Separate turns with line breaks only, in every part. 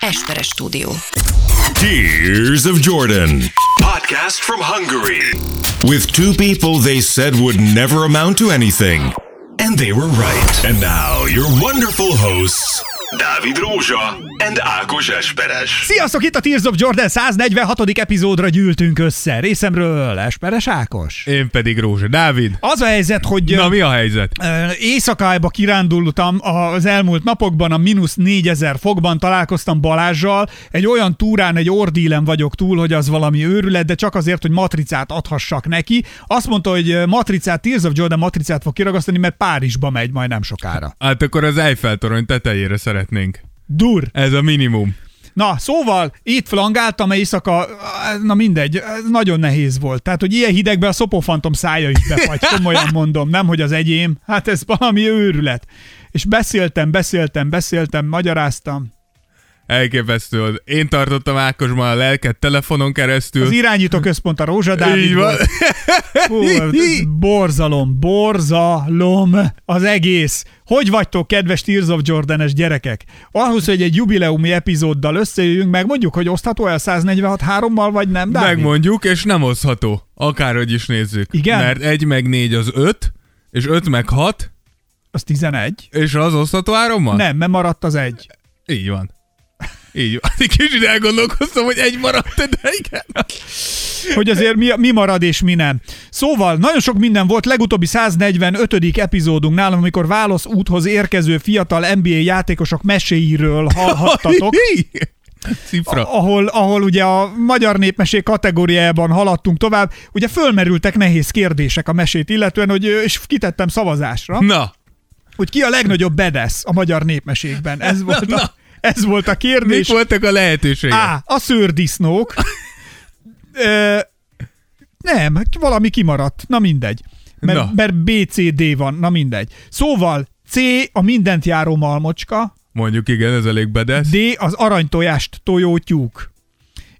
Esperes stúdió.
Tears of Jordan.
Podcast from Hungary.
With two people they said would never amount to anything. And they were right. And now, your wonderful hosts.
Dávid Rózsa and Ákos Esperes.
Sziasztok, itt a Tears of Jordan 146. epizódra gyűltünk össze. Részemről Esperes Ákos.
Én pedig Rózsa. Dávid,
Az a helyzet, hogy
na mi a helyzet?
ö, éjszakába kirándultam az elmúlt napokban, a mínusz 4000 fokban találkoztam Balázsjal. Egy olyan túrán, egy ordílen vagyok túl, hogy az valami őrület, de csak azért, hogy matricát adhassak neki. Azt mondta, hogy ö, matricát, Tears of Jordan matricát fog kiragasztani, mert Párizsba megy majd nem sokára.
Hát akkor az Eiffel torony tetejére szeretnénk.
Dur!
Ez a minimum.
Na, szóval itt flangáltam éjszaka, na mindegy, ez nagyon nehéz volt. Tehát, hogy ilyen hidegben a szopofantom szája is befagy, komolyan mondom, nem, hogy az egyém. Hát ez valami őrület. És beszéltem, beszéltem, beszéltem, magyaráztam.
Elképesztő. az. Én tartottam Ákosban a lelket telefonon keresztül.
Az irányító központ a Rózsa Dávid
Így van.
volt. Hú, ez borzalom, borzalom az egész. Hogy vagytok, kedves Tears of Jordanes gyerekek? Ahhoz, hogy egy jubileumi epizóddal összejöjjünk, meg mondjuk, hogy osztható el 146-3-mal, vagy nem, Dávid?
Megmondjuk, és nem oszható. Akárhogy is nézzük.
Igen?
Mert 1 meg 4 az 5, és 5 meg 6,
Az 11?
és az osztható hárommal?
Nem, mert maradt az egy.
Így van. Így van. Egy kicsit elgondolkoztam, hogy egy maradt, de igen.
Hogy azért mi, mi marad és mi nem. Szóval, nagyon sok minden volt legutóbbi 145. epizódunk nálam, amikor válasz úthoz érkező fiatal NBA játékosok meséiről hallhattatok.
Cifra.
Ahol, ahol ugye a magyar népmesék kategóriájában haladtunk tovább, ugye fölmerültek nehéz kérdések a mesét illetően, hogy ö, és kitettem szavazásra,
Na,
hogy ki a legnagyobb bedesz a magyar népmesékben. Ez volt a, ez volt a
mik
kérdés.
voltak a lehetőségek?
Á, a szőrdisznók. Ö, nem, valami kimaradt. Na mindegy. Mert,
Na.
mert BCD van, na mindegy. Szóval C a mindent járó malmocska,
Mondjuk igen, ez elég bedesz.
D az aranytojást tojótyúk.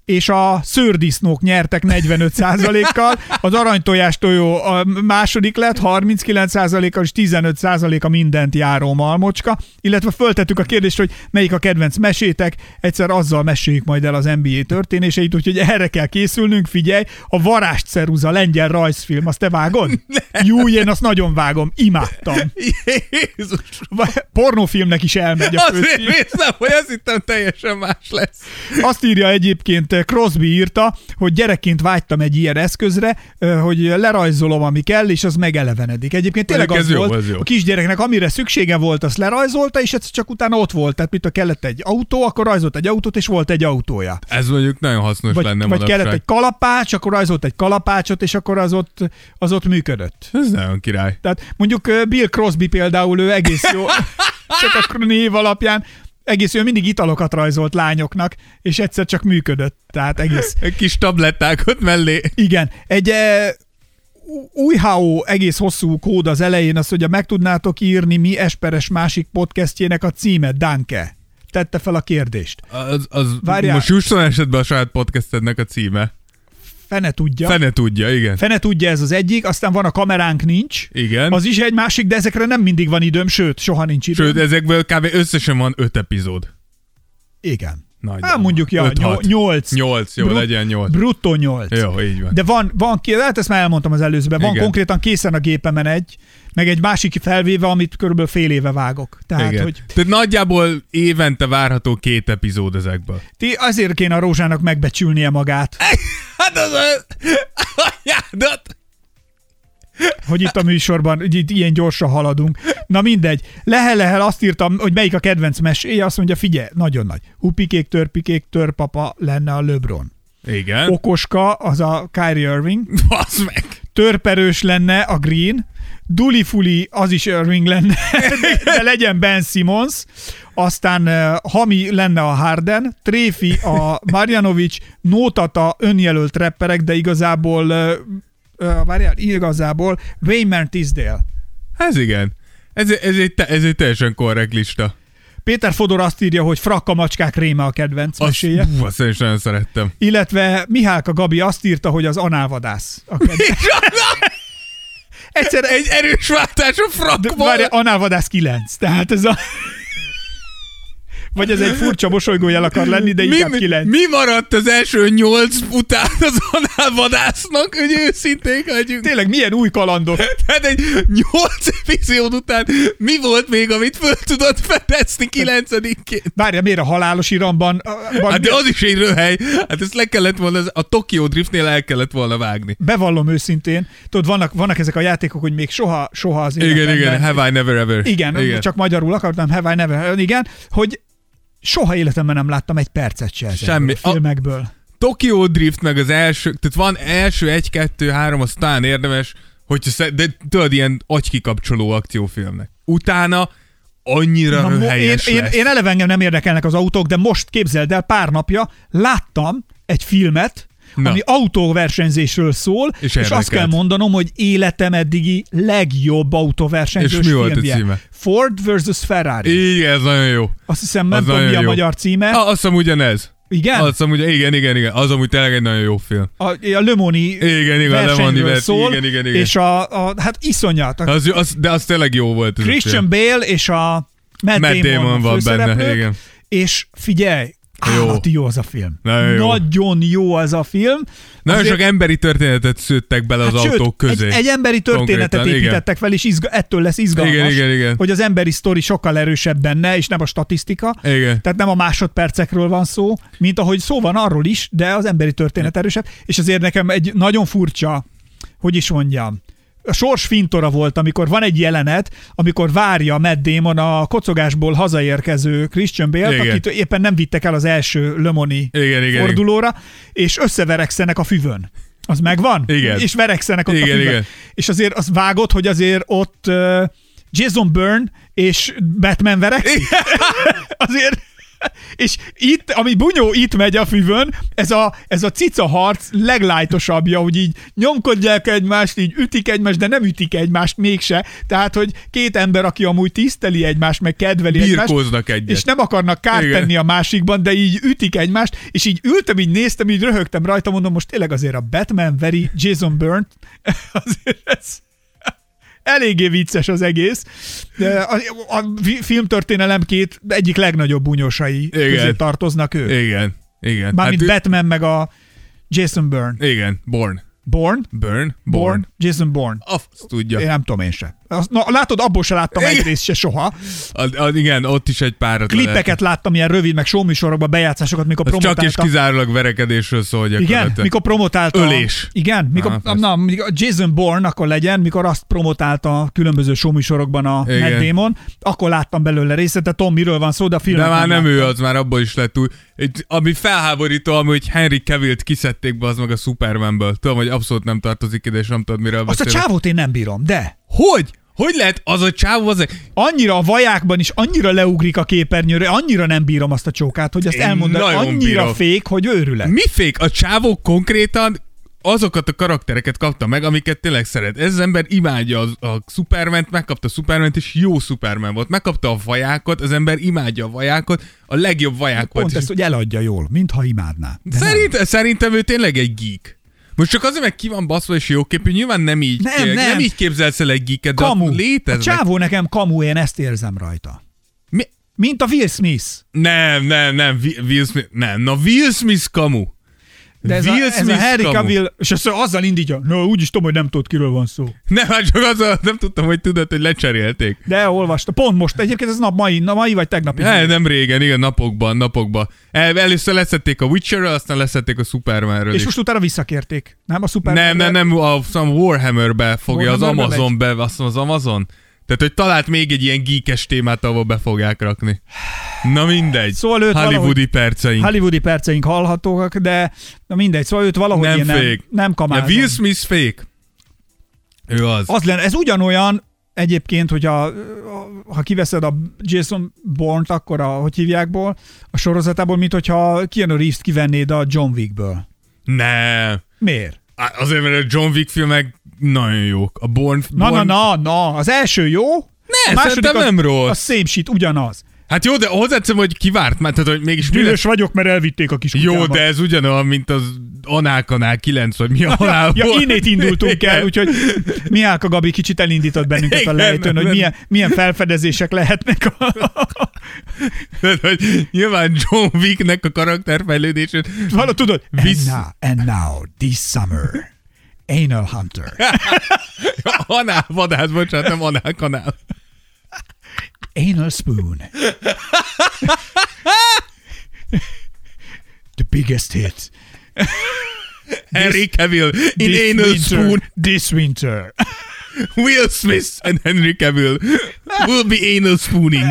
És a szőrdisznók nyertek 45%-kal, az aranytojás tojó a második lett 39%-kal, és 15% a mindent járó malmocska. Illetve föltettük a kérdést, hogy melyik a kedvenc mesétek, egyszer azzal meséljük majd el az NBA történéseit, úgyhogy erre kell készülnünk, figyelj, a Varázsceruza lengyel rajzfilm, azt te vágod? Jú, én azt nagyon vágom, imádtam.
Jézus!
Pornófilmnek is elmegy a
Azért
főcím.
néztem, hogy azt hittem teljesen más lesz.
Azt írja egyébként, eh, Crosby írta, hogy gyerekként vágytam egy ilyen eszközre, ö, hogy lerajzolom, ami kell, és az megelevenedik. Egyébként tényleg
Mondjuk
az
ez jó,
volt,
ez jó.
a kisgyereknek amire szüksége volt, azt lerajzolta, és ez csak utána ott volt. Tehát mit a kellett egy autó, akkor rajzolt egy autót, és volt egy autója.
Ez mondjuk nagyon hasznos
Vagy,
lenne
vagy
manapság.
kellett egy kalapács, akkor rajzolt egy kalapácsot, és akkor az ott, az ott működött.
Ez nagyon király.
Tehát mondjuk ö, Bill Crosby például, ő egész jó, csak a név alapján, egész ő mindig italokat rajzolt lányoknak, és egyszer csak működött. Tehát egész.
Egy kis tablettákat mellé.
Igen, egy e, új HO egész hosszú kód az elején az, hogy meg tudnátok írni mi Esperes másik podcastjének a címet, Danke. Tette fel a kérdést.
Az, az
Várjál.
most jusson esetben a saját podcastednek a címe.
Fene tudja.
Ja. Fene tudja, igen.
Fene tudja ez az egyik, aztán van a kameránk nincs.
Igen.
Az is egy másik, de ezekre nem mindig van időm, sőt, soha nincs időm.
Sőt, ezekből kb. összesen van öt epizód.
Igen.
Nagy
Hát mondjuk, ja,
Öt, hat.
8.
Nyolc, jó, legyen nyolc.
Bruttó 8.
Jó, így van.
De van, van ki, hát ezt már elmondtam az előzőben, van Igen.
Igen.
konkrétan készen a gépemen egy, meg egy másik felvéve, amit körülbelül fél éve vágok. Tehát,
igen.
Igen. hát, hogy
Tehát nagyjából évente várható két epizód ezekből.
ti azért kéne a Rózsának megbecsülnie magát,
Hát az a... Ajánlat!
hogy itt a műsorban hogy itt ilyen gyorsan haladunk. Na mindegy. Lehel-lehel azt írtam, hogy melyik a kedvenc meséje, azt mondja, figyelj, nagyon nagy. Hupikék, törpikék, törpapa lenne a LeBron.
Igen. Ok.
Okoska, az a Kyrie Irving.
Basz meg!
törperős lenne a Green, Dulifuli az is Irving lenne, de, de legyen Ben Simmons, aztán eh, Hami lenne a Harden, Tréfi a Marjanovic, Nótata önjelölt rapperek, de igazából eh, eh, várjál, igazából Raymond Tisdale.
Ez igen. Ez, ez, egy, te- ez egy teljesen korrekt lista.
Péter Fodor azt írja, hogy frakka macskák réme a kedvenc
Azt,
meséje.
ú, azt én is nagyon szerettem.
Illetve Mihálka Gabi azt írta, hogy az análvadász. A kedvenc. Egyszer
Egy erős váltás a
De várj,
frakban.
Anál vadász 9, tehát ez a... vagy ez egy furcsa mosolygójel akar lenni, de inkább
Mi,
kilenc.
mi maradt az első nyolc után az análvadásznak, hogy őszinték legyünk?
Tényleg milyen új kalandok?
Tehát egy nyolc epizód után mi volt még, amit föl tudod fedezni kilencedikként?
Várja, miért a halálos iramban? a- van-
Hát de az is egy röhely. Hát ezt le kellett volna, a Tokyo Driftnél el kellett volna vágni.
Bevallom őszintén, tudod, vannak, vannak ezek a játékok, hogy még soha, soha az
Igen,
életemben-
igen, hát- have I never ever.
Igen, igen, csak magyarul akartam, have I never, igen, hogy soha életemben nem láttam egy percet se ezekből
Semmi.
A
A-
filmekből.
Tokyo Drift meg az első, tehát van első egy, kettő, három, az talán érdemes, hogyha sze- de tudod, ilyen agykikapcsoló akciófilmnek. Utána annyira Na,
mo- én,
röhelyes
én,
lesz.
én eleve engem nem érdekelnek az autók, de most képzeld el, pár napja láttam egy filmet, Na.
Na.
ami autóversenyzésről szól, és, és
érdekelt.
azt kell mondanom, hogy életem eddigi legjobb autóversenyzős
És mi volt a
filmje.
címe?
Ford versus Ferrari. É.
Igen, ez nagyon jó.
Azt hiszem, nem
az
tudom, mi
nagyon
a
jó.
magyar címe.
A, azt hiszem ugyanez.
E- igen?
Azt hiszem, ugye, igen, igen, igen. Az amúgy tényleg egy nagyon jó film.
a, a Lömoni
igen, a Le Mans
versenyről
vers-
szól,
igen, igen, igen.
és a, a, hát iszonyat, a
Az, az, de az tényleg jó volt. Ez a film.
Christian Bale és a Matt,
Matt
Damon,
Damon
a
van
főszereplők,
benne, igen.
És figyelj,
Jó.
állati jó az a film.
Nagyon jó.
Nagyon jó az a film.
Nagyon
Azért- Hát
sok emberi történetet szőttek bele az
sőt,
autók közé.
Egy, egy emberi történetet
Konkrétan, igen.
építettek fel, és izga, ettől lesz izgalmas,
Igen, igen, igen.
hogy az emberi sztori sokkal erősebb benne, és nem a statisztika.
Igen.
Tehát nem a másodpercekről van szó, mint ahogy szó van arról is, de az emberi történet erősebb. És azért nekem egy nagyon furcsa, hogy is mondjam, a sors fintora volt, amikor van egy jelenet, amikor várja Matt Damon a kocogásból hazaérkező Christian Bale-t,
Igen.
akit éppen nem vittek el az első Lömoni
Igen, igen,
fordulóra, és összeverekszenek a füvön. Az megvan?
Igen.
És verekszenek ott a
Igen,
füvön.
igen.
És azért az vágott, hogy azért ott uh, Jason Byrne és Batman verekszik. azért és itt, ami bunyó itt megy a füvön, ez a, ez a cica harc leglájtosabbja, hogy így nyomkodják egymást, így ütik egymást, de nem ütik egymást mégse. Tehát, hogy két ember, aki amúgy tiszteli egymást, meg kedveli egymást,
Birkóznak egyet.
és nem akarnak kárt
Igen.
tenni a másikban, de így ütik egymást, és így ültem, így néztem, így röhögtem rajta, mondom, most tényleg azért a Batman veri Jason Byrne, azért ez eléggé vicces az egész. De a, a vi- filmtörténelem két egyik legnagyobb bunyosai
Igen.
közé tartoznak ők.
Igen, igen.
Mármint
ő-
hát, Batman meg a Jason Byrne.
Igen, Born.
Born?
Burn?
Born?
Born.
Jason Born.
Azt tudja.
Én nem tudom én se. Azt, na, látod, abból se láttam
Igen.
egy részt se soha.
A, a, igen, ott is egy párat.
Klippeket láttam ilyen rövid, meg showműsorokban, bejátszásokat, mikor
lehet. Az csak és
promotálta.
kizárólag verekedésről szól
Igen,
gyakorlatilag.
mikor promotálta.
Ölés.
Igen, mikor,
Aha,
na,
persze.
na, mikor Jason Bourne akkor legyen, mikor azt promotálta a különböző showműsorokban a
Igen.
Matt Damon, akkor láttam belőle részlet, de Tom, miről van szó, de a film.
De már nem ő, az már abból is lett új. Itt, ami felháborító, ami, hogy Henry Cavill-t kiszedték be az meg a Supermanből. Tudom, hogy abszolút nem tartozik ide, és nem tudod, miről
Azt a
beszélek.
csávót én nem bírom, de
Hogy? Hogy lehet az a csávó az egy...
annyira a vajákban is, annyira leugrik a képernyőre, annyira nem bírom azt a csókát, hogy azt
Én
elmondani,
nagyon
annyira
bírom.
fék, hogy őrület.
Mi fék? A csávó konkrétan azokat a karaktereket kapta meg, amiket tényleg szeret. Ez az ember imádja az, a Superman-t, megkapta a Superman-t, és jó Superman volt. Megkapta a vajákot, az ember imádja a vajákot, a legjobb vaják volt.
Pont
és
ezt, hogy eladja jól, mintha imádná. De nem.
Szerint, szerintem ő tényleg egy geek. Most csak azért, mert ki van baszva és jóképű, nyilván nem így,
Nem,
nem,
nem.
nem így képzelsz el egy geeket, de
Kamu.
attól
A
léteznek.
csávó nekem kamu, én ezt érzem rajta.
Mi?
Mint a Will Smith.
Nem, nem, nem, Wi- Will Smith, nem, na Will Smith kamu.
De ez, Will
Will
a, ez a
Smith
Harry
kamu.
Cavill, és azt azzal indítja, no, úgyis tudom, hogy nem tudod, kiről van szó.
Nem, hát csak az, nem tudtam, hogy tudod, hogy lecserélték.
De olvasta. Pont most. Egyébként ez nap mai, na, mai vagy tegnap.
Ne, nem régen, igen, napokban, napokban. El, először leszették a Witcherről, aztán leszették a Supermanről
És
is.
most utána visszakérték. Nem a szuper.
Nem, nem, nem, a some Warhammerbe fogja
Warhammerbe
az Amazon be, azt hiszem az Amazon. Tehát, hogy talált még egy ilyen geekes témát, ahol be fogják rakni. Na mindegy.
Szóval őt
Hollywoodi
valahogy-
perceink.
Hollywoodi perceink hallhatóak, de na mindegy, szóval őt valahogy
nem
én nem,
fék.
nem kamázom.
Ja, Will Smith fék. Ő az.
Az lenne, ez ugyanolyan egyébként, hogy a, a, ha kiveszed a Jason Bourne-t, akkor a, hogy hívjákból, a sorozatából, mint hogyha Keanu Reeves-t kivennéd a John Wickből.
Ne.
Miért?
Á, Azért, mert a John Wick filmek nagyon jók. A Born...
Na,
Born...
na, na, na, az első jó,
Ne, szerintem nem
az,
rossz.
A szép shit, ugyanaz.
Hát jó, de hozzáteszem, hogy kivárt már, tehát hogy mégis mi
Dühös
lesz?
vagyok, mert elvitték a kis
Jó,
kutyámat.
de ez ugyanolyan, mint az Anákanál 9, vagy mi a halál
Ja,
volt.
innét indultunk el,
Igen.
úgyhogy Miálka Gabi kicsit elindított bennünket a
Igen,
lejtőn, hogy
nem-
milyen, milyen felfedezések lehetnek a,
Tehát, hogy nyilván John Wicknek a karakterfejlődését
Való, tudod?
Visz-
And, now, and now, this summer, Anal Hunter.
Anál vadász, bocsánat, nem Anál kanál.
Anal Spoon. The biggest hit.
Henry Cavill in
This
Anal Spoon.
This winter.
Will Smith and Henry Cavill will be anal spooning.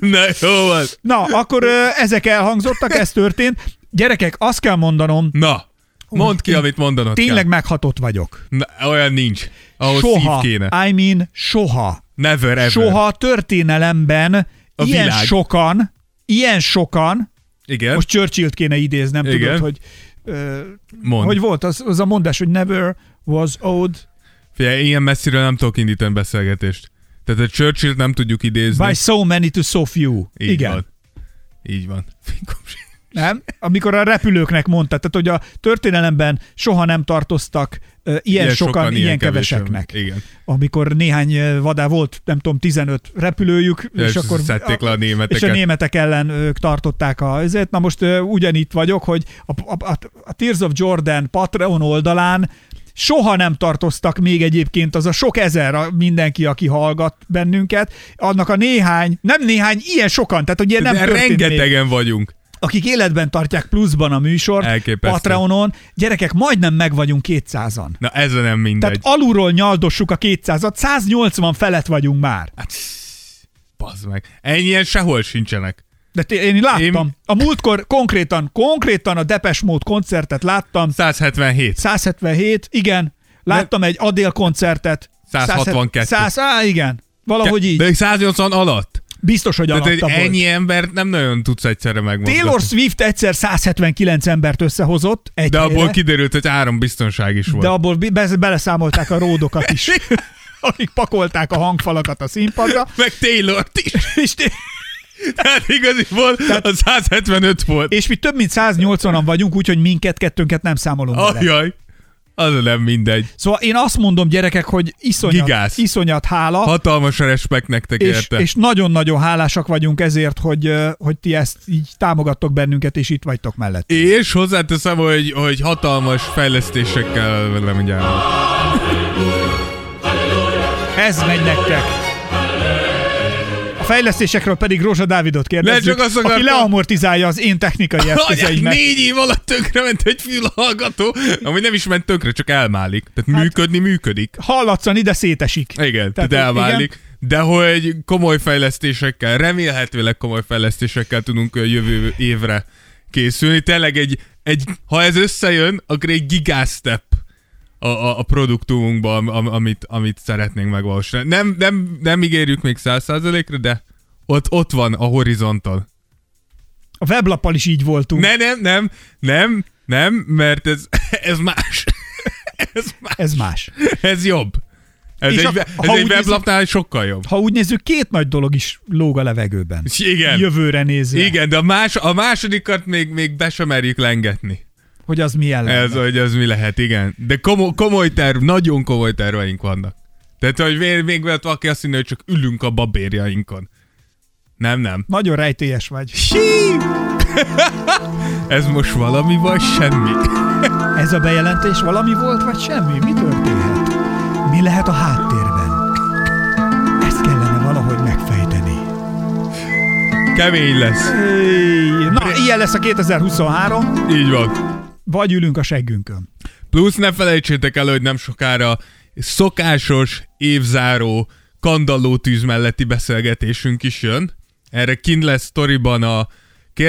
Na jó van.
Na, akkor ö, ezek elhangzottak, ez történt. Gyerekek, azt kell mondanom,
Na, mondd ki, amit mondanod
tényleg
kell.
meghatott vagyok.
Na, olyan nincs. Ahhoz
soha,
szív kéne.
I mean, soha
Never ever.
soha a történelemben
A
ilyen
világ.
sokan, ilyen sokan,
Igen,
most
Most
Churchill-t kéne idéznem,
Igen.
tudod, hogy ö,
mondd.
hogy volt az, az a mondás, hogy never was owed
Figyelj, ilyen messziről nem tudok indítani beszélgetést. Tehát a Churchill-t nem tudjuk idézni.
by so many to so few.
Így
Igen.
Van. Így van.
Nem? Amikor a repülőknek mondta, tehát hogy a történelemben soha nem tartoztak ö, ilyen, ilyen sokan, sokan, ilyen
kevésen.
keveseknek.
Igen.
Amikor néhány ö, vadá volt, nem tudom, 15 repülőjük,
És,
és, akkor
szedték le a
és
németeket.
a németek ellen ők tartották a ezért. Na most ö, ugyanitt vagyok, hogy a, a, a, a Tears of Jordan Patreon oldalán soha nem tartoztak még egyébként az a sok ezer a- mindenki, aki hallgat bennünket, annak a néhány, nem néhány, ilyen sokan, tehát ugye nem
De
történt még
rengetegen vagyunk.
akik életben tartják pluszban a műsort
Elképesztő.
Patreonon, gyerekek, majdnem meg vagyunk 200-an.
Na ez a nem
Tehát
mindegy.
alulról nyaldossuk a 200-at, 180 felett vagyunk már.
Hát, Bazd meg. Ennyien sehol sincsenek.
De té- én láttam.
Én-
A múltkor konkrétan, konkrétan a Depes Mód koncertet láttam.
177.
177, igen. Láttam egy Adél koncertet.
162.
100, á, igen. Valahogy így.
De 180 alatt.
Biztos, hogy
Tehát egy
alatta volt.
ennyi embert nem nagyon tudsz egyszerre megmondani.
Taylor Swift egyszer 179 embert összehozott. Egy
De abból
helyre.
kiderült, hogy három biztonság is volt.
De abból bi- be- beleszámolták a ródokat is, akik pakolták a hangfalakat a színpadra.
Meg taylor is.
És, té-
Tehát igazi volt, a 175 volt.
és mi több mint 180-an vagyunk, úgyhogy minket kettőnket nem számolunk bele.
Ajaj. Az a nem mindegy.
Szóval én azt mondom, gyerekek, hogy iszonyat,
Gigász.
iszonyat hála,
Hatalmas a respekt nektek
és,
érte.
és nagyon-nagyon hálásak vagyunk ezért, hogy, ö, hogy ti ezt így támogattok bennünket, és itt vagytok mellett.
És hozzáteszem, hogy, hogy hatalmas fejlesztésekkel velem mindjárt.
Ez megy nektek. A fejlesztésekről pedig Rózsa Dávidot
Ne,
kérdezzük,
csak azt
aki
akartam-
leamortizálja az én technikai eszközeimet.
Négy év alatt tönkre ment egy fülhallgató, ami nem is ment tönkre, csak elmálik. Tehát hát, működni működik.
Hallatszan ide szétesik.
Igen,
Tehát,
tehát elválik. De hogy komoly fejlesztésekkel, remélhetőleg komoly fejlesztésekkel tudunk ö, jövő évre készülni. Tényleg egy, egy ha ez összejön, akkor egy gigastep a, a, a produktumunkba, am- am- amit, amit szeretnénk megvalósítani. Nem, nem, nem ígérjük még száz százalékra, de ott, ott van a horizonton.
A weblappal is így voltunk.
Ne, nem, nem, nem, nem, mert ez, ez más. ez más.
Ez más.
Ez jobb. Ez
És
egy,
a-
ve- ez
ha
egy
úgy nézzük-
weblapnál sokkal jobb.
Ha úgy nézzük, két nagy dolog is lóg a levegőben.
Igen.
Jövőre nézve,
Igen, de a, más, a másodikat még, még be sem merjük lengetni.
hogy az milyen lenne.
Ez, hogy ez mi lehet, igen. De komoly, komoly terv, nagyon komoly terveink vannak. Tehát, hogy még, még volt valaki azt hinni, hogy csak ülünk a babérjainkon. Nem, nem.
Nagyon rejtélyes vagy.
Hí! ez most valami vagy semmi?
Ez a bejelentés valami volt, vagy semmi? Mi történhet? Mi lehet a háttérben? Ezt kellene valahogy megfejteni.
Kemény lesz.
Na, ilyen lesz a 2023,
Így van.
vagy ülünk a seggünkön.
Plusz ne felejtsétek el, hogy nem sokára szokásos, évzáró, kandalló tűz melletti beszélgetésünk is jön. Erre kint lesz sztoriban a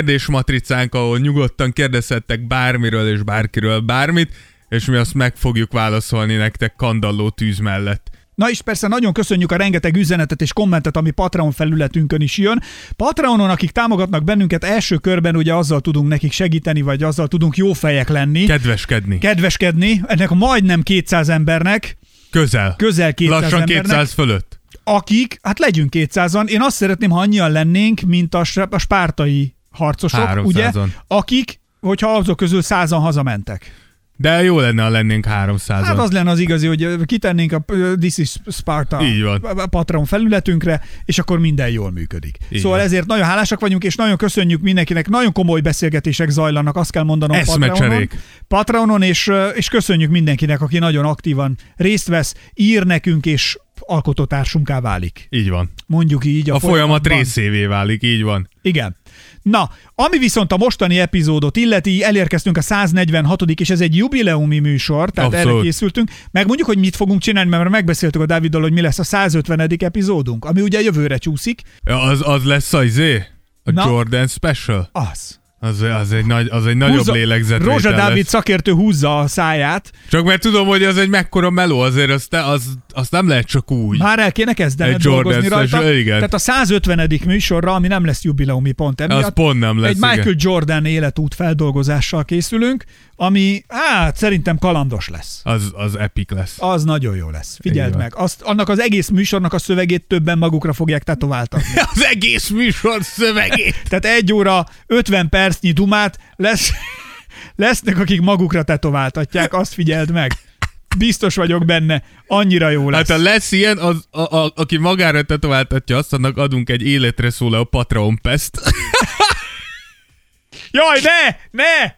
kérdésmatricánk, ahol nyugodtan kérdezhettek bármiről és bárkiről bármit, és mi azt meg fogjuk válaszolni nektek kandalló tűz mellett.
Na és persze nagyon köszönjük a rengeteg üzenetet és kommentet, ami Patreon felületünkön is jön. Patreonon, akik támogatnak bennünket, első körben ugye azzal tudunk nekik segíteni, vagy azzal tudunk jó fejek lenni.
Kedveskedni.
kedveskedni ennek a majdnem 200 embernek,
Közel.
közel 200
Lassan
embernek,
200 fölött.
akik, hát legyünk 200-an, én azt szeretném, ha annyian lennénk, mint a, sr- a spártai harcosok,
300-an.
ugye, akik, hogyha azok közül százan hazamentek.
De jó lenne, ha lennénk 300
Hát az lenne az igazi, hogy kitennénk a ö, This is Sparta
Így van.
p- Patreon felületünkre, és akkor minden jól működik.
Így
szóval
van.
ezért nagyon hálásak vagyunk, és nagyon köszönjük mindenkinek, nagyon komoly beszélgetések zajlanak, azt kell mondanom Patreonon.
Eszmecserék.
Patreonon, és, ö, és köszönjük mindenkinek, aki nagyon aktívan részt vesz, ír nekünk, és alkotótársunká válik.
Így van.
Mondjuk így. A,
A folyamat
folyamatban.
részévé válik, így van.
Igen. Na, ami viszont a mostani epizódot illeti, elérkeztünk a 146 és ez egy jubileumi műsor, tehát Abszolút.
Abszolút.
erre készültünk. Meg mondjuk, hogy mit fogunk csinálni, mert már megbeszéltük a Dáviddal, hogy mi lesz a 150 epizódunk, ami ugye jövőre csúszik.
Az, az lesz az izé? A
Na.
Jordan Special?
Az.
Az, az egy, nagy, az egy nagyobb lélegzetvétel
Rózsa Dávid
lesz.
szakértő húzza a száját.
Csak mert tudom, hogy az egy mekkora meló, azért azt, az, azt nem lehet csak úgy.
Már el kéne kezdened
Egy Jordan
dolgozni rajta.
Special, igen.
Tehát a 150. műsorra, ami nem lesz jubileumi pont emiatt,
az pont nem lesz.
egy
igen.
Michael Jordan életút feldolgozással készülünk, ami hát szerintem kalandos lesz.
Az, az epic lesz.
Az nagyon jó lesz. Figyeld
Így van.
meg. Azt, annak az egész műsornak a szövegét többen magukra fogják tetováltatni.
Az egész műsor szövegét.
Tehát egy óra, 50 percnyi dumát lesz, lesznek, akik magukra tetováltatják. Azt figyeld meg. Biztos vagyok benne. Annyira jó lesz.
Hát ha lesz ilyen, az, a, a, aki magára tetováltatja azt, annak adunk egy életre szóló Patreon pest.
Jaj, ne! Ne!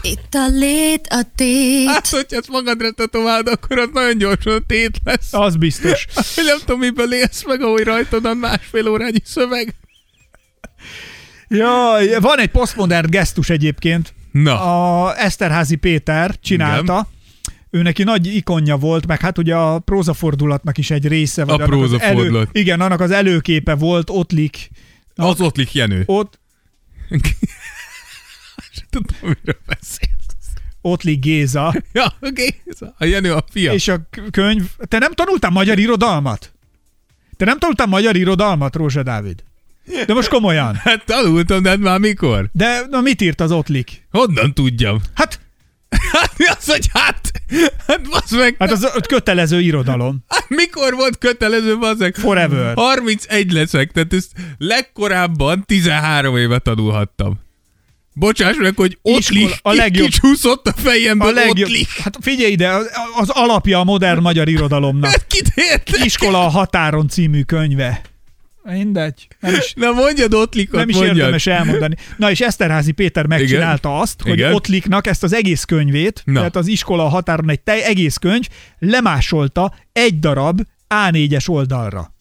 Itt a lét, a tét,
Hát, hogyha ezt magadra tetováld, akkor az nagyon gyorsan tét lesz.
Az biztos.
Hogy nem tudom, miből élsz meg, ahogy rajtad a másfél órányi szöveg.
Jaj, van egy posztmodern gesztus egyébként.
Na, a...
A Eszterházi Péter csinálta. Igen. Ő neki nagy ikonja volt, meg hát ugye a prózafordulatnak is egy része. Vagy
A
annak az elő,
prózafordulat.
Igen, annak az előképe volt Ottlik
az ott lik Jenő.
ott
Sem tudom, miről beszélsz.
Ottli Géza,
Ja, oké. Okay. A Jenő a fia. És...
és a k- könyv... Te nem tanultál magyar irodalmat? Te nem tanultál magyar irodalmat, Rózsa Dávid? De most komolyan.
Hát tanultam, de hát már mikor?
De na mit írt az Ottlik?
Honnan tudjam?
Hát,
Hát mi az, hogy hát? Hát basz meg,
hát az ö- kötelező irodalom.
Hát mikor volt kötelező, bazzeg?
Forever.
31 leszek, tehát ezt legkorábban 13 éve tanulhattam. Bocsáss meg, hogy ott
Iskola-
lik,
a
ki-
legjobb-
kicsúszott a fejemből,
A
a legjobb.
legjobb...
ott lik.
Hát figyelj ide, az- az alapja a modern magyar irodalomnak.
Hát kit értek?
Iskola a határon című könyve. Mindegy. Nem is,
Na mondjad ott likot,
nem is
mondjad.
érdemes elmondani. Na és Eszterházi Péter megcsinálta Igen? azt, hogy Igen?
Igen.
Ottliknak ezt az egész könyvét, Na.
Na.
tehát az iskola a határon egy tej, egész könyv, lemásolta egy darab A4-es oldalra.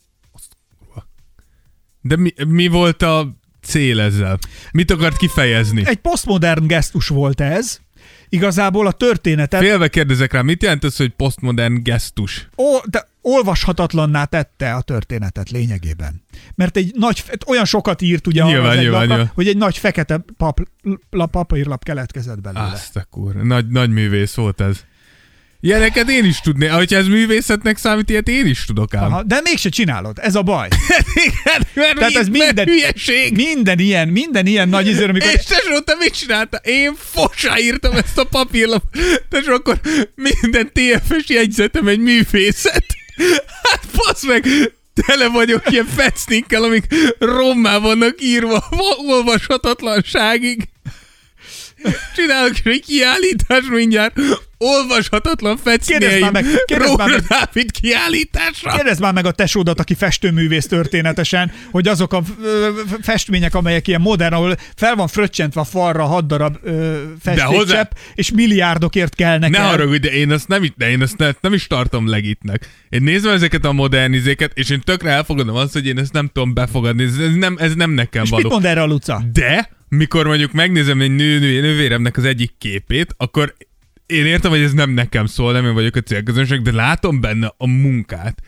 De mi, mi volt a cél ezzel? Mit akart kifejezni?
Egy posztmodern gesztus volt ez, Igazából a történetet
Félve kérdezek rá, mit jelent ez, hogy posztmodern gesztus?
ó, de olvashatatlanná tette a történetet lényegében. Mert egy nagy, fe- olyan sokat írt ugye arra
Nyilván,
az egy
nyilván,
lapra,
nyilván.
hogy egy nagy fekete pap, lap, papírlap keletkezett belőle.
Azt a kur, nagy, nagy művész volt ez. Ilyeneket én is tudnék, hogyha ez művészetnek számít, ilyet én is tudok ám.
Aha, de mégse csinálod, ez a baj.
Igen, mert
Tehát ez minden,
hülyeség.
minden ilyen, minden ilyen nagy izér, amikor...
És tesó, te mit csinálta? Én fosá írtam ezt a papírlap. Tesó, akkor minden TFS jegyzetem egy művészet. Hát basz meg, tele vagyok ilyen fecnikkel, amik rommá vannak írva, va- olvashatatlanságig. Csinálok is egy kiállítást mindjárt, olvashatatlan
Kérdezd
fecnéim.
már meg, kérdezd már meg.
Dávid kiállításra.
Kérdezd már meg a tesódat, aki festőművész történetesen, hogy azok a ö, f- festmények, amelyek ilyen modern, ahol fel van fröccsentve a falra hat darab ö,
hozzá-
festékcsepp, és milliárdokért kelnek
Ne
el.
haragudj, de én azt nem, itt- de én azt ne, nem is tartom legitnek. Én nézem ezeket a modernizéket, és én tökre elfogadom azt, hogy én ezt nem tudom befogadni. Ez, ez, nem, ez nem nekem
És mit
való.
mond erre a Luca?
De, mikor mondjuk megnézem egy nő, nő, nővéremnek az egyik képét, akkor én értem, hogy ez nem nekem szól, nem én vagyok a célközönség, de látom benne a munkát.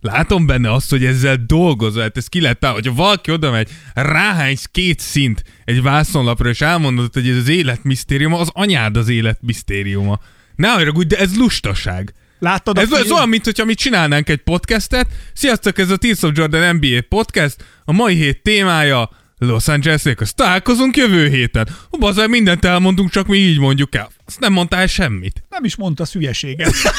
Látom benne azt, hogy ezzel dolgozol, hát ez ki lehet táv- Hogyha valaki oda megy, ráhánysz két szint egy vászonlapra, és elmondod, hogy ez az élet misztériuma, az anyád az élet misztériuma. Ne haragudj, de ez lustaság.
Láttad a
Ez, ez
film-
olyan, mint hogyha mi csinálnánk egy podcastet. Sziasztok, ez a Tears of Jordan NBA podcast. A mai hét témája Los Angeles Lakers. Találkozunk jövő héten. Ó, Bazzeg, mindent elmondunk, csak mi így mondjuk el. Azt nem mondtál semmit.
Nem is mondta hülyeséget.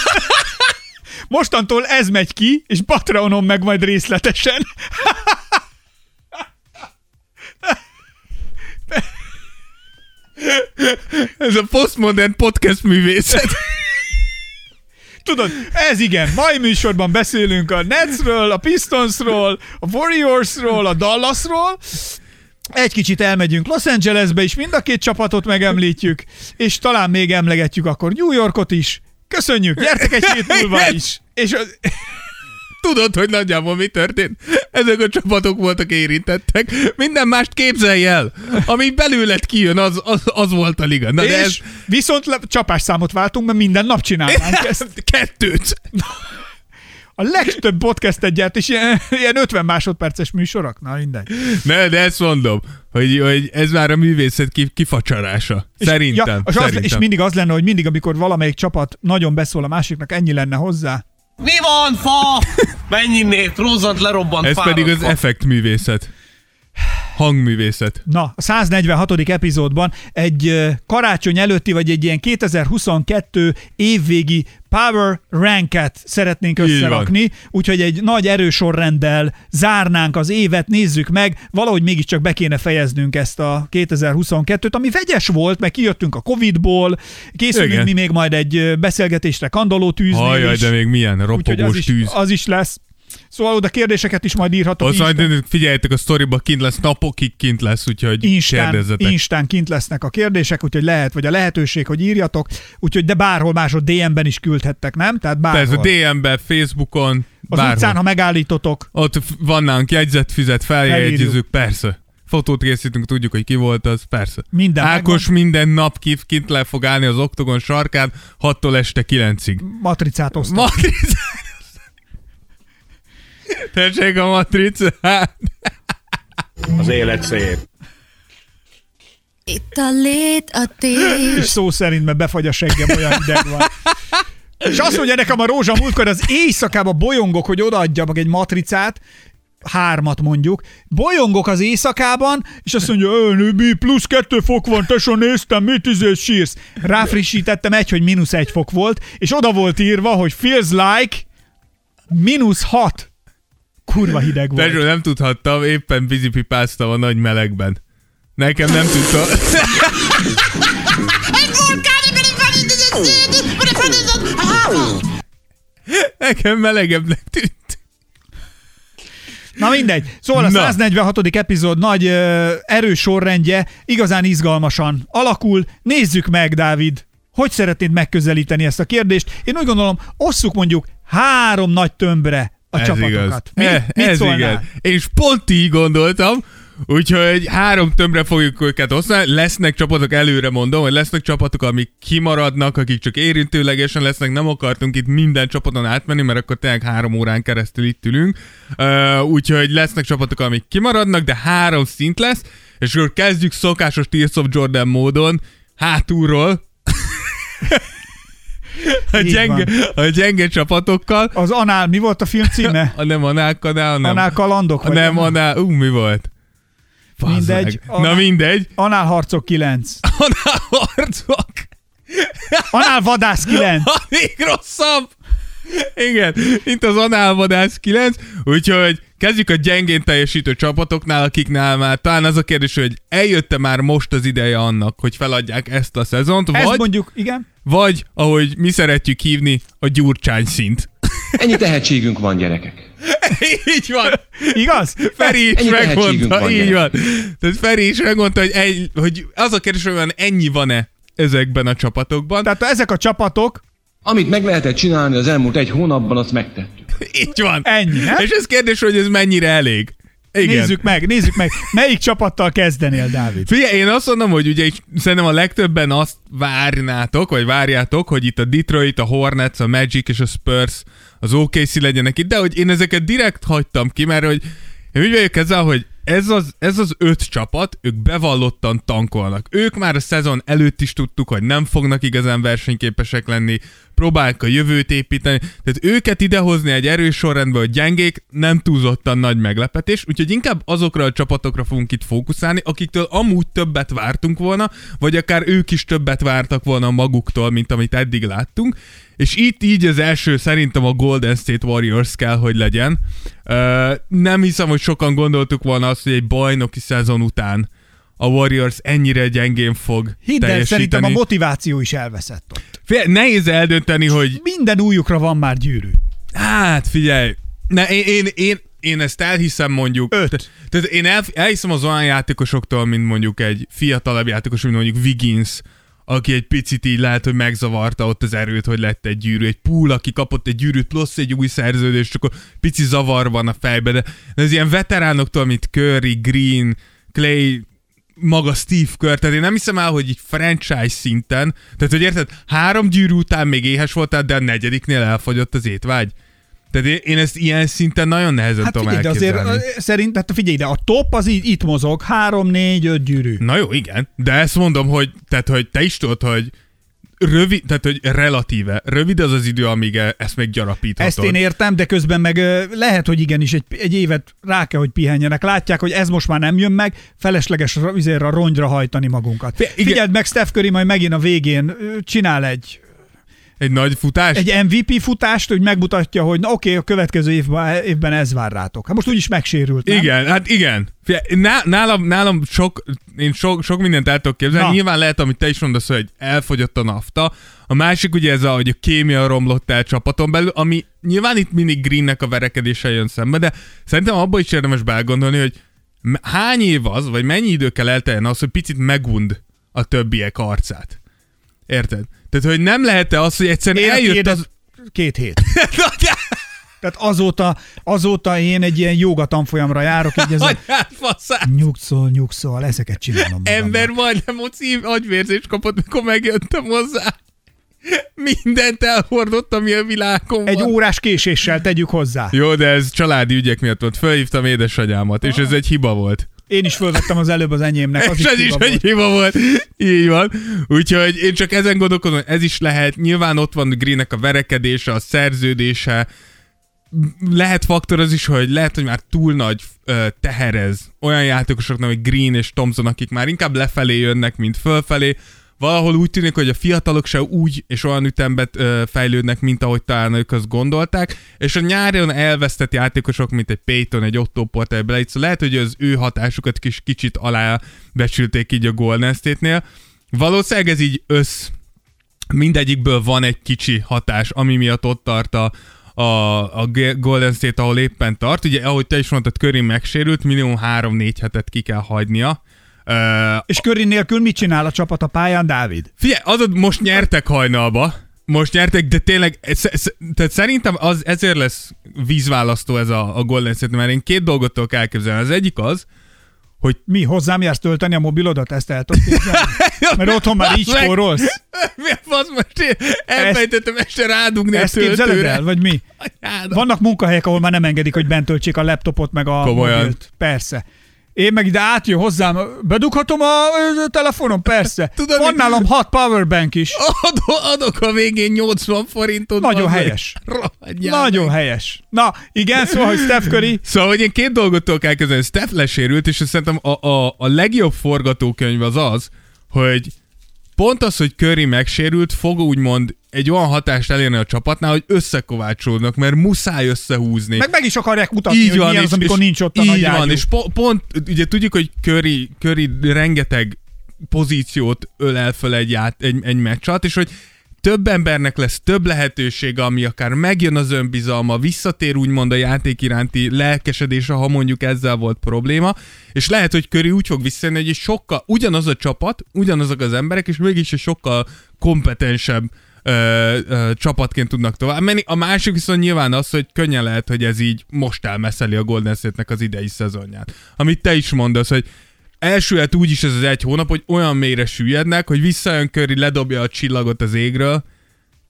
Mostantól ez megy ki, és Patreonon meg majd részletesen.
Ez a postmodern podcast művészet.
Tudod, ez igen, mai műsorban beszélünk a Netsről, a Pistonsról, a Warriorsról, a Dallasról. Egy kicsit elmegyünk Los Angelesbe is, mind a két csapatot megemlítjük, és talán még emlegetjük akkor New Yorkot is. Köszönjük, gyertek egy hét múlva
Igen.
is. És az,
Tudod, hogy nagyjából mi történt? Ezek a csapatok voltak érintettek. Minden mást képzelj el. Ami belőled kijön, az, az, az volt a liga. Na,
és
de ez
ez... viszont le, csapásszámot váltunk, mert minden nap csinálnánk ezt.
kettőt.
A legtöbb podcast egyet, és ilyen, ilyen 50 másodperces műsorok. Na, mindegy.
Ne, de ezt mondom, hogy, hogy ez már a művészet ki- kifacsarása. Szerintem.
Ja, és, az,
szerintem.
és mindig az lenne, hogy mindig, amikor valamelyik csapat nagyon beszól a másiknak, ennyi lenne hozzá.
Mi van, fa? Mennyinél rozzant, lerobbant,
ez
fáradt
pedig az
fa.
effektművészet. Hangművészet.
Na, a 146. epizódban egy ö, karácsony előtti, vagy egy ilyen 2022 évvégi Power Ranket szeretnénk
van.
összerakni, úgyhogy egy nagy erősorrenddel zárnánk az évet, nézzük meg, valahogy mégiscsak be kéne fejeznünk ezt a 2022-t, ami vegyes volt, mert kijöttünk a Covid-ból, készülünk
Igen.
mi még majd egy ö, beszélgetésre kandalló tűzni
Ajaj, de még milyen
úgyhogy az
ropogós
is,
tűz.
az is lesz. Szóval oda kérdéseket is majd írhatok.
Az
így is.
majd figyeljetek, a sztoriba kint lesz, napokig kint lesz, úgyhogy
Instán,
kérdezzetek.
Instán kint lesznek a kérdések, úgyhogy lehet, vagy a lehetőség, hogy írjatok, úgyhogy de bárhol máshol DM-ben is küldhettek, nem? Tehát
Persze,
bárhol.
DM-ben, Facebookon,
az
bárhol.
utcán, ha megállítotok,
Ott f- van nálunk jegyzet, fizet, feljegyezzük,
Felírjuk.
persze. Fotót készítünk, tudjuk, hogy ki volt az, persze.
Minden
Ákos minden nap kif, kint le fog állni az oktogon sarkán, 6-tól este 9-ig.
matricát osztok. Ma-
Matrica! Tessék a Hát, matricát!
Itt a lét a tét.
és szó szerint, mert befagy a seggem, olyan ideg van. És azt mondja nekem a rózsa múltkor, az éjszakába bolyongok, hogy odaadja meg egy matricát, hármat mondjuk, bolyongok az éjszakában, és azt mondja, "Ö, Nőbi, plusz kettő fok van, tesó néztem, mit izé sírsz? Ráfrissítettem egy, hogy mínusz egy fok volt, és oda volt írva, hogy feels like mínusz hat. Kurva hideg volt.
Tesó, nem tudhattam, éppen vízipipáztam a nagy melegben. Nekem nem tudta. Nekem melegebbnek tűnt.
Na mindegy. Szóval a
Na.
146. epizód nagy ö, erős sorrendje igazán izgalmasan alakul. Nézzük meg, Dávid, hogy szeretnéd megközelíteni ezt a kérdést. Én úgy gondolom, osszuk mondjuk három nagy tömbre a csapatokat. Mi,
E,
mit
ez
szólnál?
igaz. Én is pont így gondoltam, úgyhogy három tömbre fogjuk őket osztani. Lesznek csapatok, előre mondom, hogy lesznek csapatok, amik kimaradnak, akik csak érintőlegesen lesznek. Nem akartunk itt minden csapaton átmenni, mert akkor tényleg három órán keresztül itt ülünk. Uh, úgyhogy lesznek csapatok, amik kimaradnak, de három szint lesz, és akkor kezdjük szokásos Tears of Jordan módon, hátulról, a
Így
gyenge, a gyenge csapatokkal,
Az Anál, mi volt a film címe?
a nem análkanál, nem.
Anál kalandok?
a
Vagy
nem anál, ú, mi volt? Bazzeg.
Mindegy,
Na
anál-
mindegy.
Anál harcok 9.
Anál harcok.
Anál vadász 9.
A még rosszabb. Igen, mint az análvadász 9, úgyhogy kezdjük a gyengén teljesítő csapatoknál, akiknál már talán az a kérdés, hogy eljötte már most az ideje annak, hogy feladják ezt a szezont,
Ez
vagy,
mondjuk, igen.
vagy, ahogy mi szeretjük hívni, a gyurcsány szint.
Ennyi tehetségünk van, gyerekek.
Így van.
Igaz?
Feri is
Ennyi tehetségünk
megmondta,
van,
így
gyerek.
van. Tehát Feri is megmondta, hogy, egy, hogy az a kérdés, hogy olyan ennyi van-e ezekben a csapatokban. Tehát
Tehát ezek a csapatok,
Amit meg lehetett csinálni az elmúlt egy hónapban, azt megtettük.
így van.
Ennyi, nem?
És ez kérdés, hogy ez mennyire elég. Igen.
nézzük meg, nézzük meg, melyik csapattal kezdenél, Dávid?
Figyelj, én azt mondom, hogy ugye itt szerintem a legtöbben azt várnátok, vagy várjátok, hogy itt a Detroit, a Hornets, a Magic és a Spurs, az OKC legyenek itt, de hogy én ezeket direkt hagytam ki, mert hogy én úgy vagyok ezzel, hogy ez az, ez az öt csapat, ők bevallottan tankolnak. Ők már a szezon előtt is tudtuk, hogy nem fognak igazán versenyképesek lenni, próbálják a jövőt építeni. Tehát őket idehozni egy erős sorrendbe, hogy gyengék, nem túlzottan nagy meglepetés, úgyhogy inkább azokra a csapatokra fogunk itt fókuszálni, akiktől amúgy többet vártunk volna, vagy akár ők is többet vártak volna maguktól, mint amit eddig láttunk. És itt így az első szerintem a Golden State Warriors kell, hogy legyen. Ö, nem hiszem, hogy sokan gondoltuk volna azt, hogy egy bajnoki szezon után a Warriors ennyire gyengén fog
Hidd el,
teljesíteni.
szerintem a motiváció is elveszett ott.
Fél, nehéz eldönteni, hogy
Minden újukra van már gyűrű.
hát figyelj, ne, én, én, én, én ezt elhiszem mondjuk.
Öt.
Te- Tehát én el, elhiszem az olyan játékosoktól, mint mondjuk egy fiatalabb játékos, mint mondjuk Wiggins, aki egy picit így lehet, hogy megzavarta ott az erőt, hogy lett egy gyűrű. Egy pool, aki kapott egy gyűrűt, plusz egy új szerződést, csak akkor pici zavar van a fejbe. De de ez ilyen veteránoktól, mint Curry, Green, Clay, maga Steve Kerr, tehát én nem hiszem el, hogy így franchise szinten, tehát hogy érted, három gyűrű után még éhes voltál, de a negyediknél elfogyott az étvágy. Tehát én, én ezt ilyen szinten nagyon nehezen
Hát
tudom
figyelj, de azért
elképzelni.
ö, szerint, hát figyelj, de a top az így itt mozog, 3-4-5 gyűrű.
Na jó, igen, de ezt mondom, hogy, tehát, hogy te is tudod, hogy rövid, tehát hogy relatíve, rövid az az idő, amíg e- ezt még gyarapíthatod.
Ezt én értem, de közben meg ö, lehet, hogy igenis egy, egy évet rá kell, hogy pihenjenek. Látják, hogy ez most már nem jön meg, felesleges ra- izére a rongyra hajtani magunkat.
Fi- igen.
Figyeld meg, Steph Curry majd megint a végén ö, csinál egy,
Egy nagy futás?
egy MVP futást, hogy megmutatja, hogy na oké, a következő évben, évben ez vár rátok. Hát most úgyis megsérült, nem?
Igen, hát igen. Fia, ná- Nálam, nálam sok, én sok, sok mindent el tudok képzelni.
Na.
Nyilván lehet, amit te is mondasz, hogy elfogyott a nafta. A másik ugye ez a, hogy a kémia romlott el csapaton belül, ami nyilván itt mindig Greennek a verekedése jön szembe, de szerintem abba is érdemes belgondolni, hogy m- hány év az, vagy mennyi idő kell elteljen az, hogy picit megund a többiek arcát. Érted? Tehát, hogy nem lehet-e az, hogy egyszerűen
Én
eljött az...
Két hét. Tehát azóta, azóta én egy ilyen joga tanfolyamra járok, így ez a
Agyát faszát!
nyugszol, nyugszol, ezeket csinálom. magamnak.
Ember majdnem ott szív agyvérzést kapott, mikor megjöttem hozzá. Mindent elhordott, ami a világon
Egy
van.
órás késéssel tegyük hozzá.
Jó, de ez családi ügyek miatt volt. Fölhívtam édesanyámat, és ez egy hiba volt.
Én is fölvettem az előbb az enyémnek. Ah. Az
és ez is
hiba
egy
volt.
hiba volt. Így van. Úgyhogy én csak ezen gondolkodom, hogy ez is lehet. Nyilván ott van Greennek a verekedése, a szerződése. Lehet faktor az is, hogy lehet, hogy már túl nagy ö, teherez olyan játékosoknak, hogy Green és Thompson, akik már inkább lefelé jönnek, mint fölfelé. Valahol úgy tűnik, hogy a fiatalok se úgy és olyan ütemben ö, fejlődnek, mint ahogy talán ők azt gondolták, és a nyáron elvesztett játékosok, mint egy Payton, egy Otto Porter, Blades, lehet, hogy az ő hatásukat kis kicsit alábecsülték így a Golden State-nél. Valószínűleg ez így össz mindegyikből van egy kicsi hatás, ami miatt ott tart a, a, a G- Golden State, ahol éppen tart. Ugye, ahogy te is mondtad, Curry megsérült, minimum 3-4 hetet ki kell hagynia. Ö,
És Körin nélkül mit csinál a csapat a pályán, Dávid?
Figyelj, azod most nyertek hajnalba, most nyertek, de tényleg, sz- sz- tehát szerintem az, ezért lesz vízválasztó ez a, a Golden State, mert én két dolgot tudok elképzelni. Az egyik az,
Mi, hozzám jársz tölteni a mobilodat? Ezt el tudod képzelni? Mert otthon már így
Bazd meg!
forrolsz.
Mi a fasz most? Én elfejtettem este rádugni
Ezt
a töltőre.
képzeled el, vagy mi?
Anyád,
Vannak munkahelyek, ahol már nem engedik, hogy bent töltsék a laptopot meg a
Komolyan.
mobilt. Persze. Én meg ide átjön hozzám, bedughatom a ö, telefonom, persze.
Tudod,
Van
mi-
nálam hat powerbank is.
Adok, adok a végén 80 forintot.
Nagyon
az meg.
helyes.
Rohadjál
Nagyon
meg.
helyes. Na, igen, szóval, hogy Steph Curry
Szóval, hogy én két dolgot tudok elkezdeni. Steph lesérült, és azt szerintem a, a, a legjobb forgatókönyv az az, hogy pont az, hogy Curry megsérült, fog úgymond egy olyan hatást elérni a csapatnál, hogy összekovácsolódnak, mert muszáj összehúzni.
meg meg is akarják mutatni, hogy milyen az, amikor nincs ott a
így
nagy
van,
ágyú.
és po- pont, ugye tudjuk, hogy Curry, Curry rengeteg pozíciót ölel föl egy, ját, egy, egy meccs alatt, és hogy több embernek lesz több lehetősége, ami akár megjön az önbizalma, visszatér úgymond a játék iránti lelkesedése, ha mondjuk ezzel volt probléma, és lehet, hogy Curry úgy fog visszajönni, hogy egy sokkal ugyanaz a csapat, ugyanazok az emberek, és mégis egy sokkal kompetensebb ö, ö, csapatként tudnak tovább menni. A másik viszont nyilván az, hogy könnyen lehet, hogy ez így most elmeszeli a Golden State-nek az idei szezonját. Amit te is mondasz, hogy elsülhet úgy is ez az egy hónap, hogy olyan mélyre süllyednek, hogy visszajön Curry, ledobja a csillagot az égről,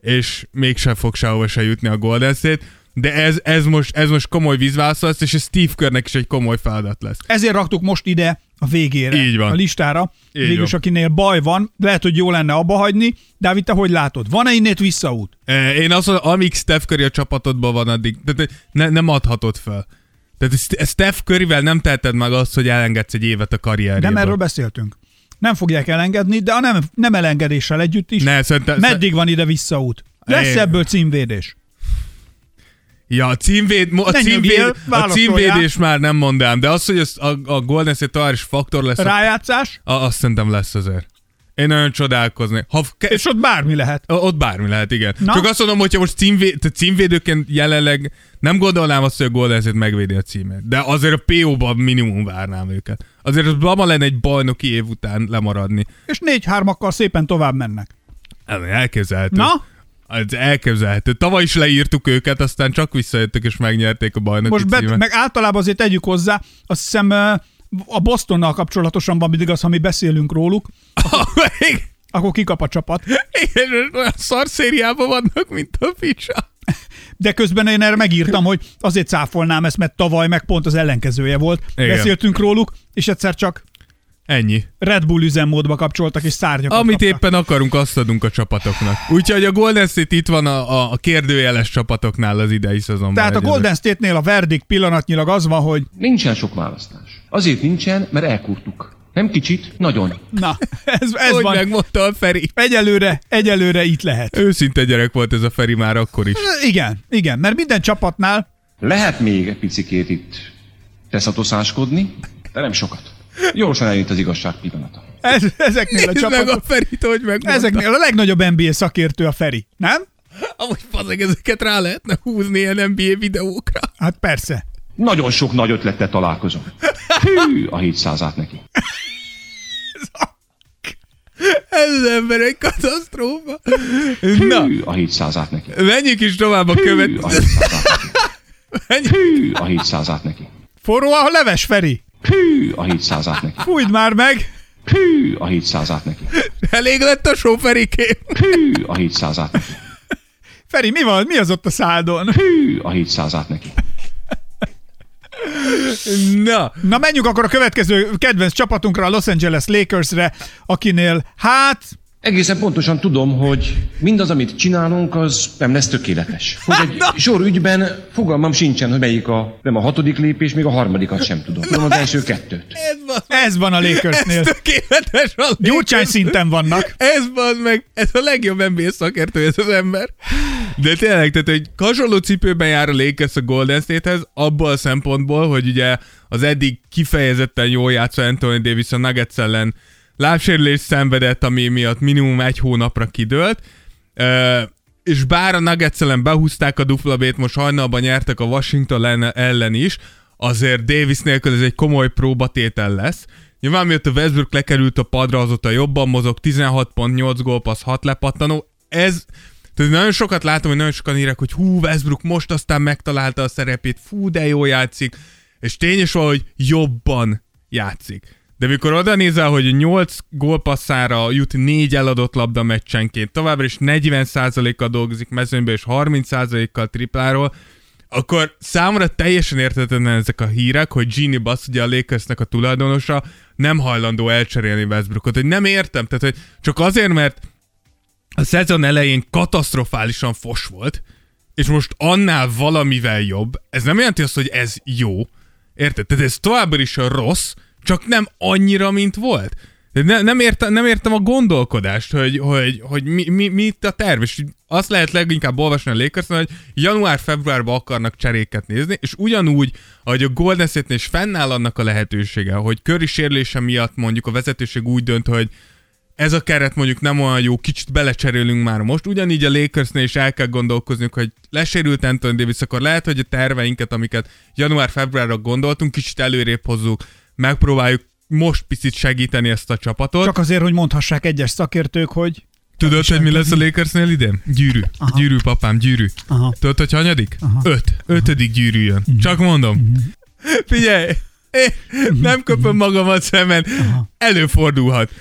és mégsem fog sehova se jutni a Golden State. De ez, ez, most, ez most komoly vízválasz lesz, és a Steve Körnek is egy komoly feladat lesz.
Ezért raktuk most ide a végére,
Így van.
a listára.
Így
Végülis,
van.
akinél baj van, lehet, hogy jó lenne abba hagyni. Dávid, te hogy látod? Van-e innét visszaút?
Eh, Én azt mondom, amíg Steph Curry a csapatodban van, addig tehát ne, nem adhatod fel. Tehát St- Steph Curryvel nem teheted meg azt, hogy elengedsz egy évet a karrierjéből.
Nem erről beszéltünk. Nem fogják elengedni, de a nem, nem elengedéssel együtt is.
Ne, szerintem...
Meddig van ide visszaút? Lesz
Én-
ebből címvédés?
Ja, a, címvéd, mo- a,
Ne nyugjél,
címvéd, a
válaszoljál.
címvédés már nem mondám, de az, hogy az, a, a Golden State tovább is faktor lesz, a,
Rájátszás?
a, azt szerintem lesz azért. Én nagyon csodálkoznék. Ha ke-
És ott bármi lehet.
Ö, Ott bármi lehet, igen.
Na?
Na? Csak azt mondom, hogyha most címvé, tehát címvédőként jelenleg nem gondolnám azt, hogy a Golden State megvédi a címet. De azért a PO-ban minimum várnám őket. Azért az bama lenne egy bajnoki év után lemaradni.
És négy-hármakkal szépen tovább mennek.
Ez Elképzelhető.
Na?
Ez elképzelhető. Tavaly is leírtuk őket, aztán csak visszajöttök és megnyerték a bajnoki
Most
címet.
bet, meg általában azért tegyük hozzá, azt hiszem ö, a Bostonnal kapcsolatosan van mindig az, ha mi beszélünk róluk, akkor kikap a csapat.
Igen, olyan szar szériában vannak, mint a picsa.
De közben én erre megírtam, hogy azért cáfolnám ezt, mert tavaly meg pont az ellenkezője volt. Igen.
Igen.
Beszéltünk róluk, és egyszer csak
Ennyi.
Red Bull üzemmódba kapcsoltak, és szárnyakat
Amit
kaptak.
éppen akarunk, azt adunk a csapatoknak. Úgyhogy a Golden State itt van a, a, a kérdőjeles csapatoknál az idei szezonban.
Tehát a
egyedül.
Golden State-nél a verdikt pillanatnyilag az van, hogy
Nincsen sok választás. Azért nincsen, mert elkurtuk. Nem kicsit, nagyon.
na, ez, ez
Hogy
van.
megmondta a Feri.
Egyelőre, egyelőre itt lehet.
Őszinte gyerek volt ez a Feri már akkor is.
Igen, igen, mert minden csapatnál
Lehet még egy picikét itt teszatoszáskodni, de nem sokat. Gyorsan eljött az igazság pillanata.
ez, ezeknél a
Nézd meg a
csapatok,
Ferit, hogy megmondta. Ezek...
ezeknél a legnagyobb NBA szakértő a Feri, nem?
Amúgy fazeg, ezeket rá lehetne húzni ilyen NBA videókra.
Hát persze.
Nagyon sok nagy ötlettel találkozom. Hű, a 700-át neki.
Ez az ember egy katasztrófa. Na,
Hű, a 700-át neki.
menjünk is tovább a
Hű, a
következő.
700-át neki.
Menjünk-
Hű, a 700-át neki.
Forró a leves, Feri.
Hű, a 700-át neki.
Fújd már meg.
Hű, a 700-át neki.
Elég lett a soferiké.
Hű, a 700-át neki.
Feri, mi van? Mi az ott a szádon?
Hű, a 700-át neki.
Na,
Na menjünk akkor a következő kedvenc csapatunkra, a Los Angeles Lakersre, akinél hát
Egészen pontosan tudom, hogy mindaz, amit csinálunk, az nem lesz tökéletes. Hogy egy sor ügyben fogalmam sincsen, hogy melyik a, nem a hatodik lépés, még a harmadikat sem tudom. Tudom az első kettőt.
ez van.
ez van a Lakersnél.
Ez tökéletes a
Gyurcsány szinten vannak.
Ez az meg, ez a legjobb NBA szakértő ez az ember. De tényleg, tehát hogy hasonló cipőben jár a Lakers a Golden State-hez, abból a szempontból, hogy ugye az eddig kifejezetten jól játszó Anthony Davis a Nuggets ellen lábsérülést szenvedett, ami miatt minimum egy hónapra kidőlt. Ö, és bár a Nuggets ellen behúzták a dupla B-t, most hajnalban nyertek a Washington ellen- ellen is, azért Davis nélkül ez egy komoly próbatétel lesz. Nyilván miatt a Westbrook lekerült a padra, azóta jobban mozog, 16.8 gólpassz, 6 lepattanó. Ez, tehát nagyon sokat látom, hogy nagyon sokan írek, hogy hú, Westbrook most aztán megtalálta a szerepét, fú, de jól játszik, és tény is van, hogy jobban játszik. De mikor oda nézel, hogy 8 gólpasszára jut 4 eladott labda meccsenként, továbbra is 40%-kal dolgozik mezőnybe és 30%-kal tripláról, akkor számomra teljesen érthetetlen ezek a hírek, hogy Genie Bass, ugye a Lakersnek a tulajdonosa, nem hajlandó elcserélni Westbrookot. Hogy nem értem, tehát hogy csak azért, mert a szezon elején katasztrofálisan fos volt, és most annál valamivel jobb, ez nem jelenti azt, hogy ez jó. Érted? Tehát ez továbbra is a rossz, csak nem annyira, mint volt. De Ne, nem, értem, nem értem a gondolkodást, hogy, hogy, hogy mi, mi, mi itt a terv, és azt lehet leginkább olvasni a lakers hogy január-februárban akarnak cseréket nézni, és ugyanúgy, ahogy a Golden State-nél is fennáll annak a lehetősége, hogy köri sérülése miatt mondjuk a vezetőség úgy dönt, hogy ez a keret mondjuk nem olyan jó, kicsit belecserélünk már most. Ugyanígy a Lakersnél is el kell gondolkoznunk, hogy lesérült Anthony Davis, akkor lehet, hogy a terveinket, amiket január-februárra gondoltunk, kicsit előrébb hozzuk, megpróbáljuk most picit segíteni ezt a csapatot. Csak
Csak azért, hogy mondhassák egyes szakértők, hogy
Tudod, hogy mi lesz a Lakersnél idén? Gyűrű. Aha. Gyűrű, papám, gyűrű.
Aha. Mhm.
Tudod, hogy hanyadik? Aha. Öt. Ötödik gyűrű jön. Csak mondom. Figyelj! Én
Mhm.
nem köpöm magamat szemen. Előfordulhat.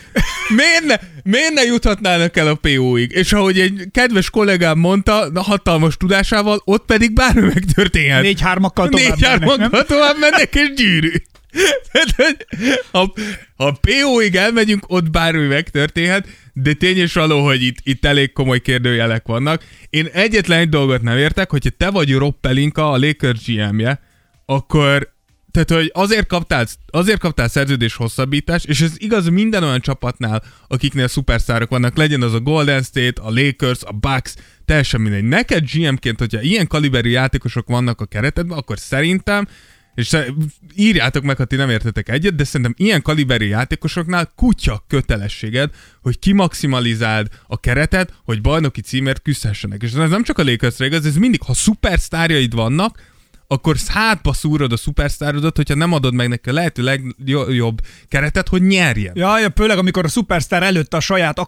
Miért ne, miért ne juthatnának el a PO-ig? És ahogy egy kedves kollégám mondta, na, hatalmas tudásával, ott pedig bármi megtörténhet.
Négy hármakkal tovább
Négy
mennek, nem?
hármakkal tovább mennek, és gyűrű. Tehát, hogy ha, ha PO-ig elmegyünk, ott bármi megtörténhet, de tény és való, hogy itt, itt elég komoly kérdőjelek vannak. Én egyetlen egy dolgot nem értek, hogyha te vagy Roppelinka, a Lakers GM-je, akkor tehát, hogy azért kaptál, azért kaptál szerződés hosszabbítást, és ez igaz minden olyan csapatnál, akiknél szuperszárok vannak, legyen az a Golden State, a Lakers, a Bucks, teljesen mindegy. Neked GM-ként, hogyha ilyen kaliberű játékosok vannak a keretedben, akkor szerintem, és szer- írjátok meg, ha ti nem értetek egyet, de szerintem ilyen kaliberű játékosoknál kutya kötelességed, hogy kimaximalizáld a keretet, hogy bajnoki címért küzdhessenek. És ez nem csak a Lakersre igaz, ez mindig, ha szupersztárjaid vannak, akkor hátba szúrod a szupersztárodat, hogyha nem adod meg neki a lehető legjobb keretet, hogy nyerjen. Ja.
Ja, ja, főleg amikor a szupersztár előtt a saját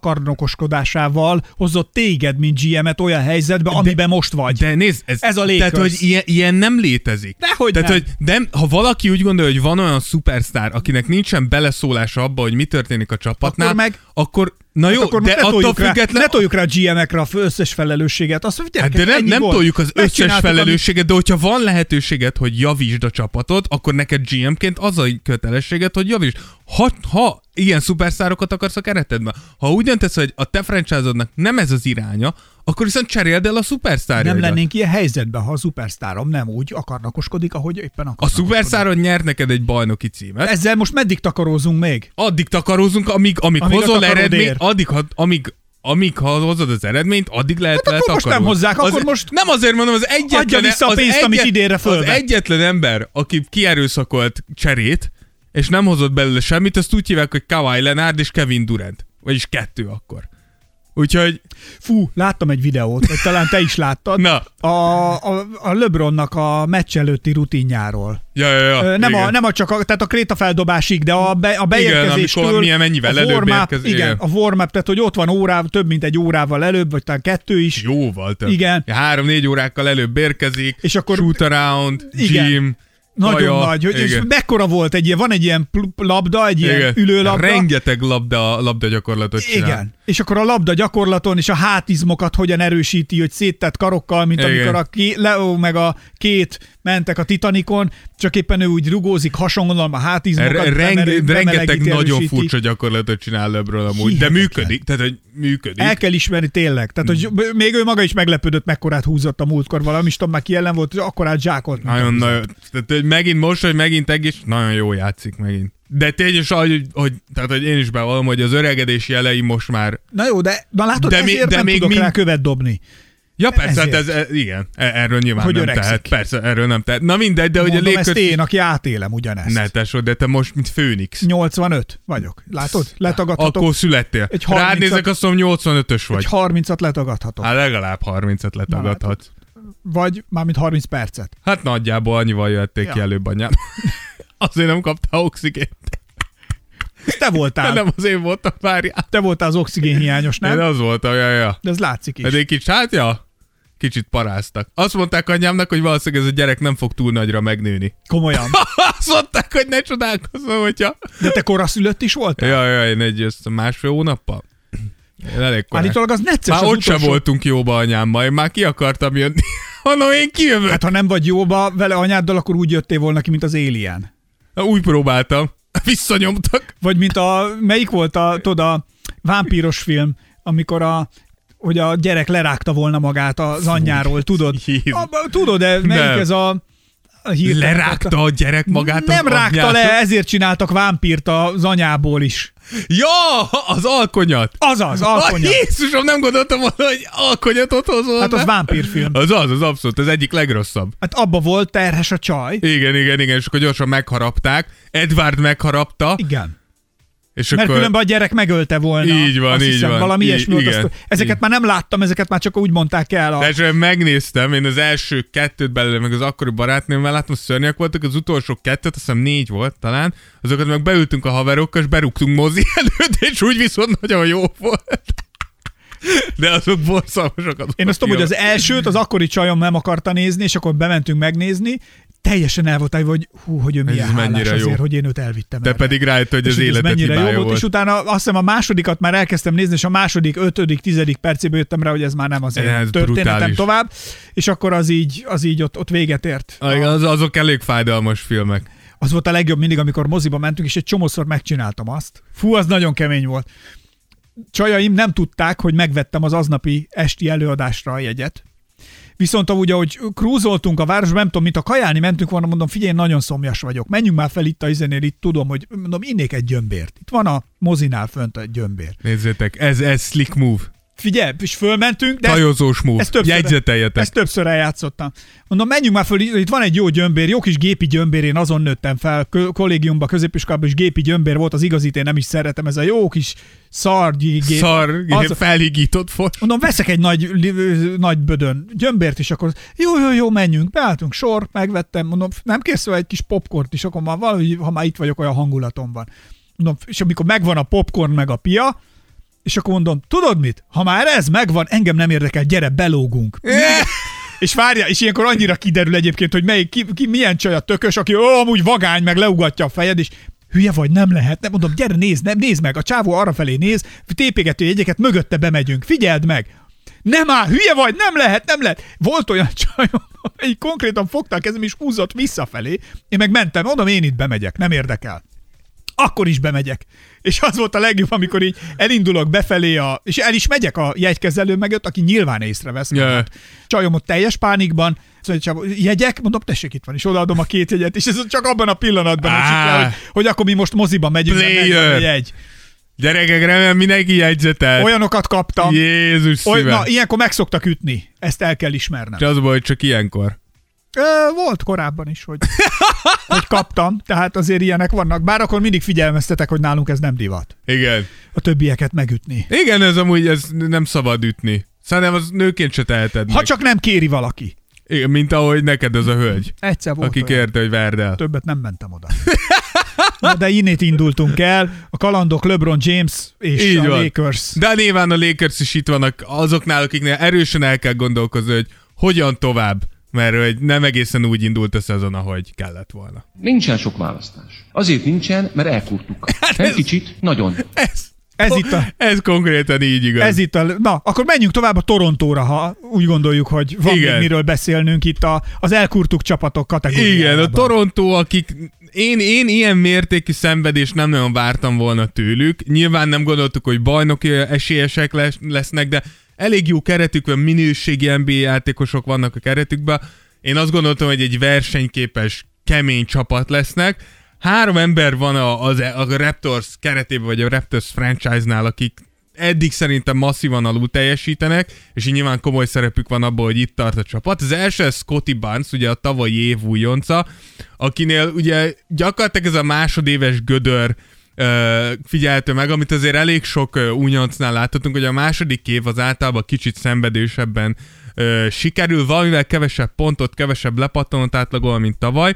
akarnokoskodásával hozott téged, mint GM-et olyan helyzetbe, amiben most vagy.
De nézd, ez,
Ez a
tehát,
Lakers.
hogy ilyen, ilyen nem létezik.
Dehogy
tehát,
nem.
Hogy nem, ha valaki úgy gondolja, hogy van olyan szupersztár, akinek nincsen beleszólása abba, hogy mi történik a csapatnál,
Akkor meg-
akkor na jó,
Hát akkor
de
most ne
attól
toljuk rá,
független,
Ne toljuk rá a GM-ekre a fő- összes felelősséget. Azt mondja,
Hát de nem, nem toljuk az összes felelősséget, de hogyha van lehetőséget, hogy javítsd a csapatot, akkor neked GM-ként az a kötelességet, hogy javítsd. Ha, ha ilyen szuperszárokat akarsz a keretedben, ha úgy döntesz, hogy a te franchise-odnak nem ez az iránya, akkor viszont cseréld el a szupersztárjaidat.
Nem lennénk ilyen helyzetben, ha a szupersztárom nem úgy akarnakoskodik, ahogy éppen akar.
A szuperszárod nyert neked egy bajnoki címet,
Ezzel most meddig takarózunk még?
addig takarózunk, amíg, amíg,
Amíg
amíg
a
hozol
takaród
eredményt,
ér.
addig, ha- amíg amíg ha hozod az eredményt, addig lehet
Hát akkor most
letakarózni.
nem hozzák, akkor
az,
most
Nem azért mondom, az egyetlen...
adja vissza a
az
pénzt, amit idénre
Az
fölvett.
egyetlen ember, aki kierőszakolt cserét, és nem hozott belőle semmit, azt úgy hívják, hogy Kawhi Leonard és Kevin Durant. Vagyis kettő akkor. Úgyhogy,
Fú, láttam egy videót, vagy talán te is láttad.
na,
A, a, a LeBronnak a meccs előtti rutinjáról.
ja, ja, ja,
Ö, nem,
igen.
a, nem a csak a, tehát a krétafeldobásig, de a, be, a beérkezéstől...
amikor milyen mennyivel
a
előbb
warm-up-
érkez- igen.
Igen, a warm up, tehát hogy ott van órá, több mint egy órával előbb, vagy talán kettő is.
Jóval több.
Igen.
Ja, Három-négy órákkal előbb érkezik,
És akkor-
shoot around,
Igen.
gym,
Nagyon
kaja,
nagy. Hogy, és
igen.
mekkora volt egy ilyen, van egy ilyen pl- labda, egy ilyen
Igen.
ülőlabda.
Rengeteg labda, labda gyakorlatot csinál.
Igen. És akkor a labda gyakorlaton és a hátizmokat hogyan erősíti, hogy széttett karokkal, mint
Igen.
Igen. amikor a ké- Leo meg a két mentek a Titanikon, csak éppen ő úgy rugózik, hasonlóan a hátizmokat.
Re-
bemerő-
Reng- rengeteg
bemelegíti,
nagyon
erősíti.
furcsa gyakorlatot csinál LeBron amúgy, de
Hihetetlen.
működik, tehát hogy működik.
El kell ismerni tényleg. Tehát,
Hmm.
hogy b- még ő maga is meglepődött, mekkorát húzott a múltkor valami, is tudom, már ki ellen volt, és akkorát zsákolt. mint
nagyon
a-
nagyon, tehát hogy megint most, hogy megint egész, nagyon jó játszik megint. De tény is, hogy, hogy, tehát, hogy én is bevallom, hogy az öregedés jelei most már...
Na jó, de na látod,
De
de
mi-
ezért
de
de nem
még
még tudok
mind-
rá követ dobni.
Ja persze, hát
Ezért.
ez, e- igen, e- erről nyilván
Hogy
nem
öregszik.
tehet. Persze, erről nem tehet. Na mindegy, de
De
hogy a
Mondom, ezt
légkör...
én, aki átélem ugyanezt.
Ne tesod, de te most, mint Főnix.
85 vagyok. Látod? Letagadhatok.
Akkor születtél.
Egy
Rád
30-at
nézek, azt mondom, 85-ös vagy.
Egy 30-at letagadhatok.
Hát legalább 30-et letagadhatsz.
Vagy mármint 30 percet.
Hát nagyjából annyival jötték ja. ki
Ja.
előbb anyám. Azért nem kaptál oxigént.
Ez te
Hát
voltál.
nem az én voltam, várjál.
Te voltál az oxigén hiányos, nem?
Én az voltam, ja, ja.
De ez látszik is.
Eddig kicsit, hát ja, kicsit paráztak. Azt mondták anyámnak, hogy valószínűleg ez a gyerek nem fog túl nagyra megnőni.
Komolyan.
Azt mondták, hogy ne csodálkozzon, hogyha...
De te koraszülött is voltál?
Ja, ja, én egy ezt másfél hónappal. Én elég korán.
Állítólag az necces
Már
az
ott
utolsó...
sem voltunk jóba anyámmal, én már ki akartam jönni. Hanem én kijövök.
Hát ha nem vagy jóba vele anyáddal, akkor úgy jöttél volna ki, mint az Alien.
Úgy próbáltam. Visszanyomtak.
Vagy mint a, melyik volt a, tudod, a vámpíros film, amikor a hogy a gyerek lerágta volna magát az anyjáról, tudod?
Jézus.
A, tudod, de melyik
Nem.
ez a, a hirtelen-
Lerágta a gyerek magát. az
Nem rágta
anyjától.
le, ezért csináltak vámpírt az anyából is.
Ja, az alkonyat.
Azaz, alkonya.
Ah, Jézusom, nem gondoltam volna, hogy alkonyat ott hozol.
Hát az
be.
vámpírfilm.
Az az, az abszolút, az egyik legrosszabb.
Hát abba volt terhes a csaj.
Igen, igen, igen, és akkor gyorsan megharapták. Edward megharapta,
Igen.
és
Mert
akkor...
különben a gyerek megölte volna.
Így van,
azt
így
hiszem,
van.
Valami
Így-
ilyesmi volt.
igen.
azt- Ezeket
Így.
már nem láttam, ezeket már csak úgy mondták el. A...
Tehát én megnéztem, én az első kettőt belőle, meg az akkori barátnőmmel láttam, szörnyek voltak, az utolsó kettőt, azt hiszem négy volt talán, azokat meg beültünk a haverokkal, és berúgtunk mozi előtt, és úgy viszont nagyon jó volt. De azok borzalmasak azok.
e- Én azt tudom, hogy az elsőt az akkori csajom nem akarta nézni, és akkor bementünk megnézni, teljesen el volt hogy hú, hogy ő milyen
Ez mennyire
hálás azért,
jó.
hogy én őt elvittem.
Te
erre.
pedig rájött, hogy
És
az
hogy ez
életed
mennyire jó
hibája
volt,
volt.
és utána azt hiszem a másodikat már elkezdtem nézni, és a második, ötödik, tizedik percében jöttem rá, hogy ez már nem az én
Ez
történetem
brutális.
tovább, és akkor az így, az így ott, ott véget ért.
Ah, igen, az, azok elég fájdalmas filmek.
Az volt a legjobb mindig, amikor moziba mentünk, és egy csomószor megcsináltam azt. Fú, az nagyon kemény volt. Csajaim nem tudták, hogy megvettem az aznapi esti előadásra a jegyet. Viszont ahogy, ahogy krúzoltunk a városban, nem tudom, mint a kajálni mentünk volna, mondom, figyelj, én nagyon szomjas vagyok. Menjünk már fel itt a izenél, itt tudom, hogy mondom, innék egy gyömbért. Itt van a mozinál fönt egy gyömbér.
Nézzétek, ez, ez slick move.
Figyelj, és fölmentünk, de ezt,
Tajozós move.
ezt többször,
Jegyzeteljetek.
ezt többször eljátszottam. Mondom, menjünk már föl, itt van egy jó gyömbér, jó kis gépi gyömbér, én azon nőttem fel, kö- kollégiumba, középiskolában is gépi gyömbér volt, az igazit én nem is szeretem, ez a jó kis szar gép.
Szar,
Az-
felhigított for.
Mondom, veszek egy nagy, li- ö, nagy bödön gyömbért, és akkor jó, jó, jó, menjünk, beálltunk, sor, megvettem, mondom, nem kérsz egy kis popcornt is, akkor már valahogy, ha már itt vagyok, olyan hangulatom van. Mondom, és amikor megvan a popcorn meg a pia, és akkor mondom, tudod mit? Ha már ez megvan, engem nem érdekel, gyere, belógunk. És várja, és ilyenkor annyira kiderül egyébként, hogy melyik, ki, ki milyen csaj a tökös, aki ó, amúgy vagány, meg leugatja a fejed, és hülye vagy, nem lehet. Nem mondom, gyere, nézd, nem, nézd meg, a csávó arra felé néz, tépegető jegyeket, mögötte bemegyünk, figyeld meg. Nem áll, hülye vagy, nem lehet, nem lehet. Volt olyan csajom, amelyik konkrétan fogta a kezem, és húzott visszafelé, én meg mentem, mondom, én itt bemegyek, nem érdekel akkor is bemegyek. És az volt a legjobb, amikor így elindulok befelé, a, és el is megyek a jegykezelő mögött, aki nyilván észrevesz.
Ja.
Yeah. Csajom ott teljes pánikban, szóval csak jegyek, mondom, tessék itt van, és odaadom a két jegyet, és ez csak abban a pillanatban esik le,
Á.
hogy, hogy akkor mi most moziba megyünk, mert megvan a
Player.
jegy.
Gyerekek, remélem mindenki jegyzetelt.
Olyanokat kaptam,
Jézus
oly,
szívem.
na, ilyenkor meg szoktak ütni, ezt el kell ismernem.
És az a baj, hogy csak ilyenkor.
Ö, volt korábban is, hogy, hogy kaptam, tehát azért ilyenek vannak. Bár akkor mindig figyelmeztetek, hogy nálunk ez nem divat.
Igen.
A többieket megütni.
Igen, ez amúgy ez nem szabad ütni. Szerintem az nőként se teheted
Ha
meg.
csak nem kéri valaki.
Igen, mint ahogy neked az a hölgy,
Egyszer volt
aki
Aki olyan.
kérte, hogy verd el.
Többet nem mentem oda. Na, de innét indultunk el. A kalandok LeBron James és
Így
a
van.
Lakers.
De nyilván a Lakers is itt vannak azoknál, akiknél erősen el kell gondolkozni, hogy hogyan tovább, mert hogy nem egészen úgy indult a szezon, ahogy kellett volna.
Nincsen sok választás. Azért nincsen, mert elkurtuk.
Hát
Nem kicsit, nagyon.
Ez,
Ez itt a...
ez konkrétan így igaz.
Ez itt a, na, akkor menjünk tovább a Torontóra, ha úgy gondoljuk, hogy van
Igen.
még miről beszélnünk itt a, az elkurtuk csapatok kategóriájában.
Igen, a Toronto, akik én, én ilyen mértékű szenvedést nem nagyon vártam volna tőlük. Nyilván nem gondoltuk, hogy bajnoki esélyesek les, lesznek, de elég jó keretük van, minőségi NBA játékosok vannak a keretükben. Én azt gondoltam, hogy egy versenyképes, kemény csapat lesznek. Három ember van a, az, a Raptors keretében, vagy a Raptors franchise-nál, akik eddig szerintem masszívan alul teljesítenek, és így nyilván komoly szerepük van abban, hogy itt tart a csapat. Az első az Scotty Barnes, ugye a tavalyi év újonca, akinél ugye gyakorlatilag ez a másodéves gödör ö, figyelhető meg, amit azért elég sok ö, újoncnál láthatunk, hogy a második év az általában kicsit szenvedősebben ö, sikerül, valamivel kevesebb pontot, kevesebb lepattanót átlagol, mint tavaly,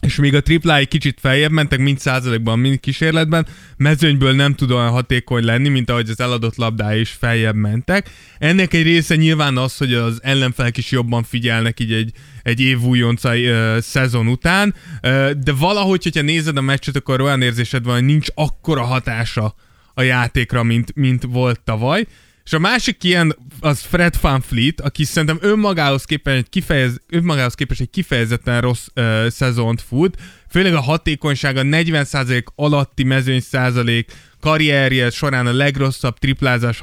és még a triplái kicsit feljebb mentek, mind százalékban, mind kísérletben, mezőnyből nem tud olyan hatékony lenni, mint ahogy az eladott labdái is feljebb mentek. Ennek egy része nyilván az, hogy az ellenfelek is jobban figyelnek így egy, egy év újoncai ö, szezon után, ö, de valahogy, hogyha nézed a meccset, akkor olyan érzésed van, hogy nincs akkora hatása a játékra, mint, mint volt tavaly. És a másik ilyen az Fred Van Fleet, aki szerintem önmagához, képen egy kifejez, önmagához képest egy kifejezetten rossz ö, szezont fut, főleg a hatékonysága 40% alatti mezőny százalék, karrierje során a legrosszabb triplázás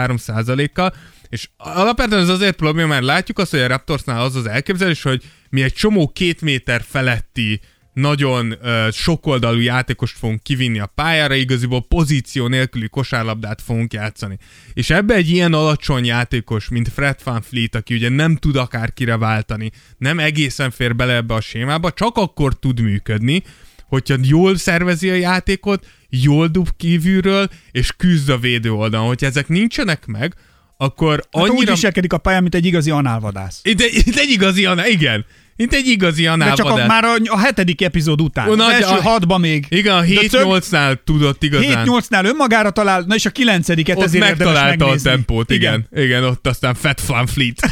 33%-kal, és alapvetően ez azért probléma, mert látjuk azt, hogy a Raptorsnál az az elképzelés, hogy mi egy csomó két méter feletti nagyon ö, sokoldalú játékost fogunk kivinni a pályára, igaziból pozíció nélküli kosárlabdát fogunk játszani. És ebbe egy ilyen alacsony játékos, mint Fred Van Fleet, aki ugye nem tud akárkire váltani, nem egészen fér bele ebbe a sémába, csak akkor tud működni, hogyha jól szervezi a játékot, jól dub kívülről, és küzd a védő oldalon. Hogyha ezek nincsenek meg, akkor
Hát úgy
annyira...
viselkedik a pályán, mint egy igazi análvadász.
itt, egy- itt egy igazi aná, igen. Itt egy igazi
De csak a,
análvadás.
már a, a hetedik epizód után.
Nagy-
az első
a-
hatban még.
Igen, a
De több-
7-8-nál tudott igazán.
7-8-nál önmagára talál, na és a 9-et
ott
ezért érdemes
megtalálta a
megnézni.
tempót, igen. igen. Igen, ott aztán Fat Fun Fleet.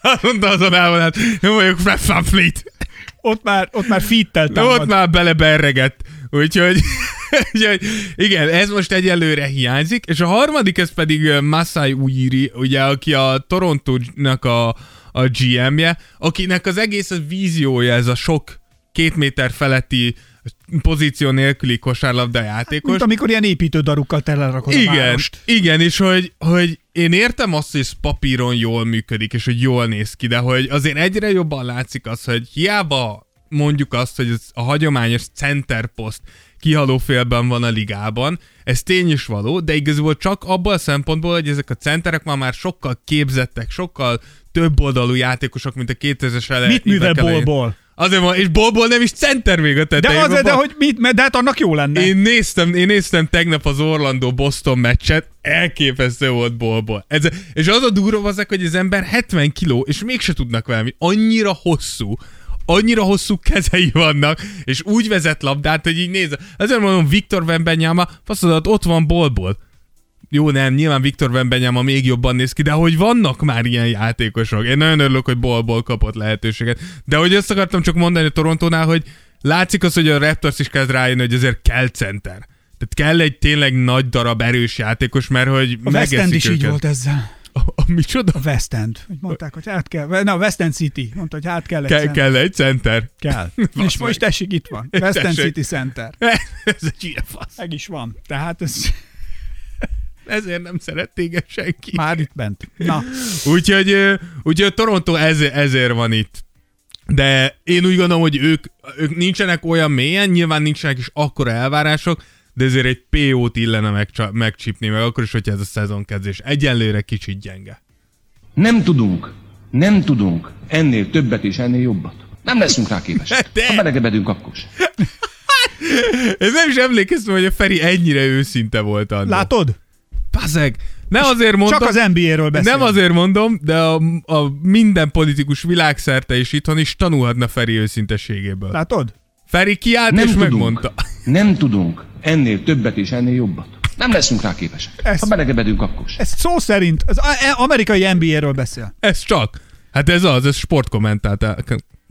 Azt mondta azon elvon, hát nem vagyok Fred Van Fleet.
Ott már, ott már fittel
De ott
támad.
már beleberregett. Úgyhogy, úgyhogy igen, ez most egyelőre hiányzik. És a harmadik, ez pedig ö, Masai Ujiri, ugye, aki a Torontónak a, a GM-je, akinek az egész a víziója, ez a sok két méter feletti pozíció nélküli kosárlabda játékos.
Hát, Mint amikor ilyen építődarukkal telerakod a
Igen,
várost.
igen, és hogy, hogy én értem azt, hogy ez papíron jól működik, és hogy jól néz ki, de hogy azért egyre jobban látszik az, hogy hiába mondjuk azt, hogy ez a hagyományos center post kihaló félben van a ligában, ez tény is való, de igazából csak abban a szempontból, hogy ezek a centerek ma már sokkal képzettek, sokkal több oldalú játékosok, mint a 2000-es ele-
Mit művel
évek elején.
Bolból?
Azért van, és Bolból nem is center még a
De
tetejében.
az, de
Bol-
hogy mit, mert- de hát annak jó lenne.
én néztem, én néztem tegnap az Orlando-Boston meccset, elképesztő volt bolból. Ez, és az a durva azok, hogy az ember 70 kiló, és mégse tudnak valami, annyira hosszú, annyira hosszú kezei vannak, és úgy vezet labdát, hogy így néz. Ezért mondom, Viktor Wembenyáma, faszodat, ott van bolból. Jó, nem, nyilván Viktor Wembenyáma még jobban néz ki, de hogy vannak már ilyen játékosok. Én nagyon örülök, hogy bolból kapott lehetőséget. De hogy azt akartam csak mondani a Torontónál, hogy látszik az, hogy a Raptors is kezd rájönni, hogy azért kell center. Tehát kell egy tényleg nagy darab erős játékos, mert hogy
a West End is
megeszik
így
őket.
volt ezzel.
A, a micsoda?
A West End. Hogy mondták, hogy hát kell. Na, a West End City. Mondta, hogy hát kell egy
Kell,
center.
kell egy center.
kell. És most tessék, itt van. West End
Tessék.
City Center.
Ez egy ilyen fasz.
Meg is van. Tehát ez
Ezért nem szeret téged senki.
már itt bent. Na,
Úgyhogy, ö, úgyhogy a Toronto ezért, ezért van itt. De én úgy gondolom, hogy ők, ők nincsenek olyan mélyen, nyilván nincsenek is akkora elvárások, de ezért egy PO-t illene megcsa- megcsípni, meg akkor is, hogyha ez a szezonkezdés egyenlőre kicsit gyenge.
Nem tudunk, nem tudunk ennél többet és ennél jobbat. Nem leszünk rá képesek.
Hát De- Hát
Ha belegebedünk, akkor sem.
Ez nem is emlékeztem, hogy a Feri ennyire őszinte volt annó.
látod?
Pazeg! Nem azért mondom,
Csak az NBA-ről beszél.
nem azért mondom, de a, a minden politikus világszerte és itthon is tanulhatna Feri őszinteségéből.
Látod?
Feri kiállt
Nem
és
tudunk.
megmondta.
Nem tudunk ennél többet és ennél jobbat. Nem leszünk rá képesek.
Ez-
Ha belegebedünk, akkor sem.
Ez szó szerint az a- e- amerikai NBA-ről beszél.
Ez csak. Hát ez az, ez Hát, sportkommentátor.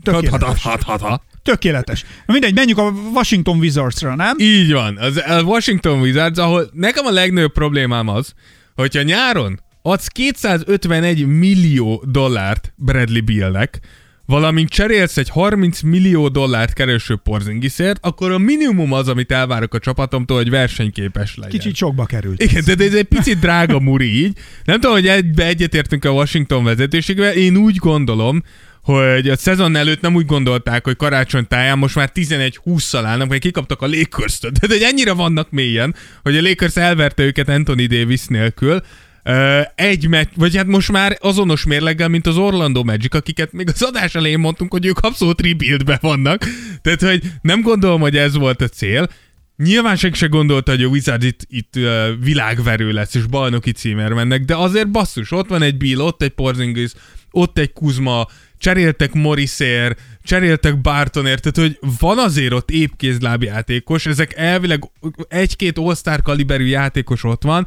Tökéletes.
Hat, hat, hat.
Tökéletes. Na mindegy, menjünk a Washington Wizardsra, nem?
Így van. Az, a Washington Wizards, ahol nekem a legnagyobb problémám az, hogyha nyáron adsz 251 millió dollárt Bradley Billnek, valamint cserélsz egy 30 millió dollárt kereső porzingiszért, akkor a minimum az, amit elvárok a csapatomtól, hogy versenyképes legyen.
Kicsit sokba került.
Igen, tehát ez egy picit drága muri így. Nem tudom, hogy egybe egyetértünk a Washington vezetőségével. Én úgy gondolom, hogy a szezon előtt nem úgy gondolták, hogy karácsony táján most már 11-20-szal állnak, vagy kikaptak a lakers -től. Tehát, hogy ennyire vannak mélyen, hogy a Lakers elverte őket Anthony Davis nélkül. Ö, egy meccs, vagy hát most már azonos mérleggel, mint az Orlando Magic, akiket még az adás elején mondtunk, hogy ők abszolút rebuildbe vannak. Tehát, hogy nem gondolom, hogy ez volt a cél. Nyilván senki se gondolta, hogy a Wizard itt, itt uh, világverő lesz, és bajnoki címer mennek, de azért basszus, ott van egy Bill, ott egy Porzingis, ott egy Kuzma, cseréltek Morrisért, cseréltek Bartonért, tehát hogy van azért ott épkézláb játékos, ezek elvileg egy-két all kaliberű játékos ott van,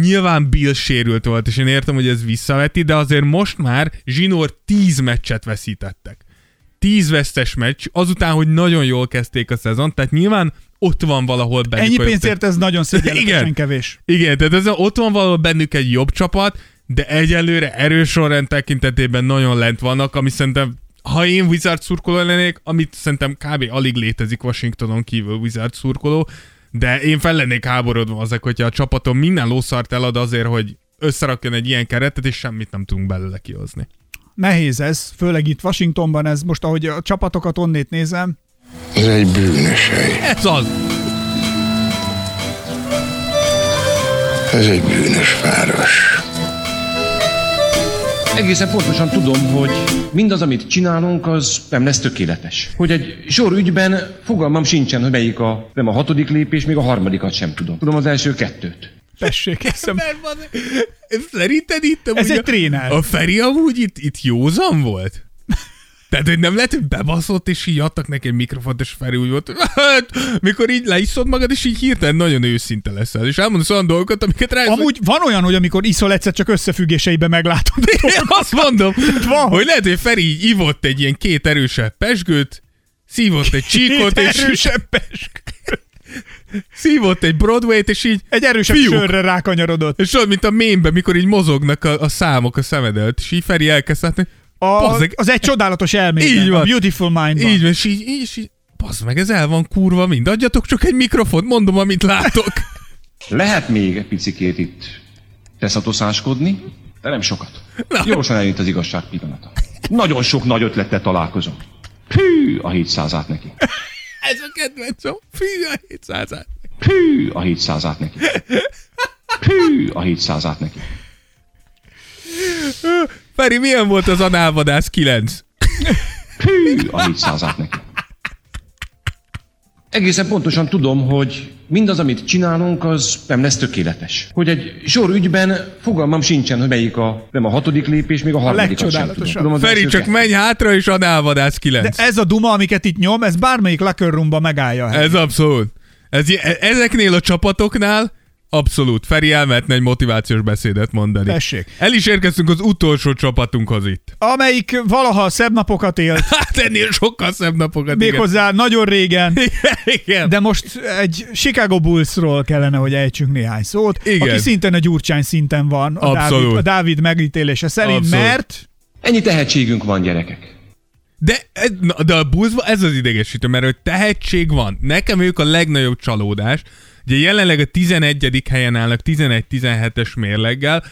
Nyilván Bill sérült volt, és én értem, hogy ez visszaveti, de azért most már Zsinór 10 meccset veszítettek. 10 vesztes meccs, azután, hogy nagyon jól kezdték a szezon, tehát nyilván ott van valahol bennük.
Ennyi
olyan-
pénzért ez nagyon szégyenletesen
Igen.
kevés.
Igen, tehát ez, ott van valahol bennük egy jobb csapat, de egyelőre erős sorrend tekintetében nagyon lent vannak, ami szerintem ha én Wizard szurkoló lennék, amit szerintem kb. alig létezik Washingtonon kívül Wizard szurkoló, de én fel lennék háborodva azok, hogyha a csapatom minden lószart elad azért, hogy összerakjon egy ilyen keretet, és semmit nem tudunk belőle kihozni.
Nehéz ez, főleg itt Washingtonban ez, most ahogy a csapatokat onnét nézem,
Ez egy bűnös hely.
Ez az!
Ez egy bűnös város.
Egészen pontosan tudom, hogy mindaz, amit csinálunk, az nem lesz tökéletes. Hogy egy sor ügyben fogalmam sincsen, hogy melyik a, nem a hatodik lépés, még a harmadikat sem tudom. Tudom az első kettőt.
tessék, hiszem,
Mert van, szerinted itt amúgy
Ez egy
a-
tréner.
A Feri amúgy itt, itt józan volt? Tehát, hogy nem lehet, hogy bebaszott, és így adtak neki egy mikrofont, és Feri úgy volt, hát, mikor így leiszod magad, és így hirtelen nagyon őszinte leszel. És elmondasz olyan dolgokat, amiket rá...
Amúgy van olyan, hogy amikor iszol egyszer csak összefüggéseibe meglátod.
Én azt mondom,
Hát van.
hogy lehet, hogy Feri így ivott egy ilyen két erősebb pesgőt, szívott egy csíkot, és
erősebb pesgő.
szívott egy Broadway-t, és így
Egy erősebb
Fiúk.
sörre rákanyarodott.
És tudod, mint a mémben, mikor így mozognak a, a számok a szemed előtt, és így Feri elkezd látni,
A,
Bazzeg.
az egy csodálatos elmélet.
Így van.
A Beautiful mind
így van, és így, így, és így, bazd meg, ez el van kurva mind, adjatok csak egy mikrofont, mondom, amit látok.
Lehet még egy picikét itt teszatoszáskodni, de nem sokat. Gyorsan eljött az igazság pillanata. Nagyon sok nagy ötlettel találkozom. Hű, a 700-át neki.
ez a kedvencem, fű a 700 -át.
Hű, a 700-át neki. Hű, a 700-át neki.
Feri, milyen volt az análvadász 9?
Hű, a 400-át neki. Egészen pontosan tudom, hogy mindaz, amit csinálunk, az nem lesz tökéletes. Hogy egy sor ügyben fogalmam sincsen, hogy melyik a, nem a hatodik lépés, még a harmadikat sem tudom.
legcsodálatosabb.
tudom az
Feri,
első
csak
kettőt.
menj hátra, és análvadász 9.
Ez a duma, amiket itt nyom, ez bármelyik lakörrumba megállja. a helyét.
Ez abszolút. Ez, i- e- ezeknél a csapatoknál abszolút. Feri elmehetne egy motivációs beszédet mondani.
Tessék.
El is érkeztünk az utolsó csapatunkhoz itt.
Amelyik valaha szebb napokat élt,
Hát ennél sokkal szebb napokat. igen.
méghozzá nagyon régen,
Igen.
de most egy Chicago Bullsról kellene, hogy ejtsünk néhány szót,
Igen.
aki szintén a Gyurcsány szinten van, a,
Abszolút.
Dávid, a Dávid megítélése szerint,
Abszolút.
mert
Ennyi tehetségünk van, gyerekek.
De, ez- na, de a buszban ez az idegesítő, mert hogy tehetség van. Nekem ők a legnagyobb csalódás. Ugye jelenleg a 11. helyen állnak 11-17-es mérleggel.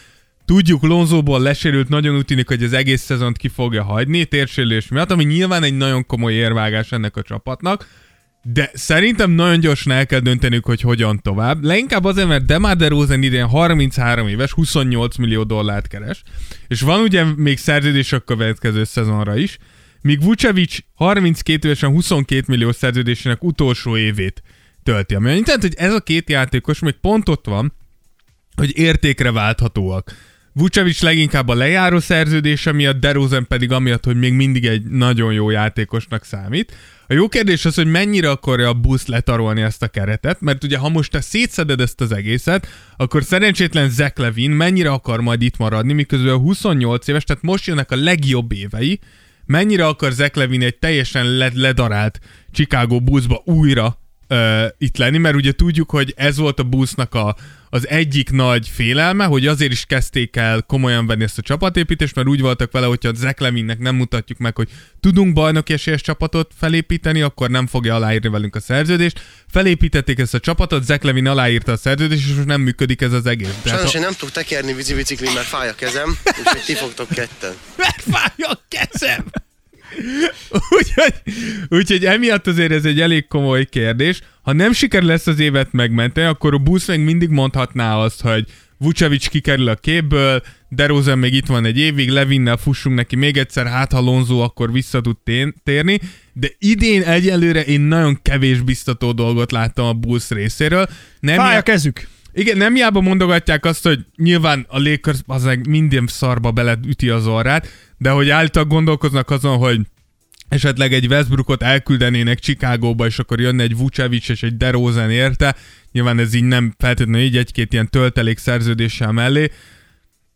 Tudjuk, Lonzóból lesérült, nagyon úgy tűnik, hogy az egész szezont ki fogja hagyni térsérülés miatt, ami nyilván egy nagyon komoly érvágás ennek a csapatnak. De szerintem nagyon gyorsan el kell döntenünk, hogy hogyan tovább. Leginkább azért, mert Demar DeRozan idén 33 éves, 28 millió dollárt keres, és van ugye még szerződés a következő szezonra is, míg Vucevic 32 évesen 22 millió szerződésének utolsó évét tölti. Ami annyit jelent, hogy ez a két játékos még pont ott van, hogy értékre válthatóak. Vucevic leginkább a lejáró szerződése miatt, DeRozan pedig amiatt, hogy még mindig egy nagyon jó játékosnak számít. A jó kérdés az, hogy mennyire akarja a busz letarolni ezt a keretet, mert ugye ha most te szétszeded ezt az egészet, akkor szerencsétlen Zach Levin mennyire akar majd itt maradni, miközben a 28 éves, tehát most jönnek a legjobb évei, mennyire akar Zach Levin egy teljesen led- ledarált Chicago buszba újra ö, itt lenni, mert ugye tudjuk, hogy ez volt a busznak a, az egyik nagy félelme, hogy azért is kezdték el komolyan venni ezt a csapatépítést, mert úgy voltak vele, hogyha Zach Levinnek nem mutatjuk meg, hogy tudunk bajnoki esélyes csapatot felépíteni, akkor nem fogja aláírni velünk a szerződést. Felépítették ezt a csapatot, Zach Levin aláírta a szerződést, és most nem működik ez az egész. Tehát
Sajnos
ha-
én nem tudok tekerni vízi biciklin, mert fáj a kezem, úgyhogy ti fogtok ketten.
megfáj a kezem. Úgyhogy, úgyhogy emiatt azért ez egy elég komoly kérdés. Ha nem sikerül lesz az évet megmenteni, akkor a busz még mindig mondhatná azt, hogy Vucevic kikerül a képből, DeRozan még itt van egy évig, Levinnel fussunk neki még egyszer, hát ha Lonzo akkor vissza tud tén- térni, de idén egyelőre én nagyon kevés biztató dolgot láttam a Bulls részéről. Nem
fáj a
jár-
kezük.
igen, nem hiába mondogatják azt, hogy nyilván a Lakers az meg minden szarba beleüti az orrát, de hogy álltak gondolkoznak azon, hogy esetleg egy Westbrookot elküldenének Csikágóba, és akkor jönne egy Vucevic és egy DeRozan érte. Nyilván ez így nem feltétlenül így egy-két ilyen töltelék szerződéssel mellé.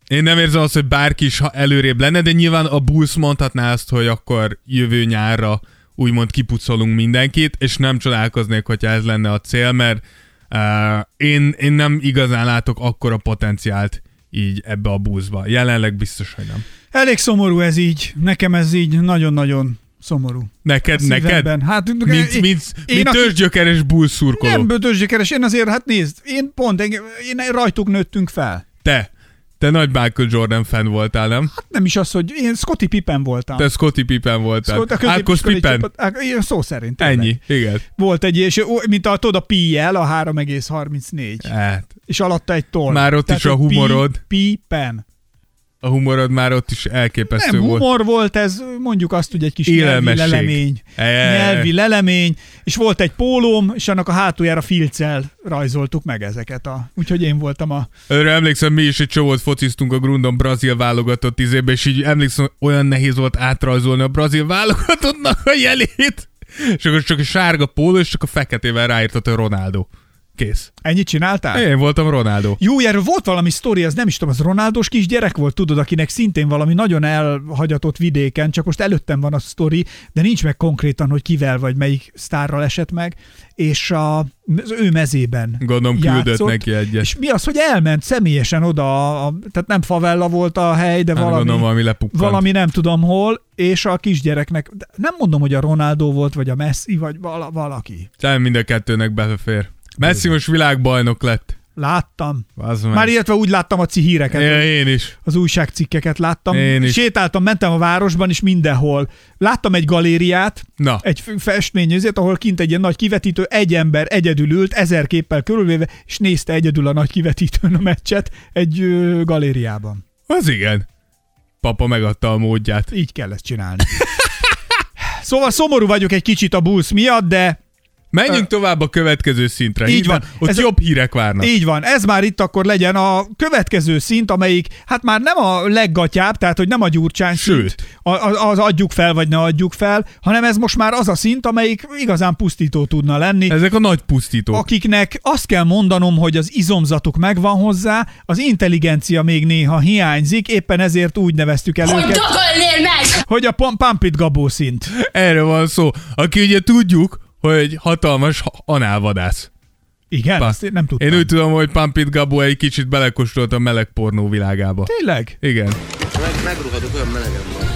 Én nem érzem azt, hogy bárki is ha- előrébb lenne, de nyilván a Bulls mondhatná azt, hogy akkor jövő nyárra úgymond kipucolunk mindenkit, és nem csodálkoznék, hogyha ez lenne a cél, mert uh, én, én nem igazán látok akkora potenciált így ebbe a buszba. Jelenleg biztos, hogy nem.
Elég szomorú ez így, nekem ez így nagyon-nagyon szomorú.
Neked, neked?
Szívemben. Hát,
Mint, mint,
én
mint
aki-
törzsgyökeres busz szurkoló.
Nem bödösgyökeres, én azért, hát nézd, én pont, engem, én rajtuk nőttünk fel. Hát
Te, te nagy Michael Jordan fan voltál, nem?
Nem is az, hogy én Scotty Pippen voltam.
Te Scotty Pippen voltál.
Szóval Ah. a középiskolai
Ákos Pippen.
csapat- Á, ilyen szó szerint. tényleg.
Ennyi, igen.
Volt egy, és ó, mint a, tudod, a P-jel, a 3,34,
Hát,
és alatta egy toll.
Már ott is a
hogy
humorod.
Pi, Pippen.
a humorod már ott is elképesztő
Nem,
volt.
humor volt ez, mondjuk azt, hogy egy kis nyelvi
Élelmesség.
lelemény.
E.
Nyelvi lelemény, és volt egy pólóm, és annak a hátuljára filccel rajzoltuk meg ezeket. A, úgyhogy én voltam a...
Erre emlékszem, mi is egy csomót fociztunk a Grundon brazil válogatott izébe, és így emlékszem, olyan nehéz volt átrajzolni a brazil válogatottnak a jelét. És akkor csak a sárga póló, és csak a feketével ráírtat a Ronaldo. Kész.
Ennyit csináltál?
Én voltam Ronaldo.
Jó, erről volt valami sztori, az nem is tudom, az Ronaldos kisgyerek volt, tudod, akinek szintén valami nagyon elhagyatott vidéken, csak most előttem van a sztori, de nincs meg konkrétan, hogy kivel vagy melyik sztárral esett meg, és a, az ő mezében
Gondolom
játszott,
küldött neki egyet.
És mi az, hogy elment személyesen oda, a, a, tehát nem favella volt a hely, de
Hát
valami,
gondolom, valami lepukkant.
valami nem tudom hol, és a kisgyereknek, de nem mondom, hogy a Ronaldo volt, vagy a Messi, vagy vala, valaki.
Talán mind a kettőnek belefér. Messi most világbajnok lett.
Láttam.
Az
Már illetve úgy láttam a cihíreket.
Ja, én is.
az újságcikkeket láttam.
Én is.
Sétáltam, mentem a városban, és mindenhol. Láttam egy galériát,
Na.
egy f- festményőzét, ahol kint egy ilyen nagy kivetítő, egy ember egyedül ült, ezer képpel körülvéve, és nézte egyedül a nagy kivetítőn a meccset egy ö, galériában.
Az igen. Papa megadta a módját.
Így kell ezt csinálni. Szóval szomorú vagyok egy kicsit a Bulls miatt, de
Menjünk tovább a következő szintre.
Így
Híven-
van.
Ott
Ez a-
jobb hírek várnak.
Így van, ez már itt akkor legyen a következő szint, amelyik hát már nem a leggatyább, tehát hogy nem a gyurcsány
Sőt.
szint, a- a- az adjuk fel vagy ne adjuk fel, hanem ez most már az a szint, amelyik igazán pusztító tudna lenni.
Ezek a nagy pusztítók.
akiknek azt kell mondanom, hogy az izomzatuk megvan hozzá, az intelligencia még néha hiányzik, éppen ezért úgy neveztük el őket, hogy a pom- Pump It Gabó szint.
Erről van szó. Aki ugye tudjuk, hogy egy hatalmas ha- análvadász.
Igen,
Pá-
ezt én nem tudtam.
Én úgy tudom, hogy Pampit Gabó egy kicsit belekóstolt a meleg pornó világába.
Tényleg?
Igen.
Meg, megruhadok, olyan melegem van.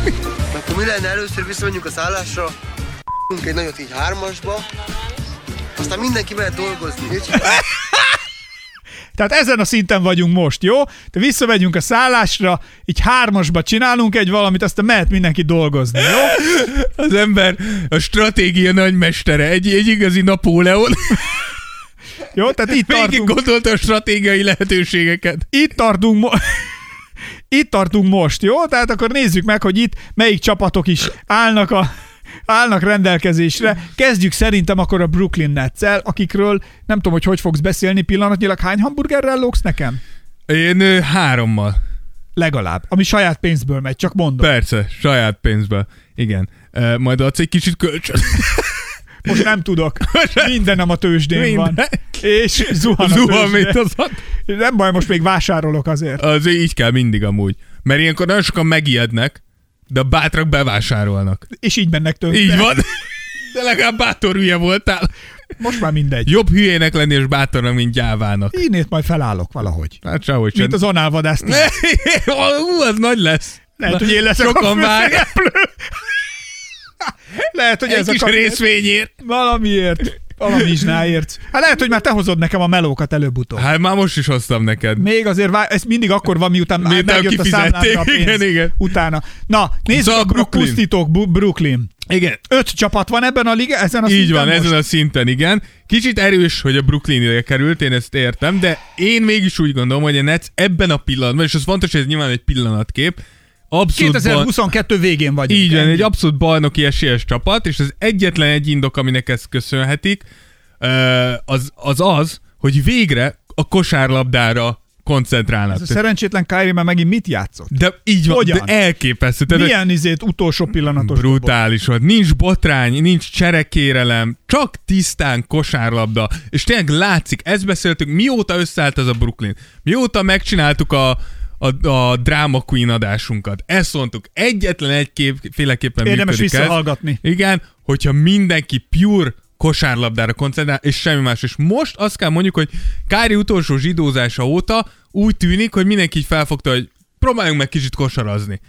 Akkor mi lenne először visszamegyünk a szállásra, egy nagyot így hármasba, aztán mindenki mehet dolgozni. Így?
Tehát ezen a szinten vagyunk most, jó? Te visszamegyünk a szállásra, így hármasba csinálunk egy valamit, aztán mehet mindenki dolgozni, jó?
Az ember a stratégia nagymestere. Egy, egy igazi Napóleon.
Jó, tehát itt
Végig
tartunk,
gondolta a stratégiai lehetőségeket.
itt tartunk mo- itt tartunk most, jó? Tehát akkor nézzük meg, hogy itt melyik csapatok is állnak a állnak rendelkezésre. Kezdjük szerintem akkor a Brooklyn Nets-el, akikről nem tudom, hogy hogy fogsz beszélni pillanatnyilag. Hány hamburgerrel lóksz nekem?
Én ö, hárommal.
Legalább. Ami saját pénzből megy, csak mondom.
Persze, saját pénzből. Igen. Ö, Majd adsz egy kicsit kölcsön.
Most nem tudok. Mindenem a tőzsdén van.
Minden.
És zuhan, a
Zuhan,
tőzsde.
mint az ad.
Nem baj, most még vásárolok azért.
Az így kell mindig amúgy. Mert ilyenkor nagyon sokan megijednek, de bátrak bevásárolnak.
És így mennek tönkre.
Így van. De legalább bátor hülye voltál.
Most már mindegy.
Jobb hülyének lenni és bátornak, mint gyávának.
Innét majd felállok valahogy.
Hát sehogy sem.
Mint az análvadász.
Ne, Ú, az nagy lesz.
Lehet, hogy én leszek a
Sokan várják.
főszereplő. Lehet, hogy
Egy
ez a
kis
kap...
részvényért.
Valamiért. Valami is náért. Hát lehet, hogy már te hozod nekem a melókat előbb-utóbb.
Hát már most is hoztam neked.
Még azért vá- ez mindig akkor van, miután,
Miután
miután megjött a számlámra a pénz.
kifizették. Igen, igen.
Utána. Na, nézzük
Szóval
a Brooklyn.
Brooklyn.
a pusztítók Bu- Brooklyn.
Igen.
Öt csapat van ebben a liga, ezen a
Így
szinten
van,
most?
ezen a szinten, igen. Kicsit erős, hogy a Brooklyn ide került, én ezt értem, de én mégis úgy gondolom, hogy a Nets ebben a pillanatban, és az fontos, hogy ez nyilván egy pillanatkép, abszolút bal-
2022 végén vagyunk.
Így van,
Ennyi.
egy abszolút bajnoki esélyes csapat, és az egyetlen egy indok, aminek ezt köszönhetik, ö, az az, az hogy végre a kosárlabdára koncentrálnak.
Ez a szerencsétlen Kyrie már megint mit játszott?
De így van,
Hogyan?
de elképesztő. Tehát
Milyen izét utolsó pillanatos dobok?
Brutális volt. Nincs botrány, nincs cserekérelem, csak tisztán kosárlabda. És tényleg látszik, ezt beszéltük, mióta összeállt ez a Brooklyn. Mióta megcsináltuk a, a, a Drama Queen adásunkat. Ezt mondtuk, egyetlen egy kép, féleképpen
Érdemes
működik ez.
visszahallgatni.
Igen, hogyha mindenki pure kosárlabdára koncentrál, és semmi más. És most azt kell mondjuk, hogy Kári utolsó zsidózása óta úgy tűnik, hogy mindenki így felfogta, hogy próbáljunk meg kicsit kosarazni.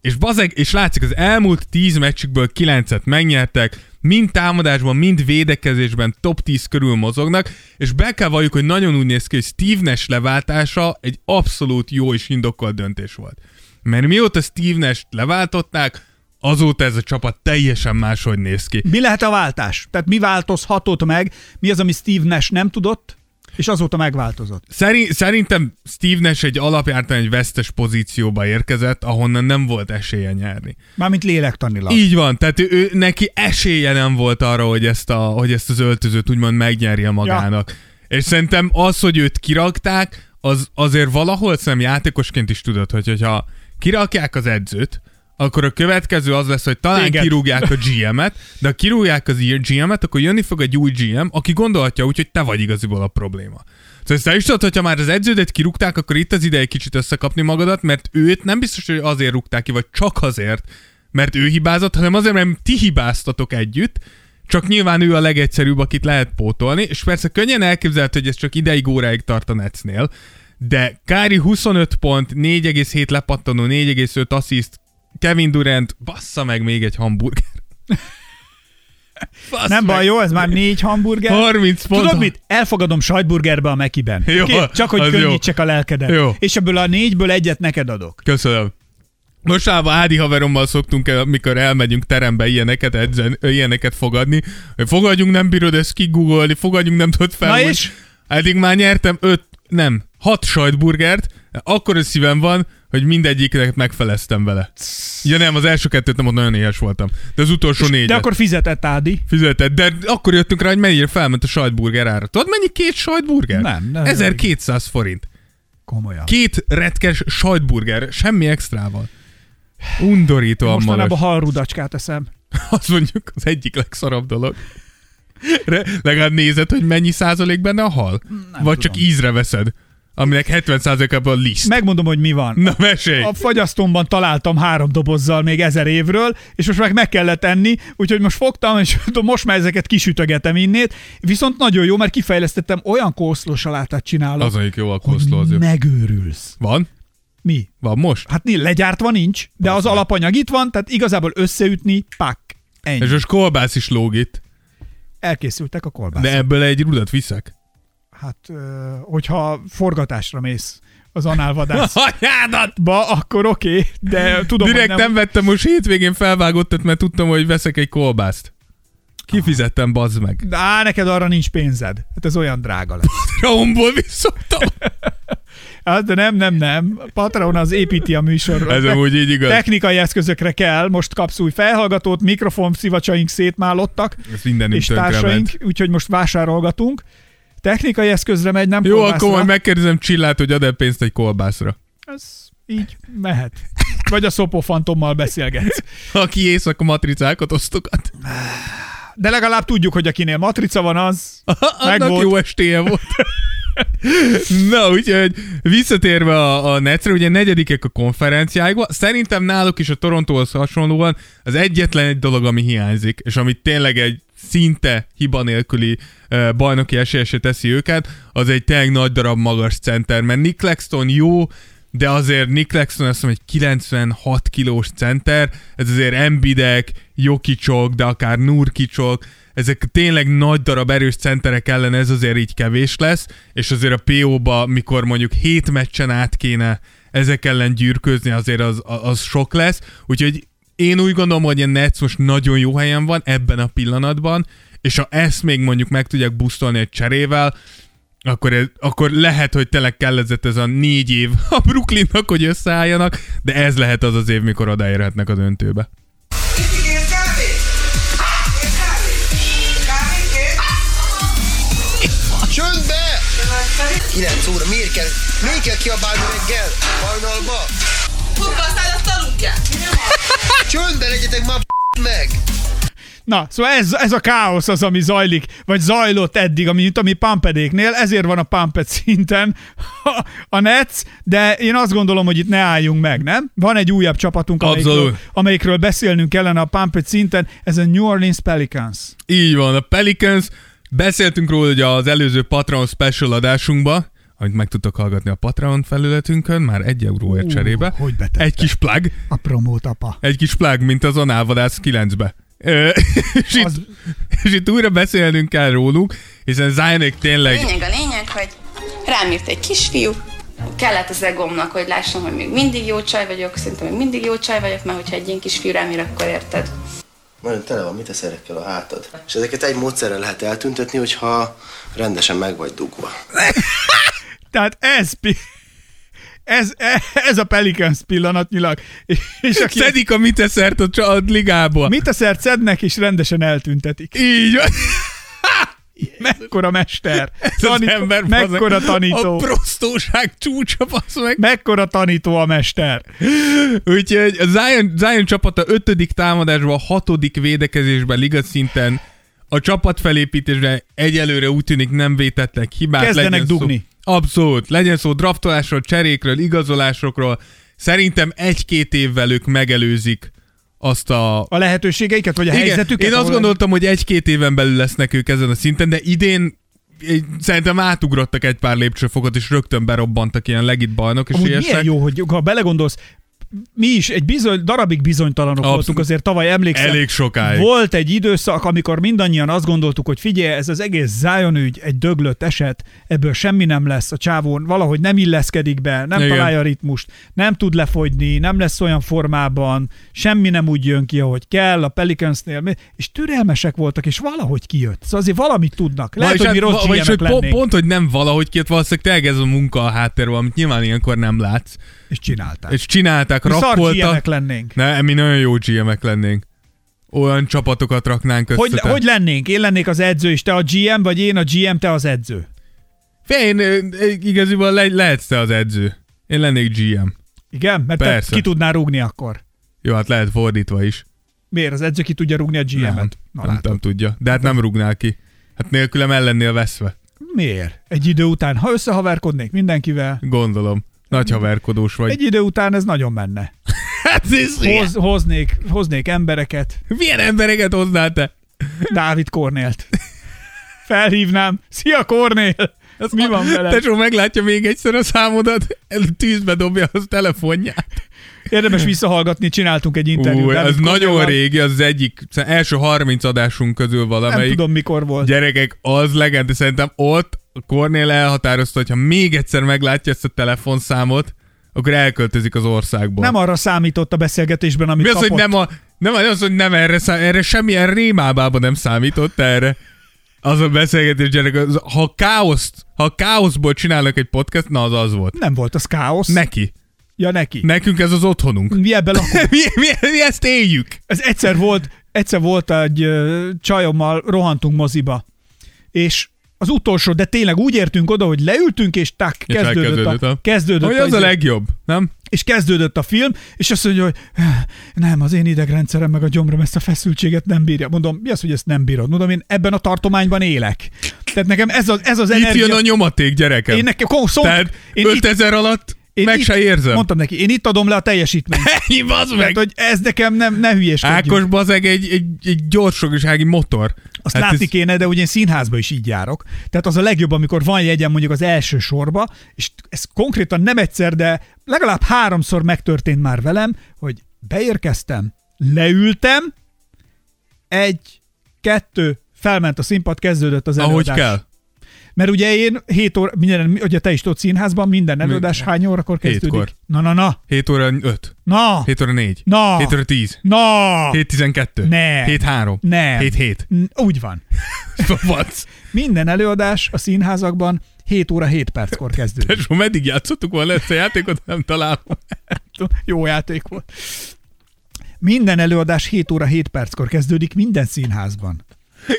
És bazeg, és látszik, az elmúlt 10 meccsükből 9-et megnyertek, mind támadásban, mind védekezésben top 10 körül mozognak, és be kell valljuk, hogy nagyon úgy néz ki, hogy Steve Nash leváltása egy abszolút jó és indokolt döntés volt. Mert mióta Steve Nash leváltották, azóta ez a csapat teljesen máshogy néz ki.
Mi lehet a váltás? Tehát mi változhatott meg? Mi az, ami Steve Nash nem tudott? és azóta megváltozott.
Szerint, szerintem Steve Nash egy alapjártan egy vesztes pozícióba érkezett, ahonnan nem volt esélye nyerni.
Mármint lélektanilag.
Így van, tehát ő, ő, neki esélye nem volt arra, hogy ezt, a, hogy ezt az öltözőt úgymond megnyerje magának. Ja. És szerintem az, hogy őt kirakták, az azért valahol szem játékosként is tudod, hogy, hogyha kirakják az edzőt, akkor a következő az lesz, hogy talán
Téged.
Téged. kirúgják a GM-et, de ha kirúgják az ilyen GM-et, akkor jönni fog egy új GM, aki gondolhatja úgy, hogy te vagy igaziból a probléma. Szóval te is tudod, hogyha már az edződet kirúgták, akkor itt az ideje kicsit összekapni magadat, mert őt nem biztos, hogy azért rúgták ki, vagy csak azért, mert ő hibázott, hanem azért, mert ti hibáztatok együtt, csak nyilván ő a legegyszerűbb, akit lehet pótolni, és persze könnyen elképzelhető, hogy ez csak ideig óráig tart a Netsnél, de Kári 25 pont, 4,7 lepattanó, 4,5 assziszt, Kevin Durant, bassza meg még egy hamburger. Bassz
Nem
meg.
baj, jó, ez már négy hamburger.
30 pont.
Tudod mit? Elfogadom sajtburgerbe a Mekiben.
Jó,
Oké? Csak hogy
az jó.
könnyítsek a lelkedet.
Jó.
És ebből a négyből egyet neked adok.
Köszönöm. Mostában Ádi haverommal szoktunk, el, amikor elmegyünk terembe ilyeneket, edzen, ilyeneket fogadni. hogy Fogadjunk, nem bírod ezt kigugolni, fogadjunk, nem tudod fel.
és?
Eddig már nyertem öt, nem, hat sajtburgert, akkor a szívem van, hogy mindegyiknek megfeleztem vele. Ja nem, az első kettőt nem, ott nagyon éhes voltam. De az utolsó négy.
De akkor fizetett Ádi.
Fizetett, de akkor jöttünk rá, hogy mennyire felment a sajtburger ára. Tudod, mennyi két sajtburger?
Nem, nem.
1200 forint.
Komolyan.
Két retkes sajtburger, semmi extrával. Undorítóan magas.
Mostanában halrudacskát eszem.
Azt mondjuk az egyik legszarabb dolog. Re, legalább nézed, hogy mennyi százalék benne a hal? Nem Vagy csak
tudom.
ízre veszed, aminek 70 százalékában a liszt.
Megmondom, hogy mi van.
Na, mesélj!
A fagyasztomban találtam három dobozzal még ezer évről, és most meg meg kellett enni, úgyhogy most fogtam, és most már ezeket kisütögetem innét. Viszont nagyon jó, mert kifejlesztettem olyan kószlósalátát csinálok,
Az, amelyik jó a koszló, az jó.
megőrülsz.
Van?
Mi?
Van most?
Hát nincs, legyártva nincs, de az alapanyag itt van, tehát igazából összeütni, pak, ennyi.
És most kolbász is lóg itt,
Elkészültek a kolbászok.
de
De...
ebből egy rudat viszek.
Hát, ö, hogyha forgatásra mész az análvadászba,
Anyádat!
akkor oké, okay, de tudom,
Direkt
hogy
nem...
nem...
nem vettem most hétvégén felvágottat, mert tudtam, hogy veszek egy kolbászt. Kifizettem, bazd meg.
De Á, neked arra nincs pénzed. Hát ez olyan drága lesz.
Raumból visszoptam.
Hát, de nem, nem, nem. Patron az építi a műsorra.
Ez amúgy így igaz.
Technikai eszközökre kell, most kapsz új felhallgatót, mikrofon szivacsaink szétmálottak,
Ez mindenünk
és társaink,
tönkrement.
úgyhogy most vásárolgatunk. Technikai eszközre megy, nem
Jó,
kolbászra.
akkor majd megkérdezem Csillát, hogy ad-e pénzt egy kolbászra.
Ez így mehet. Vagy a szopofantommal beszélgetsz.
Aki éjszaka matricákat osztogat.
De legalább tudjuk, hogy akinél matrica van, az...
Annak
Megvolt.
jó estéje volt. Na, úgyhogy visszatérve a, a Netsre, ugye negyedikek a konferenciáikban, szerintem náluk is a Torontóhoz hasonlóan az egyetlen egy dolog, ami hiányzik, és amit tényleg egy szinte hiba nélküli uh, bajnoki esélyesé teszi őket, az egy tényleg nagy darab magas center, mert Nick Claxton jó, de azért Nick Claxton azt mondom, egy 96 kilós center, ez azért Embidek, Jokicsok, de akár Nurkicsok, ezek tényleg nagy darab erős centerek ellen ez azért így kevés lesz, és azért a PO-ba, mikor mondjuk 7 meccsen át kéne ezek ellen gyűrközni, azért az, az sok lesz, úgyhogy én úgy gondolom, hogy a Nets most nagyon jó helyen van ebben a pillanatban, és ha ezt még mondjuk meg tudják busztolni egy cserével, akkor, ez, akkor lehet, hogy tényleg kellett ez a négy év a Brooklynnak, hogy összeálljanak, de ez lehet az az év, mikor odaérhetnek a döntőbe.
Csöndbe! 9 óra, miért kell, miért kell kiabálni reggel? Hajnalba? Csöndbe legyetek már b- meg!
Na, szóval ez, ez a káosz az, ami zajlik, vagy zajlott eddig, ami, mint ami Pampedéknél, ezért van a Pamped szinten a, a Nets, de én azt gondolom, hogy itt ne álljunk meg, nem? Van egy újabb csapatunk, amelyikről,
Abszolút.
amelyikről beszélnünk kellene a Pamped szinten, ez a New Orleans Pelicans.
Így van, a Pelicans. Beszéltünk róla ugye az előző Patreon special adásunkba, amit meg tudtok hallgatni a Patreon felületünkön, már egy euróért
Ú,
cserébe.
hogy betette.
Egy kis plug,
A promót, apa.
egy kis plug, mint az Análvadász 9-be. Ö, és, itt,
Az-
és itt újra beszélnünk kell róluk, hiszen Zionék tényleg
Lényeg a lényeg, hogy rám írt egy kisfiú, kellett az egómnak, hogy lássam, hogy még mindig jó csaj vagyok, szerintem még mindig jó csaj vagyok, mert hogyha egy ilyen kisfiú rám ír, akkor érted.
Nagyon tele van, mit eszerekkel a hátad. És ezeket egy módszerrel lehet eltüntetni, hogyha rendesen meg vagy dugva.
Tehát ez, pi- ez, e- ez a Pelicans pillanatnyilag. És aki
Szedik a mit eszert a család ligából.
mit a szert szednek, és rendesen eltüntetik.
Így van.
Mekkora mester.
Ez az ember, bazd meg.
mekkora
A
tanító.
prostóság csúcsa, basz meg.
Mekkora tanító a mester.
Úgyhogy a Zion, Zion csapata ötödik támadásban, hatodik védekezésben, ligaszinten a csapat felépítésre egyelőre úgy tűnik nem vétettek hibát.
Kezdenek
legyen
dugni.
Szó, abszolút. Legyen szó draftolásról, cserékről, igazolásokról. Szerintem egy-két évvel ők megelőzik azt a
A lehetőségeiket, vagy a
igen,
helyzetüket?
én azt
ahol-
gondoltam, hogy egy-két éven belül lesznek ők ezen a szinten, de idén egy- szerintem átugrottak egy pár lépcsőfokot, és rögtön berobbantak ilyen legit bajnok, és
Amúgy
ilyesek.
milyen jó, hogy ha belegondolsz, mi is egy bizony, darabig bizonytalanok
Abszolút.
voltunk, azért tavaly emlékszem.
Elég sokáig.
Volt egy időszak, amikor mindannyian azt gondoltuk, hogy figyelj, ez az egész Zion ügy egy döglött eset, ebből semmi nem lesz a csávón, valahogy nem illeszkedik be, nem
Igen.
Igen. találja a ritmust, nem tud lefogyni, nem lesz olyan formában, semmi nem úgy jön ki, ahogy kell a Pelicansnél, mi- és türelmesek voltak, és valahogy kijött. Szóval azért valamit tudnak. Lehet,
Vagyis
hogy mi
hát-
rossz
vagyis, hogy
GM-ek
pont,
lennénk,
pont, hogy nem valahogy két, valószínűleg tényleg ez a munka a háttérben, amit nyilván ilyenkor nem látsz.
és csinálták.
És csinálták,
Mi szar
rappoltak.
GM-ek lennénk.
Ne, mi nagyon jó GM-ek lennénk. Olyan csapatokat raknánk össze.
Hogy,
tehát.
hogy lennénk? Én lennék az edző, és te a GM, vagy én a GM, te az edző.
Fél, én, ö, ö, igaziból le, lehetsz te az edző. Én lennék GM.
Igen? Mert Persze.
Persze.
te ki tudnál rúgni akkor.
Jó, hát lehet fordítva is.
Miért? Az edző ki tudja rúgni a GM-et? Na,
Nem, nem,
látod.
nem tudja. De hát nem rúgnál ki. Hát nélkülem ellennél veszve.
Miért? Egy idő után, ha összehaverkodnék mindenkivel,
Gondolom. Nagy haverkodós vagy.
egy idő után ez nagyon menne.
Hát ez
Hoz, hoznék, hoznék embereket,
Milyen embereket hoznál te?
Dávid Kornélt. Felhívnám. Szia Kornél! Ez mi van veled?
Tesó meglátja még egyszer a számodat, el- tűzbe dobja az telefonját.
Érdemes visszahallgatni, csináltunk egy interjút.
Ú, ez
Dávid
nagyon
Kornéllal.
régi, az egyik az első 30 adásunk közül
Nem
valamelyik.
tudom, mikor volt.
Gyerekek, az legend, de szerintem ott Kornél elhatározta, hogy ha még egyszer meglátja ezt a telefonszámot, akkor elköltözik az országból.
Nem arra számított a beszélgetésben, amit
Mi az,
kapott.
hogy nem a... Nem az, hogy nem erre, szá- erre semmilyen rémában nem számított erre. Az a beszélgetés gyerek, az, ha káoszt, ha káoszból csinálnak egy podcast, na az az volt.
nem volt, az káosz.
Neki.
Ja, neki.
Nekünk ez az otthonunk.
Mi ebben lakunk?
mi, mi, mi ezt éljük.
Ez egyszer volt, egyszer volt egy ö, csajommal rohantunk moziba, és az utolsó, de tényleg úgy értünk oda, hogy leültünk, és tak,
És
kezdődött, a, kezdődött
Hogy az a
izé-
legjobb, nem?
és kezdődött a film, és azt mondja, hogy nem, az én idegrendszerem meg a gyomrom ezt a feszültséget nem bírja. Mondom, mi az, hogy ezt nem bírod? Mondom, én ebben a tartományban élek. Tehát nekem ez az, ez az
Itt
energia...
jön a nyomaték, gyerekem.
én nekem, kom, szó,
Tehát
én itt-
5000 alatt
én
meg
itt-
se érzem.
Mondtam neki, én itt adom le a teljesítményt.
Ennyi, bazd
Tehát,
meg!
hogy ez nekem nem, ne hülyeskedjünk.
Ákos bazeg egy, egy, egy gyorsogsági motor.
Azt hát látni
ez-
ez... kéne, de ugye én színházba is így járok. Tehát az a legjobb, amikor van jegyem mondjuk az első sorba, és ez konkrétan nem egyszer, de legalább háromszor megtörtént már velem, hogy beérkeztem, leültem, egy, kettő, felment a színpad, kezdődött az előadás.
Ahogy kell.
Mert ugye én 7 óra, minden, ugye te is tudod színházban, minden előadás hány órakor kezdődik?
Hétkor.
Na, na, na,
7 óra 5,
na,
7 óra 4,
Na.
7 óra 10,
na,
7 12,
Ne.
7 3,
nem.
7 7.
N- Úgy van.
Vac.
Minden előadás a színházakban 7 óra 7 perckor kezdődik.
És meddig játszottuk volna ezt a játékot, nem találom.
Jó játék volt. Minden előadás 7 óra 7 perckor kezdődik minden színházban.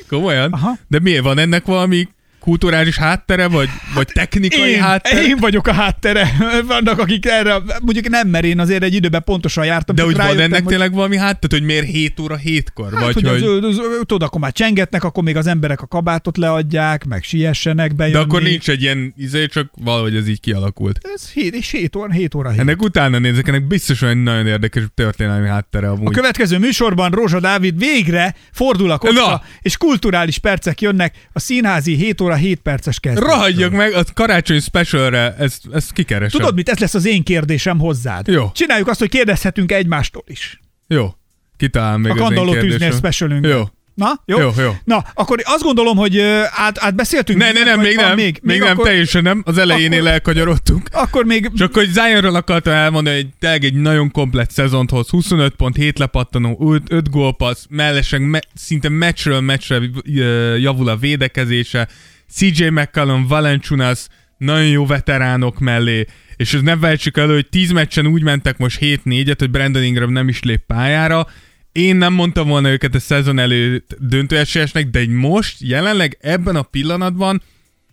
Komolyan?
Aha.
De miért van ennek valami kulturális háttere, vagy, vagy technikai
Én,
háttere?
én vagyok a háttere. Vannak, akik erre, mondjuk nem, mert én azért egy időben pontosan jártam.
De
csak
úgy van
rájöttem,
ennek
hogy-
tényleg valami háttere, hogy miért 7 óra 7-kor?
Hát,
vagy
hogy,
hogy...
az, az, az, tudod, akkor már csengetnek, akkor még az emberek a kabátot leadják, meg siessenek bejönni.
De akkor nincs egy ilyen izé, csak valahogy ez így kialakult.
Ez 7, és 7 óra, 7 óra 7.
Ennek utána nézek, ennek biztos olyan nagyon érdekes történelmi háttere amúgy.
A következő műsorban Rózsa Dávid végre fordul a kocka,
Na!
és kulturális percek jönnek a színházi 7 óra 7 perces kezdés.
Rahadjak meg, a karácsony specialre ezt, ezt kikeresem.
Tudod mit? Ez lesz az én kérdésem hozzád.
Jó.
Csináljuk azt, hogy kérdezhetünk egymástól is.
Jó. Kitalálom még
A
az én
kandalló tűznél
kérdésem.
specialünk.
Jó.
Na, jó?
Jó, jó.
Na, akkor azt gondolom, hogy ö, át, átbeszéltünk.
Ne, ne, nem,
Vagy
még
van
nem, még, még nem,
akkor,
teljesen nem. Az elejénél
akkor-
elkanyarodtunk.
Akkor még...
Csak hogy Zionról akartam elmondani, hogy tényleg egy nagyon komplet szezont hoz. 25 pont, 7 lepattanó, 5, 5 gólpassz, mellesen me, szinte meccsről meccsre ö, javul a védekezése. CJ McCallum, Valenciunas, nagyon jó veteránok mellé, és ez nem vejtsük elő, hogy 10 meccsen úgy mentek most 7-4-et, hogy Brandon Ingram nem is lép pályára. Én nem mondtam volna őket a szezon előtt döntőesélyesnek, de egy most, jelenleg ebben a pillanatban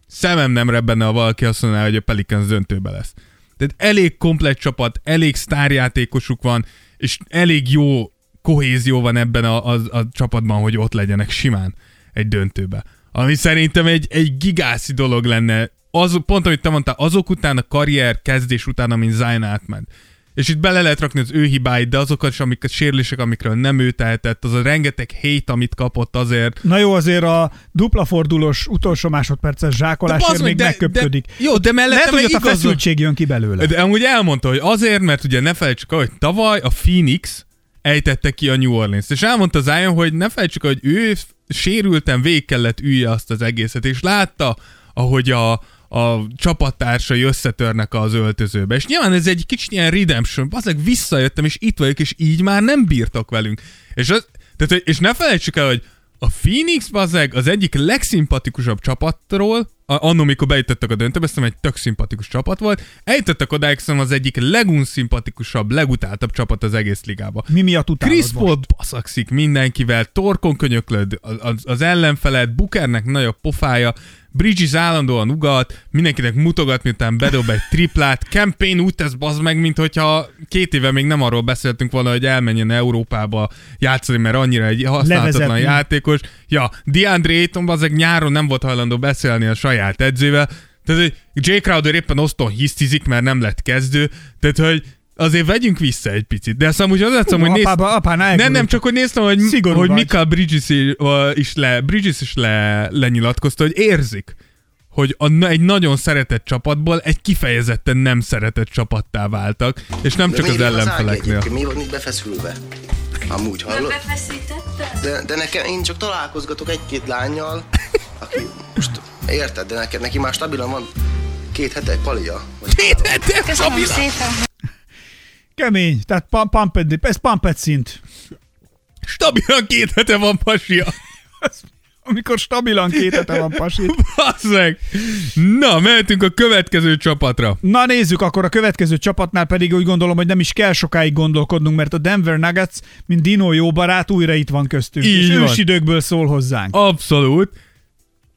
szemem nem rebbenne, ha valaki azt mondaná, hogy a Pelicans döntőbe lesz. Tehát elég komplet csapat, elég sztárjátékosuk van, és elég jó kohézió van ebben a, a, a csapatban, hogy ott legyenek simán egy döntőbe. Ami szerintem egy, egy gigászi dolog lenne, az, pont amit te mondtál, azok után a karrier kezdés után, amin Zion átment. És itt bele lehet rakni az ő hibáit, de azokat is, amik a sérülések, amikről nem ő tehetett, az a rengeteg hét, amit kapott azért.
Na jó, azért a dupla fordulós utolsó másodperces zsákolásért
bazd meg,
még megköpködik.
De, jó, de mellette
Lehet,
meg
hogy ott a
igaz van.
feszültség jön ki belőle.
De amúgy elmondta, hogy azért, mert ugye ne felejtsük el, hogy tavaly a Phoenix ejtette ki a New Orleans-t, és elmondta Zion, hogy ne felejtsük el, hogy ő f- sérülten végig kellett ülje azt az egészet, és látta, ahogy a, a csapattársai összetörnek az öltözőbe. És nyilván ez egy kicsit ilyen redemption, azok visszajöttem, és itt vagyok, és így már nem bírtak velünk. És, az, tehát, hogy- és ne felejtsük el, hogy a Phoenix bazeg az egyik legszimpatikusabb csapatról, a- annó, mikor bejutattak a döntőbe, szerintem egy tök szimpatikus csapat volt, eljutottak odáig, szerintem az egyik legunszimpatikusabb, legutáltabb csapat az egész ligába.
Mi miatt utálod
Chris
most?
Paul baszakszik mindenkivel, torkon könyöklöd az, az ellenfeled, Bukernek nagyobb pofája, Bridges állandóan ugat, mindenkinek mutogat, miután bedob egy triplát, campaign úgy tesz bazd meg, mint hogyha két éve még nem arról beszéltünk volna, hogy elmenjen Európába játszani, mert annyira egy használhatatlan
Levezetni.
játékos. Ja, DeAndre Ayton bazeg nyáron nem volt hajlandó beszélni a saját edzővel, tehát, hogy Jay Crowder éppen oszton hisztizik, mert nem lett kezdő, tehát, hogy azért vegyünk vissza egy picit. De aztán úgy az látszom, Szóval, hogy néz...
Apába, apánál
Nem, nem, csak hogy néztem, hogy,
Szigorú
hogy
vagy.
Mika Bridges i- a- is, le, Bridges is le, lenyilatkozta, hogy érzik, hogy a, na- egy nagyon szeretett csapatból egy kifejezetten nem szeretett csapattá váltak, és nem
De
csak az
miért ág
ellenfeleknél.
egyébként? Mi van itt befeszülve? Amúgy hallod? De, de nekem, én csak találkozgatok egy-két lányjal, aki most, érted, de neked, neki már stabilan van két hete egy palia. Vagy
Köszönöm szépen.
Kemény, tehát pam- pumped, ez pumped szint.
Stabilan két hete van pasia.
Amikor stabilan két hete van pasi.
Bazzeg. Na, mehetünk a következő csapatra.
Na nézzük, akkor a következő csapatnál pedig úgy gondolom, hogy nem is kell sokáig gondolkodnunk, mert a Denver Nuggets, mint Dino jó barát, újra itt van köztünk.
Így
és
van.
ősidőkből szól hozzánk.
Abszolút.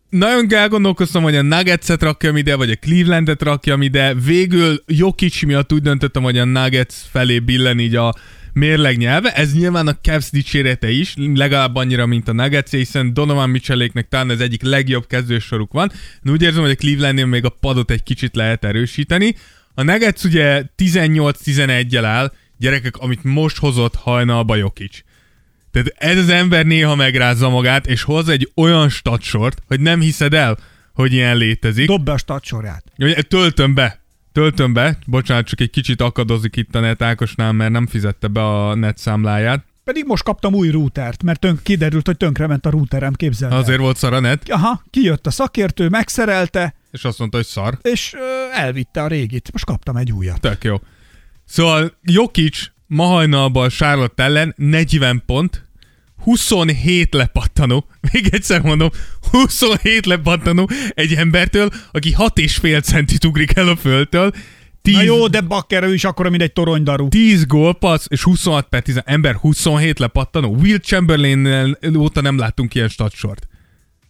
Nagyon elgondolkoztam, hogy a Nuggets-et rakjam ide, vagy a Cleveland-et rakjam ide. Végül Jokic miatt úgy döntöttem, hogy a Nuggets felé billen így a mérleg nyelve. Ez nyilván a Cavs dicsérete is, legalább annyira, mint a Nuggets, hiszen Donovan Mitchelléknek talán az egyik legjobb kezdősoruk van. De úgy érzem, hogy a Clevelandnél még a padot egy kicsit lehet erősíteni. A Nuggets ugye 18-11-el áll, gyerekek, amit most hozott hajnalba Jokic. Tehát ez az ember néha megrázza magát, és hoz egy olyan statsort, hogy nem hiszed el, hogy ilyen létezik.
Dobd be a startsorját.
Ugye, Töltöm be. Töltöm be. Bocsánat, csak egy kicsit akadozik itt a net Ákosnál, mert nem fizette be a net számláját.
Pedig most kaptam új routert, mert tönk, kiderült, hogy tönkrement a routerem, képzeld el.
Azért volt szar a net,
Aha, kijött a szakértő, megszerelte,
és azt mondta, hogy szar.
és ö, elvitte a régit. Most kaptam egy újat.
Tök jó. Szóval Jokic ma hajnalban Charlotte ellen 40 pont, 27 lepattanó, még egyszer mondom, 27 lepattanó egy embertől, aki 6,5 centit ugrik el a földtől, 10,
Na jó, de bakker ő is akkor, mint egy toronydaru.
10 gólpassz és 26 per 10, ember 27 lepattanó. Will Chamberlain óta nem láttunk ilyen statsort.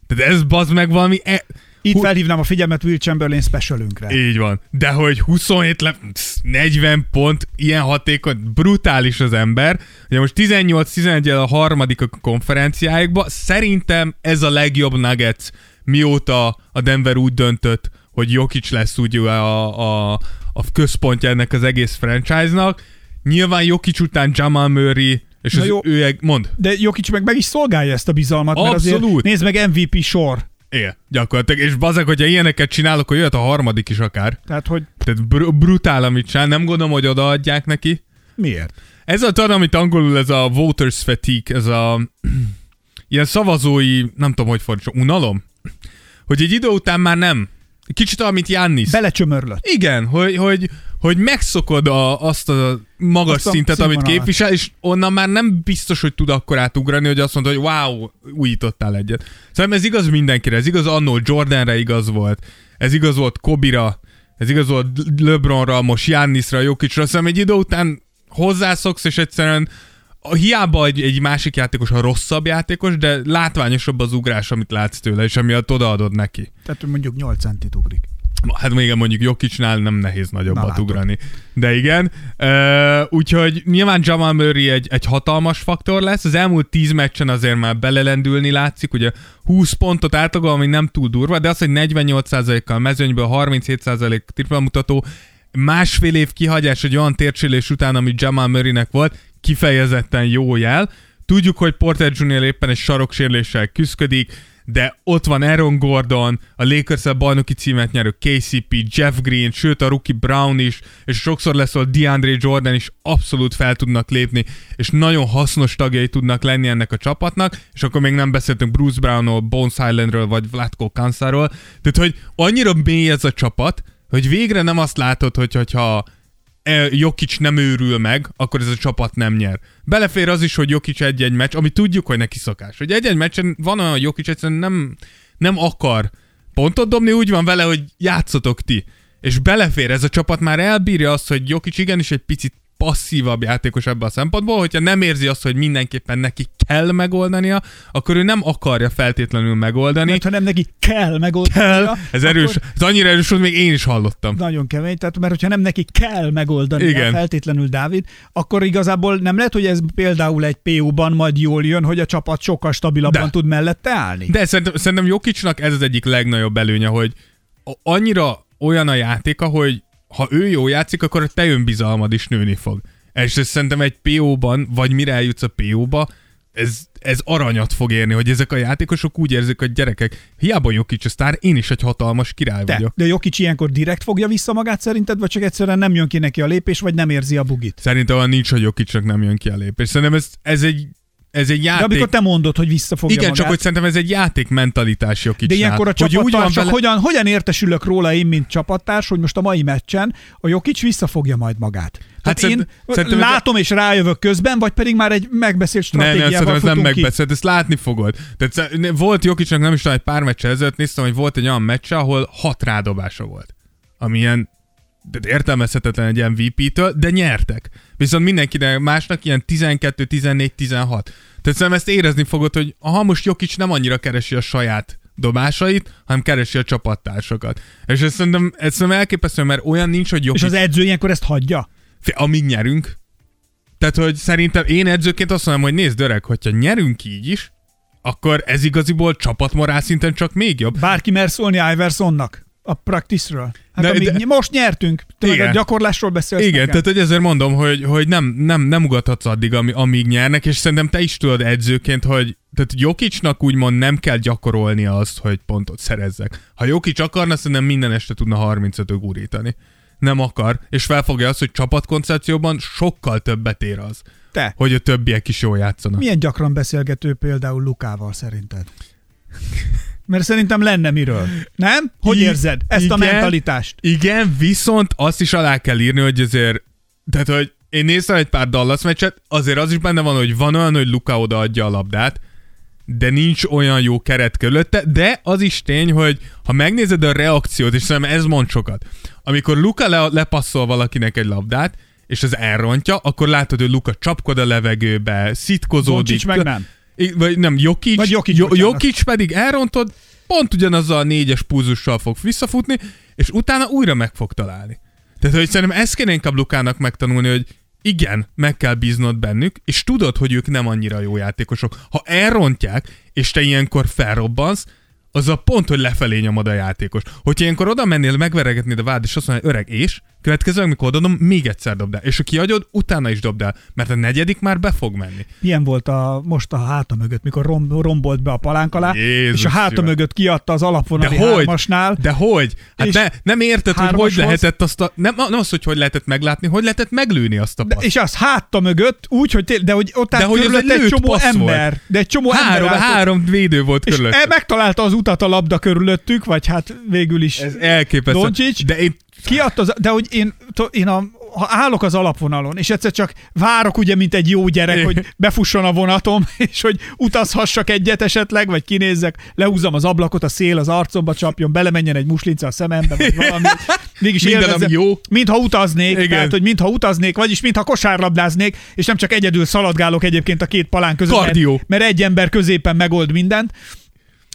Tehát ez bazd meg valami... E-
Itt
Hú-
felhívnám a figyelmet Will Chamberlain specialünkre.
így van. De hogy 27 le... psz, 40 pont, ilyen hatékony, brutális az ember. Ugye most 18-11 el a harmadik a konferenciáikba. Szerintem ez a legjobb Nuggets, mióta a Denver úgy döntött, hogy Jokic lesz úgy a, a, a központja ennek az egész franchise-nak. Nyilván Jokic után Jamal Murray, és
Na
az
jó.
ő, mond,
De Jokic meg meg is szolgálja ezt a bizalmat, mert
Abszolút.
azért nézd meg MVP sor.
igen, gyakorlatilag. És bazeg, hogyha ilyeneket csinálok, akkor jöhet a harmadik is akár.
Tehát, hogy
Tehát br- brutál, amit csinál. Nem gondolom, hogy odaadják neki.
miért?
Ez a tan, amit angolul ez a voters fatigue, ez a ilyen szavazói, nem tudom, hogy fordítsam, unalom? Hogy egy idő után már nem. Kicsit olyan, mint Jannis.
Belecsömörlött.
Igen, hogy, hogy, hogy megszokod a, azt a magas
Azt a
azt szintet, amit
színvonalat.
képvisel, és onnan már nem biztos, hogy tud akkor átugrani, hogy azt mondod, hogy wow, újítottál egyet. Szerintem ez igaz mindenkire, ez igaz annó Jordanre igaz volt, ez igaz volt Kobira, ez igaz volt Lebronra, most Jannisra, Jokicsra, szerintem egy idő után hozzászoksz, és egyszerűen a- hiába egy, egy másik játékos a rosszabb játékos, de látványosabb az ugrás, amit látsz tőle, és amiatt odaadod neki.
Tehát mondjuk 8 centit ugrik.
Hát még mondjuk Jokicsnál nem nehéz
Na,
nagyobbat
látod.
Na, ugrani. De igen. Ö, úgyhogy nyilván Jamal Murray egy, egy hatalmas faktor lesz. Az elmúlt 10 meccsen azért már belelendülni látszik. Ugye 20 pontot átlagol, ami nem túl durva, de az, hogy 48%-kal mezőnyből, 37% tripla mutató, másfél év kihagyás egy olyan tércsélés után, ami Jamal Murraynek volt, kifejezetten jó jel. Tudjuk, hogy Porter Jr. éppen egy saroksérléssel küzdik, de ott van Aaron Gordon, a lakers bajnoki címet nyerő KCP, Jeff Green, sőt a rookie Brown is, és sokszor lesz a DeAndre Jordan is abszolút fel tudnak lépni, és nagyon hasznos tagjai tudnak lenni ennek a csapatnak, és akkor még nem beszéltünk Bruce Brownról, Bones Highlandről, vagy Vlatko Kansáról, tehát hogy annyira mély ez a csapat, hogy végre nem azt látod, hogy, hogyha e, Jokic nem őrül meg, akkor ez a csapat nem nyer. Belefér az is, hogy Jokic egy-egy meccs, ami tudjuk, hogy neki szokás. Hogy egy-egy meccsen van olyan, hogy Jokic egyszerűen nem, nem akar pontot dobni, úgy van vele, hogy játszotok ti. És belefér, ez a csapat már elbírja azt, hogy Jokic igenis egy picit passzívabb játékos ebben a szempontból, hogyha nem érzi azt, hogy mindenképpen neki kell megoldania, akkor ő nem akarja feltétlenül megoldani.
Mert ha nem neki kell megoldania,
Kell. Ez erős, ez annyira erős, hogy még én is hallottam.
Nagyon kemény, tehát mert hogyha nem neki kell megoldani
Igen.
feltétlenül Dávid, akkor igazából nem lehet, hogy ez például egy PU-ban majd jól jön, hogy a csapat sokkal stabilabban
De.
tud mellette állni.
De szerintem, szerintem Jokicsnak ez az egyik legnagyobb előnye, hogy a- annyira olyan a játéka, hogy ha ő jó játszik, akkor a te önbizalmad is nőni fog. És ez szerintem egy PO-ban, vagy mire eljutsz a PO-ba, ez, ez aranyat fog érni, hogy ezek a játékosok úgy érzik, hogy gyerekek, hiába Jokic a sztár, én is egy hatalmas király
Te,
vagyok.
de Jokic ilyenkor direkt fogja vissza magát szerinted, vagy csak egyszerűen nem jön ki neki a lépés, vagy nem érzi a bugit?
Szerintem olyan nincs, hogy Jokicsnak nem jön ki a lépés. Szerintem ez, ez egy ez egy
De
játék.
amikor te mondod, hogy visszafogja
Hát Igen,
magát,
csak hogy szerintem ez egy játék mentalitás
de
Jokicsnál.
ilyenkor a
hát, hogy úgy van
csapattársak,
vele-
hogyan, hogyan értesülök róla én, mint csapattárs, hogy most a mai meccsen a Jokic visszafogja majd magát? Hát
szerint-
én
szerintem ez a-
látom és rájövök közben, vagy pedig már egy megbeszélt
Ne, ne,
stratégiával
szerintem ez nem
futunk ki.
megbeszélt, ezt látni fogod. Tehát sze- ne- volt Jokicsnak nem is tudom, egy pár meccse ezelőtt néztem, hogy volt egy olyan meccse, ahol hat rádobása volt. Ami ilyen de értelmezhetetlen egy MVP-től, de nyertek. Viszont mindenkinek másnak ilyen 12, 14, 16. Tehát szerintem ezt érezni fogod, hogy aha, most Jokic nem annyira keresi a saját dobásait, hanem keresi a csapattársakat. És ezt szerintem, ezt szerintem elképesztő, mert olyan nincs, hogy Jokic
És az edző ilyenkor ezt hagyja?
Fi- amíg nyerünk. Tehát, hogy szerintem én edzőként azt mondom, hogy nézd öreg, hogyha nyerünk így is, akkor ez igaziból csapatmorál szinten csak még jobb.
Bárki mer szólni Iversonnak a practice-ről. Hát
De-
amíg
de-
ny- most nyertünk, te meg a
Igen.
gyakorlásról beszélsz
Igen,
nekem.
tehát hogy ezért mondom, hogy, hogy nem, nem, nem ugathatsz addig, ami, amíg nyernek, és szerintem te is tudod edzőként, hogy tehát Jokicsnak úgymond nem kell gyakorolnia azt, hogy pontot szerezzek. Ha Jokics akarna, szerintem minden este tudna 35-ög gurítani. Nem akar, és felfogja azt, hogy csapatkoncepcióban sokkal többet ér az,
Te.
hogy a többiek is jól játszanak.
Milyen gyakran beszélgető például Lukával szerinted? Mert szerintem lenne miről. Nem? Hogy
I-
érzed ezt a
igen,
mentalitást?
Igen, viszont azt is alá kell írni, hogy azért, tehát hogy én néztem egy pár Dallas meccset, azért az is benne van, hogy van olyan, hogy Luka odaadja a labdát, de nincs olyan jó keret körülötte, de az is tény, hogy ha megnézed a reakciót, és szerintem ez mond sokat, amikor Luka le- lepasszol valakinek egy labdát, és ez elrontja, akkor látod, hogy Luka csapkod a levegőbe, szitkozódik.
Doncic meg nem.
I- Vagy nem, Jokic.
Vagy Jokic,
Jo-
bocsánat.
Jokic pedig elrontod, pont ugyanazzal a négyes púzussal fog visszafutni, és utána újra meg fog találni. Tehát, hogy szerintem ezt kéne inkább Lukának megtanulni, hogy igen, meg kell bíznod bennük, és tudod, hogy ők nem annyira jó játékosok. Ha elrontják, és te ilyenkor felrobbansz, az a pont, hogy lefelé nyomod a játékos. Hogyha ilyenkor oda mennél, megveregetnéd a vád, és azt mondja, öreg, és következő, amikor odadom, még egyszer dobd el. És ha kiadod, utána is dobd el, mert a negyedik már be fog menni.
Ilyen volt a, most a háta mögött, mikor rom, rombolt be a palánk alá,
Jézus
és a háta
szíves.
mögött kiadta az alapvonali
De hogy?
hármasnál.
De hogy? Hát
És
ne, nem érted, hogy hogy
hármashoz?
lehetett azt a... Nem, nem az, hogy hogy lehetett meglátni, hogy lehetett meglőni azt a
De,
paszt.
és az hátta mögött, úgy, hogy tél, de hogy ott
De
állt
hogy ez
körülött
egy
egy
lőtt
csomó
passz volt.
ember. De egy csomó
Három,
ember állt ott,
három védő volt
És
körülött.
el megtalálta az utat a labda körülöttük, vagy hát végül is.
Ez elképesztő.
Doncic?
De én
Kiadta az, de hogy én, to- én a, ha állok az alapvonalon, és egyszer csak várok ugye, mint egy jó gyerek, hogy befusson a vonatom, és hogy utazhassak egyet esetleg, vagy kinézzek, lehúzom az ablakot, a szél az arcomba csapjon, belemenjen egy muslinca a szemembe, vagy valami. Mégis
Minden,
élvezem,
ami jó.
Mintha utaznék,
Igen.
Igen. tehát, hogy mintha utaznék, vagyis mintha kosárlabdáznék, és nem csak egyedül szaladgálok egyébként a két palán között,
Kardió.
mert, mert egy ember középen megold mindent,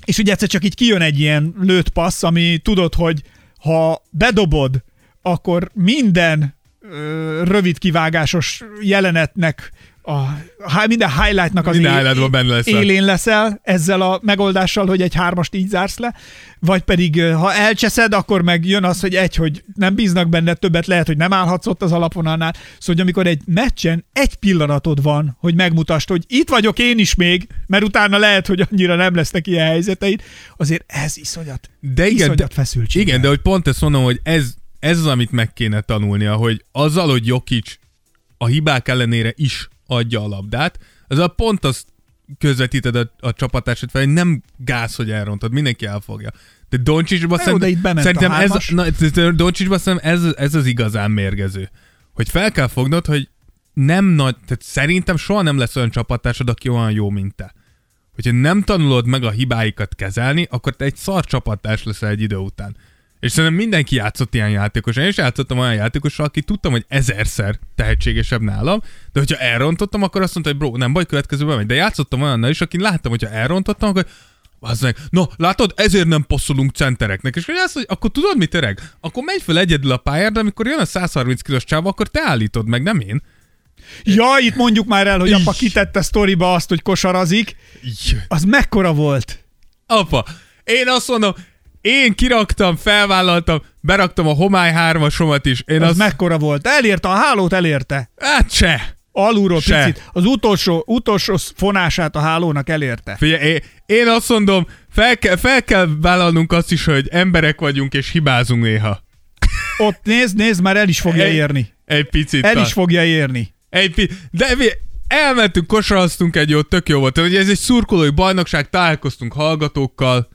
és ugye egyszer csak így kijön egy ilyen lőtt passz, ami tudod, hogy ha bedobod, akkor minden ö, rövid kivágásos jelenetnek, a, há- minden highlightnak az
Minden highlightban benne leszel.
élén leszel ezzel a megoldással, hogy egy hármast így zársz le, vagy pedig ö, ha elcseszed, akkor meg jön az, hogy egy, hogy nem bíznak benne többet, lehet, hogy nem állhatsz ott az alapvonalnál. Szóval, hogy amikor egy meccsen egy pillanatod van, hogy megmutasd, hogy itt vagyok én is még, mert utána lehet, hogy annyira nem lesznek ilyen helyzeteid, azért ez iszonyat,
De igen, de,
iszonyat feszültség.
igen, de hogy pont ezt mondom, hogy ez, ez az, amit meg kéne tanulnia, hogy azzal, hogy Jokic a hibák ellenére is adja a labdát, az a pont azt közvetíted a, a csapatásod fel, hogy nem gáz, hogy elrontod, mindenki elfogja. De Doncsicsba
Na jó, de itt bement a
szerintem ez,
hármas.
na, de Doncsicsba szerintem ez, ez az igazán mérgező. Hogy fel kell fognod, hogy nem nagy, tehát szerintem soha nem lesz olyan csapattársad, aki olyan jó, mint te hogyha nem tanulod meg a hibáikat kezelni, akkor te egy szar csapattárs leszel egy idő után. És szerintem mindenki játszott ilyen játékos. Én is játszottam olyan játékossal, aki tudtam, hogy ezerszer tehetségesebb nálam, de hogyha elrontottam, akkor azt mondta, hogy bro, nem baj, következőben megy. De játszottam olyannal is, akin láttam, hogyha elrontottam, akkor az meg, no, látod, ezért nem passzolunk centereknek. És hogy azt, hogy akkor tudod mit, öreg? Akkor menj fel egyedül a pályára, de amikor jön a 130 kilós csáva, akkor te állítod meg, nem én.
Ja, itt mondjuk már el, hogy apa
Így.
kitette sztoriba azt, hogy kosarazik,
Jö.
az mekkora volt?
apa, én azt mondom, én kiraktam, felvállaltam, beraktam a homály hármasomat is. Én
Az,
azt... Meg...
mekkora volt? Elérte, a hálót elérte.
Hát se!
Alulról
Se.
picit. Az utolsó, utolsó fonását a hálónak elérte.
Figyelj, én, én azt mondom, fel kell, fel kell vállalnunk azt is, hogy emberek vagyunk és hibázunk néha.
Ott nézd, nézd, már el is fogja
Egy-
érni.
Egy picit.
El
talán.
is fogja érni.
Egy pi- De mi elmentünk, kosaraztunk egy jót, tök jó volt. Ugye ez egy szurkolói bajnokság, találkoztunk hallgatókkal,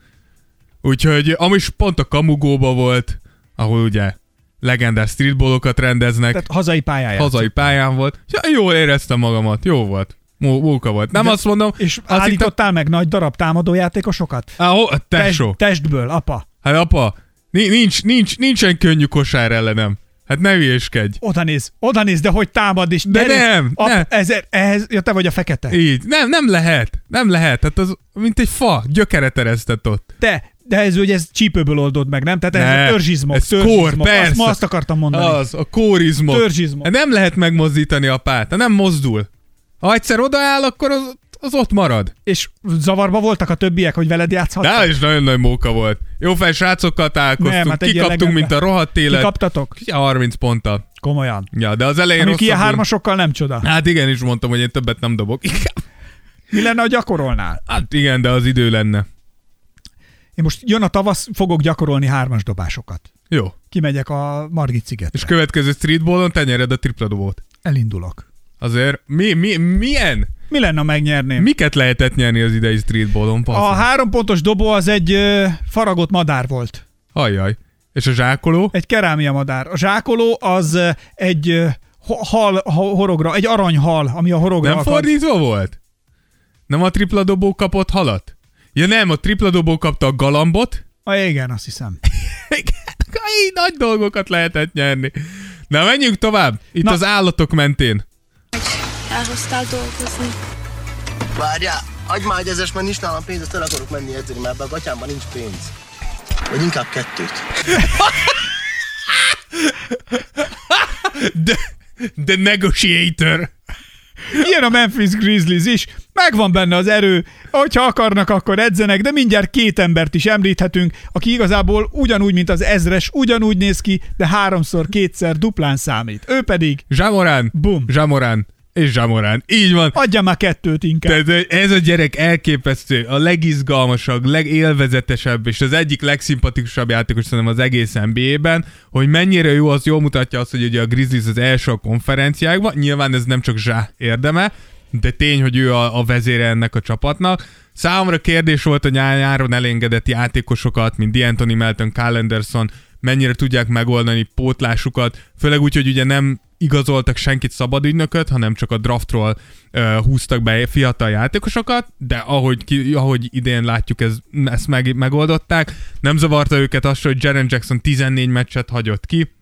úgyhogy ami is pont a kamugóba volt, ahol ugye legendás streetballokat rendeznek.
Tehát hazai pályáján.
hazai pályán volt. Ja, jól éreztem magamat, jó volt. Mó- Móka volt. Nem
De-
azt mondom, azt
És
hittem-
állítottál meg nagy darab támadójátékosokat?
Á, ho- tesó.
Test, testből, apa.
Hát apa, ni- nincs, nincs, nincsen könnyű kosár ellenem. Hát ne hülyéskedj.
Oda néz, oda néz, de hogy támad is.
De nem,
Apa,
nem.
Ezért, ehhez, ja, te vagy a fekete.
Így. Nem, nem lehet. Nem lehet. Hát az, mint egy fa, gyökeret eresztett ott.
Te, de ez ugye ez csípőből oldod meg, nem? Tehát
Ne,
ez törzsizmok,
ez
törzsizmok.
kór, persze.
Azt, ma azt akartam mondani.
Az, a kórizmok.
Törzsizmok.
Hát nem lehet megmozdítani a pát. Hát nem mozdul. Ha egyszer odaáll, akkor az, az ott marad.
És zavarba voltak a többiek, hogy veled játszhattak?
De is nagyon nagy móka volt. Jó fel, srácokkal találkoztunk,
Nem, hát egy ilyen
kikaptunk, mint a
legenda.
rohadt élet.
Kikaptatok?
Ja, 30 ponttal.
Komolyan.
Ja, de az elején
Ami ki a
rosszabbul-
hármasokkal nem csoda.
Hát igen, is mondtam, hogy én többet nem dobok.
Mi lenne, ha gyakorolnál?
Hát igen, de az idő lenne.
Én most jön a tavasz, fogok gyakorolni hármas dobásokat.
Jó.
Kimegyek a Margit szigetre.
És következő streetballon te nyered a tripla dobót.
elindulok.
Azért mi, mi, milyen?
Mi lenne, ha megnyerném?
Miket lehetett nyerni az idei streetballon?
A
A...
három pontos dobó az egy ö, faragott madár volt.
Ajjaj. És a zsákoló?
Egy kerámia madár. A zsákoló az ö, egy ö, ho- hal, ho- horogra, egy aranyhal, ami a horogra
Nem
akad.
fordítva volt? Nem a tripla dobó kapott halat? Ja nem, a tripla dobó kapta a galambot,
A, Ah, igen, azt hiszem.
Igen, így nagy dolgokat lehetett nyerni. Na, menjünk tovább. Itt Na.
Na.
az állatok mentén.
Elhoztál dolgozni.
Várjál, adj már egy ezes, mert nincs nálam pénz, azt el akarok menni edzeni, mert ebben a gatyámban nincs pénz. Vagy inkább kettőt.
The Negotiator.
Ilyen a Memphis Grizzlies is, megvan benne az erő, hogyha akarnak, akkor edzenek, de mindjárt két embert is említhetünk, aki igazából ugyanúgy, mint az ezres, ugyanúgy néz ki, de háromszor, kétszer duplán számít. Ő pedig,
Zsamorán,
bum,
Zsamorán és Zsamorán. Így van.
adja már kettőt inkább.
Tehát ez a gyerek elképesztő, a legizgalmasabb, legélvezetesebb és az egyik legszimpatikusabb játékos szerintem az egész NBA-ben, hogy mennyire jó, az jól mutatja azt, hogy ugye a Grizzlies az első a konferenciákban, nyilván ez nem csak zsá érdeme, de tény, hogy ő a, a vezére ennek a csapatnak. Számomra kérdés volt a nyá- nyáron elengedett játékosokat, mint D'Antoni Melton, Kyle Anderson, mennyire tudják megoldani pótlásukat, főleg úgy, hogy ugye nem igazoltak senkit szabad ügynököt, hanem csak a draftról ö, húztak be fiatal játékosokat, de ahogy, ki, ahogy idén látjuk, ez, ezt meg, megoldották. Nem zavarta őket az, se, hogy Jaren Jackson 14 meccset hagyott ki,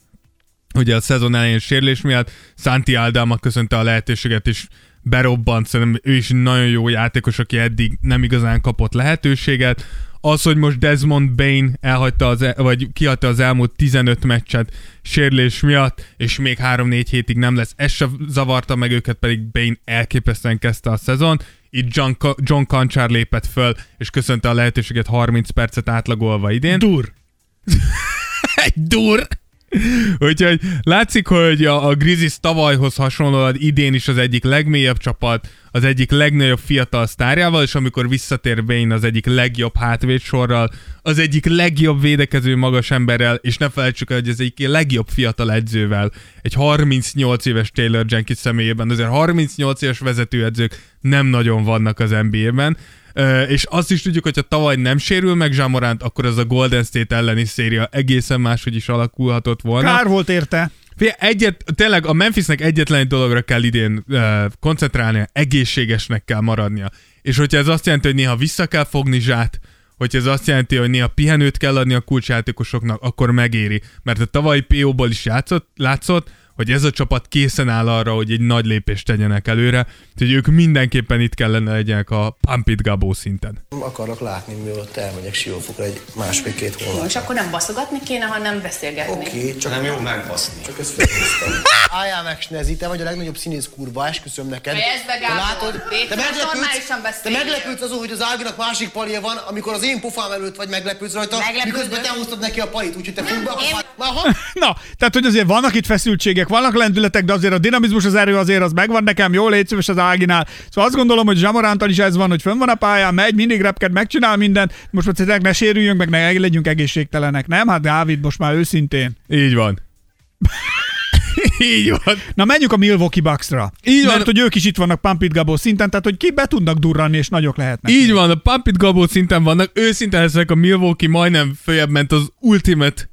ugye a szezon elején sérülés miatt Santi Aldama köszönte a lehetőséget, és berobbant, szerintem ő is nagyon jó játékos, aki eddig nem igazán kapott lehetőséget. Az, hogy most Desmond Bain elhagyta az, el- vagy kiadta az elmúlt 15 meccset sérülés miatt, és még 3-4 hétig nem lesz, ez se zavarta meg őket, pedig Bain elképesztően kezdte a szezon. Itt John, Ka- John Kancsár lépett föl, és köszönte a lehetőséget 30 percet átlagolva idén.
Dur.
Egy dur! Úgyhogy látszik, hogy a, a Grizzlies tavalyhoz hasonlóan idén is az egyik legmélyebb csapat, az egyik legnagyobb fiatal sztárjával, és amikor visszatér Bane az egyik legjobb hátvédsorral, az egyik legjobb védekező magas emberrel, és ne felejtsük el, hogy ez egyik legjobb fiatal edzővel, egy 38 éves Taylor Jenkins személyében, azért 38 éves vezetőedzők nem nagyon vannak az NBA-ben, Ö, és azt is tudjuk, hogy ha tavaly nem sérül meg Zsámoránt, akkor ez a Golden State elleni széria egészen máshogy is alakulhatott volna.
Kár volt érte.
Figyelj, egyet, tényleg a Memphisnek egyetlen egy dologra kell idén ö, koncentrálnia, egészségesnek kell maradnia. És hogyha ez azt jelenti, hogy néha vissza kell fogni zsát, hogyha ez azt jelenti, hogy néha pihenőt kell adni a kulcsjátékosoknak, akkor megéri. Mert a tavalyi PO-ból is játszott, látszott, hogy ez a csapat készen áll arra, hogy egy nagy lépést tegyenek előre, hogy ők mindenképpen itt kellene legyenek a Pump It Gabó szinten.
Akarlak látni, mielőtt elmegyek Siófokra egy másfél-két hónap.
És akkor nem baszogatni kéne, hanem beszélgetni.
Oké, csak nem jó megbaszni. Csak ezt felhoztam. Álljál meg, Snezi, te vagy a legnagyobb színész kurva, esküszöm neked.
Fejezd be,
Te
Gábor.
látod,
Légy
te
szíves,
meglepődsz,
normálisan
te
beszélj.
meglepődsz azon, hogy az Áginak másik palia van, amikor az én pofám előtt vagy meglepődsz rajta,
Meglepődök.
miközben te hoztad neki a palit, úgyhogy te fogd be a
én-
fát. Már ha-
Na, tehát hogy azért vannak itt feszültségek, vannak lendületek, de azért a dinamizmus, az erő azért az megvan nekem, jól légy szíves az Áginál. Szóval azt gondolom, hogy Zsamorántal is ez van, hogy fönn van a pályán, megy, mindig repked, megcsinál mindent, most már tényleg ne sérüljünk, meg ne legyünk egészségtelenek, nem? Hát Dávid, most már őszintén.
Így van. Így van.
Na menjünk a Milwaukee Bucksra.
Így van.
Mert hogy ők is itt vannak Pampit Gabó szinten, tehát hogy ki be tudnak durranni, és nagyok lehetnek.
Így van, a Pump It Gabó szinten vannak, őszinte ezek a Milwaukee majdnem följebb ment az Ultimate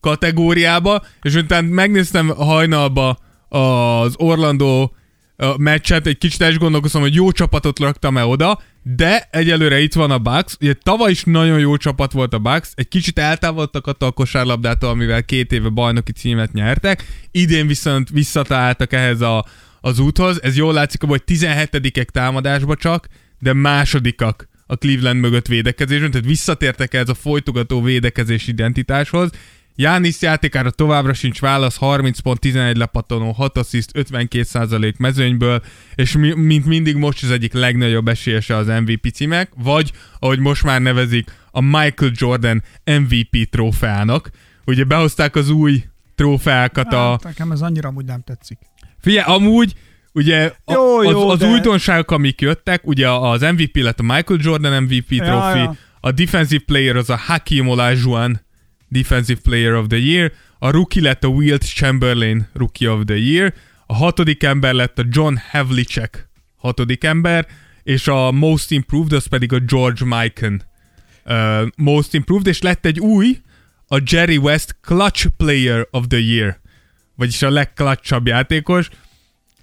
kategóriába, és utána megnéztem hajnalba az Orlando ö, meccset, egy kicsit el is gondolkoztam, hogy jó csapatot raktam-e oda, de egyelőre itt van a Bucks, ugye tavaly is nagyon jó csapat volt a Bucks, egy kicsit eltávolodtak attól a kosárlabdától, amivel két éve bajnoki címet nyertek, idén viszont visszataláltak ehhez a, az úthoz, ez jól látszik, hogy 17-ek támadásba csak, de másodikak a Cleveland mögött védekezésben, tehát visszatértek ez a folytogató védekezés identitáshoz. Jánisz játékára továbbra sincs válasz, 30 pont, 11 lepattanó, 6 assziszt, 52% mezőnyből, és mi, mint mindig most az egyik legnagyobb esélyese az MVP címek, vagy ahogy most már nevezik, a Michael Jordan MVP trófeának. Ugye behozták az új trófeákat a...
Hát, nekem ez annyira amúgy nem tetszik.
Figyelj, amúgy ugye a,
Jó,
az,
jó,
az
de-
újdonságok, amik jöttek, ugye az MVP lett a Michael Jordan MVP
Ja,
trófi,
ja.
a Defensive Player az a Hakim Olajuwon Defensive Player of the Year, a rookie lett a Wilt Chamberlain Rookie of the Year, a hatodik ember lett a John Havlicek hatodik ember, és a Most Improved az pedig a George Mikan uh, Most Improved, és lett egy új, a Jerry West Clutch Player of the Year, vagyis a legklacsabb játékos.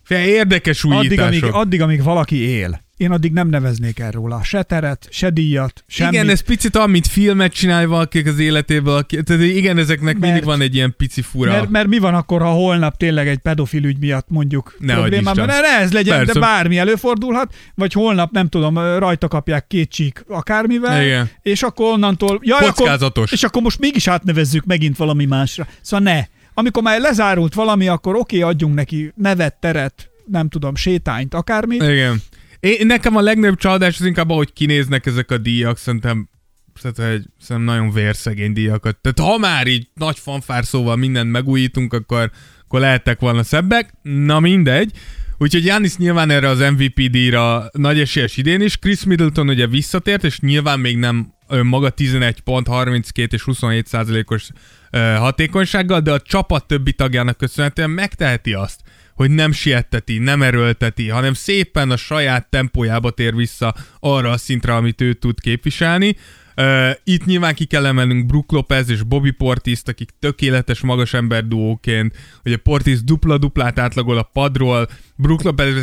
Fél érdekes
Addig amíg,
újítások.
addig, amíg valaki él, én addig nem neveznék el róla se teret, se díjat, semmit.
Igen, ez picit olyan, mint filmet csinál valaki az életéből. Aki, tehát igen, ezeknek Mert... mindig
Mert-
van egy ilyen pici fura.
Mert, mert mi van akkor, ha holnap tényleg egy pedofil ügy miatt mondjuk
Ne
ne
adj
problémám van?
Isten.
Ne, ne ez legyen,
Persze.
Persze. de bármi előfordulhat, vagy holnap, nem tudom, rajta kapják két csík akármivel,
Igen.
és akkor onnantól... Jaj, akkor,
Kockázatos.
és akkor most mégis átnevezzük megint valami másra. Szóval ne. Amikor már lezárult valami, akkor oké, okay, adjunk neki nevet, teret, nem tudom, sétányt, akármit.
Igen. Én, nekem a legnagyobb csalódás az inkább, ahogy kinéznek ezek a díjak, szerintem szerintem, egy, szerintem nagyon vérszegény díjakat. Tehát ha már így nagy fanfár szóval mindent megújítunk, akkor, akkor lehettek volna szebbek. Na mindegy. Úgyhogy Janis nyilván erre az MVP díjra nagy esélyes idén is. Chris Middleton ugye visszatért, és nyilván még nem maga 11 pont, 32 és 27 százalékos ö, hatékonysággal, de a csapat többi tagjának köszönhetően megteheti azt, hogy nem sietteti, nem erőlteti, hanem szépen a saját tempójába tér vissza arra a szintre, amit ő tud képviselni. Uh, itt nyilván ki kell emelnünk Brook Lopez és Bobby Portis, akik tökéletes magas ember duóként, ugye Portis dupla-duplát átlagol a padról, Brook Lopez,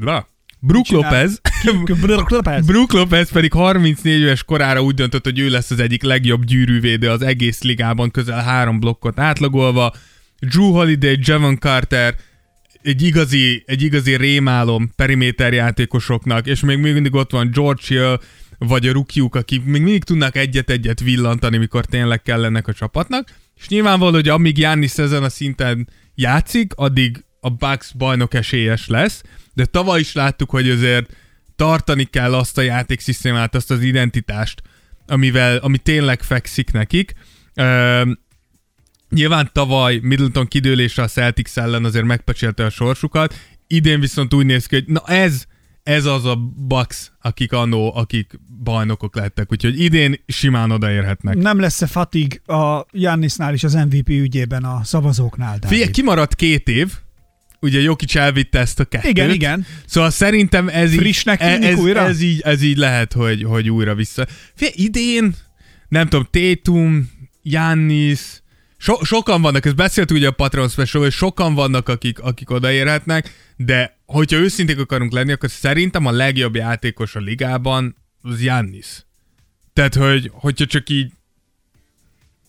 la, Brook
Csinál.
Lopez,
Brr, Lopez.
Brook Lopez pedig 34 éves korára úgy döntött, hogy ő lesz az egyik legjobb gyűrűvédő az egész ligában, közel három blokkot átlagolva. Drew Holiday, Javon Carter, egy igazi, egy igazi rémálom periméterjátékosoknak, és még mindig ott van George Hill, vagy a rukjuk, akik még mindig tudnak egyet-egyet villantani, mikor tényleg kell ennek a csapatnak. És nyilvánvaló, hogy amíg Jánisz ezen a szinten játszik, addig a Bucks bajnok esélyes lesz, de tavaly is láttuk, hogy azért tartani kell azt a játékszisztémát, azt az identitást, amivel, ami tényleg fekszik nekik. Üm, Nyilván tavaly Middleton kidőlése a Celtics ellen azért megpecsélte a sorsukat, idén viszont úgy néz ki, hogy na ez, ez az a Bucks, akik annó, akik bajnokok lettek, úgyhogy idén simán odaérhetnek.
Nem lesz-e fatig a Jannisnál is az MVP ügyében a szavazóknál? Dávid?
Figyelj, kimaradt két év, ugye Jokic elvitte ezt a kettőt.
Igen, igen.
Szóval szerintem ez így,
Frissnek
e-
tűnik
ez,
újra?
Ez, így, ez így lehet, hogy, hogy újra vissza. Figyelj, idén, nem tudom, Tétum, Jannis, so- sokan vannak, ezt beszéltük ugye a Patreon special hogy sokan vannak, akik, akik odaérhetnek, de hogyha őszinték akarunk lenni, akkor szerintem a legjobb játékos a ligában az Jannis. Tehát, hogy, hogyha csak így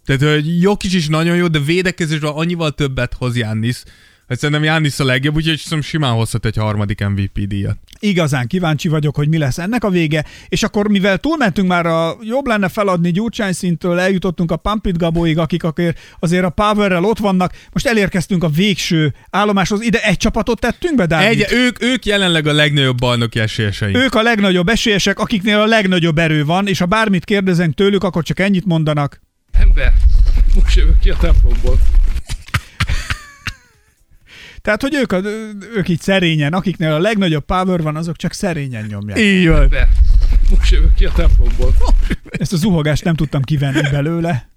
tehát, hogy Jokic is nagyon jó, de védekezésben annyival többet hoz Jannis, hogy szerintem Jannis a legjobb, úgyhogy szerintem simán hozhat egy harmadik MVP díjat.
Igazán kíváncsi vagyok, hogy mi lesz ennek a vége, és akkor mivel túlmentünk már a jobb lenne feladni Gyurcsány szintől, eljutottunk a Pampit Gabóig, akik akért- azért a Powerrel ott vannak, most elérkeztünk a végső állomáshoz, ide egy csapatot tettünk be, Dávid?
Egy, ők, ők jelenleg a legnagyobb bajnoki esélyeseink.
Ők a legnagyobb esélyesek, akiknél a legnagyobb erő van, és ha bármit kérdezünk tőlük, akkor csak ennyit mondanak.
Ember, most jövök ki a templomból.
Tehát, hogy ők, a, ők így szerényen, akiknél a legnagyobb power van, azok csak szerényen nyomják.
Így van.
Ember, most jövök ki a templomból.
Ezt a zuhogást nem tudtam kivenni belőle.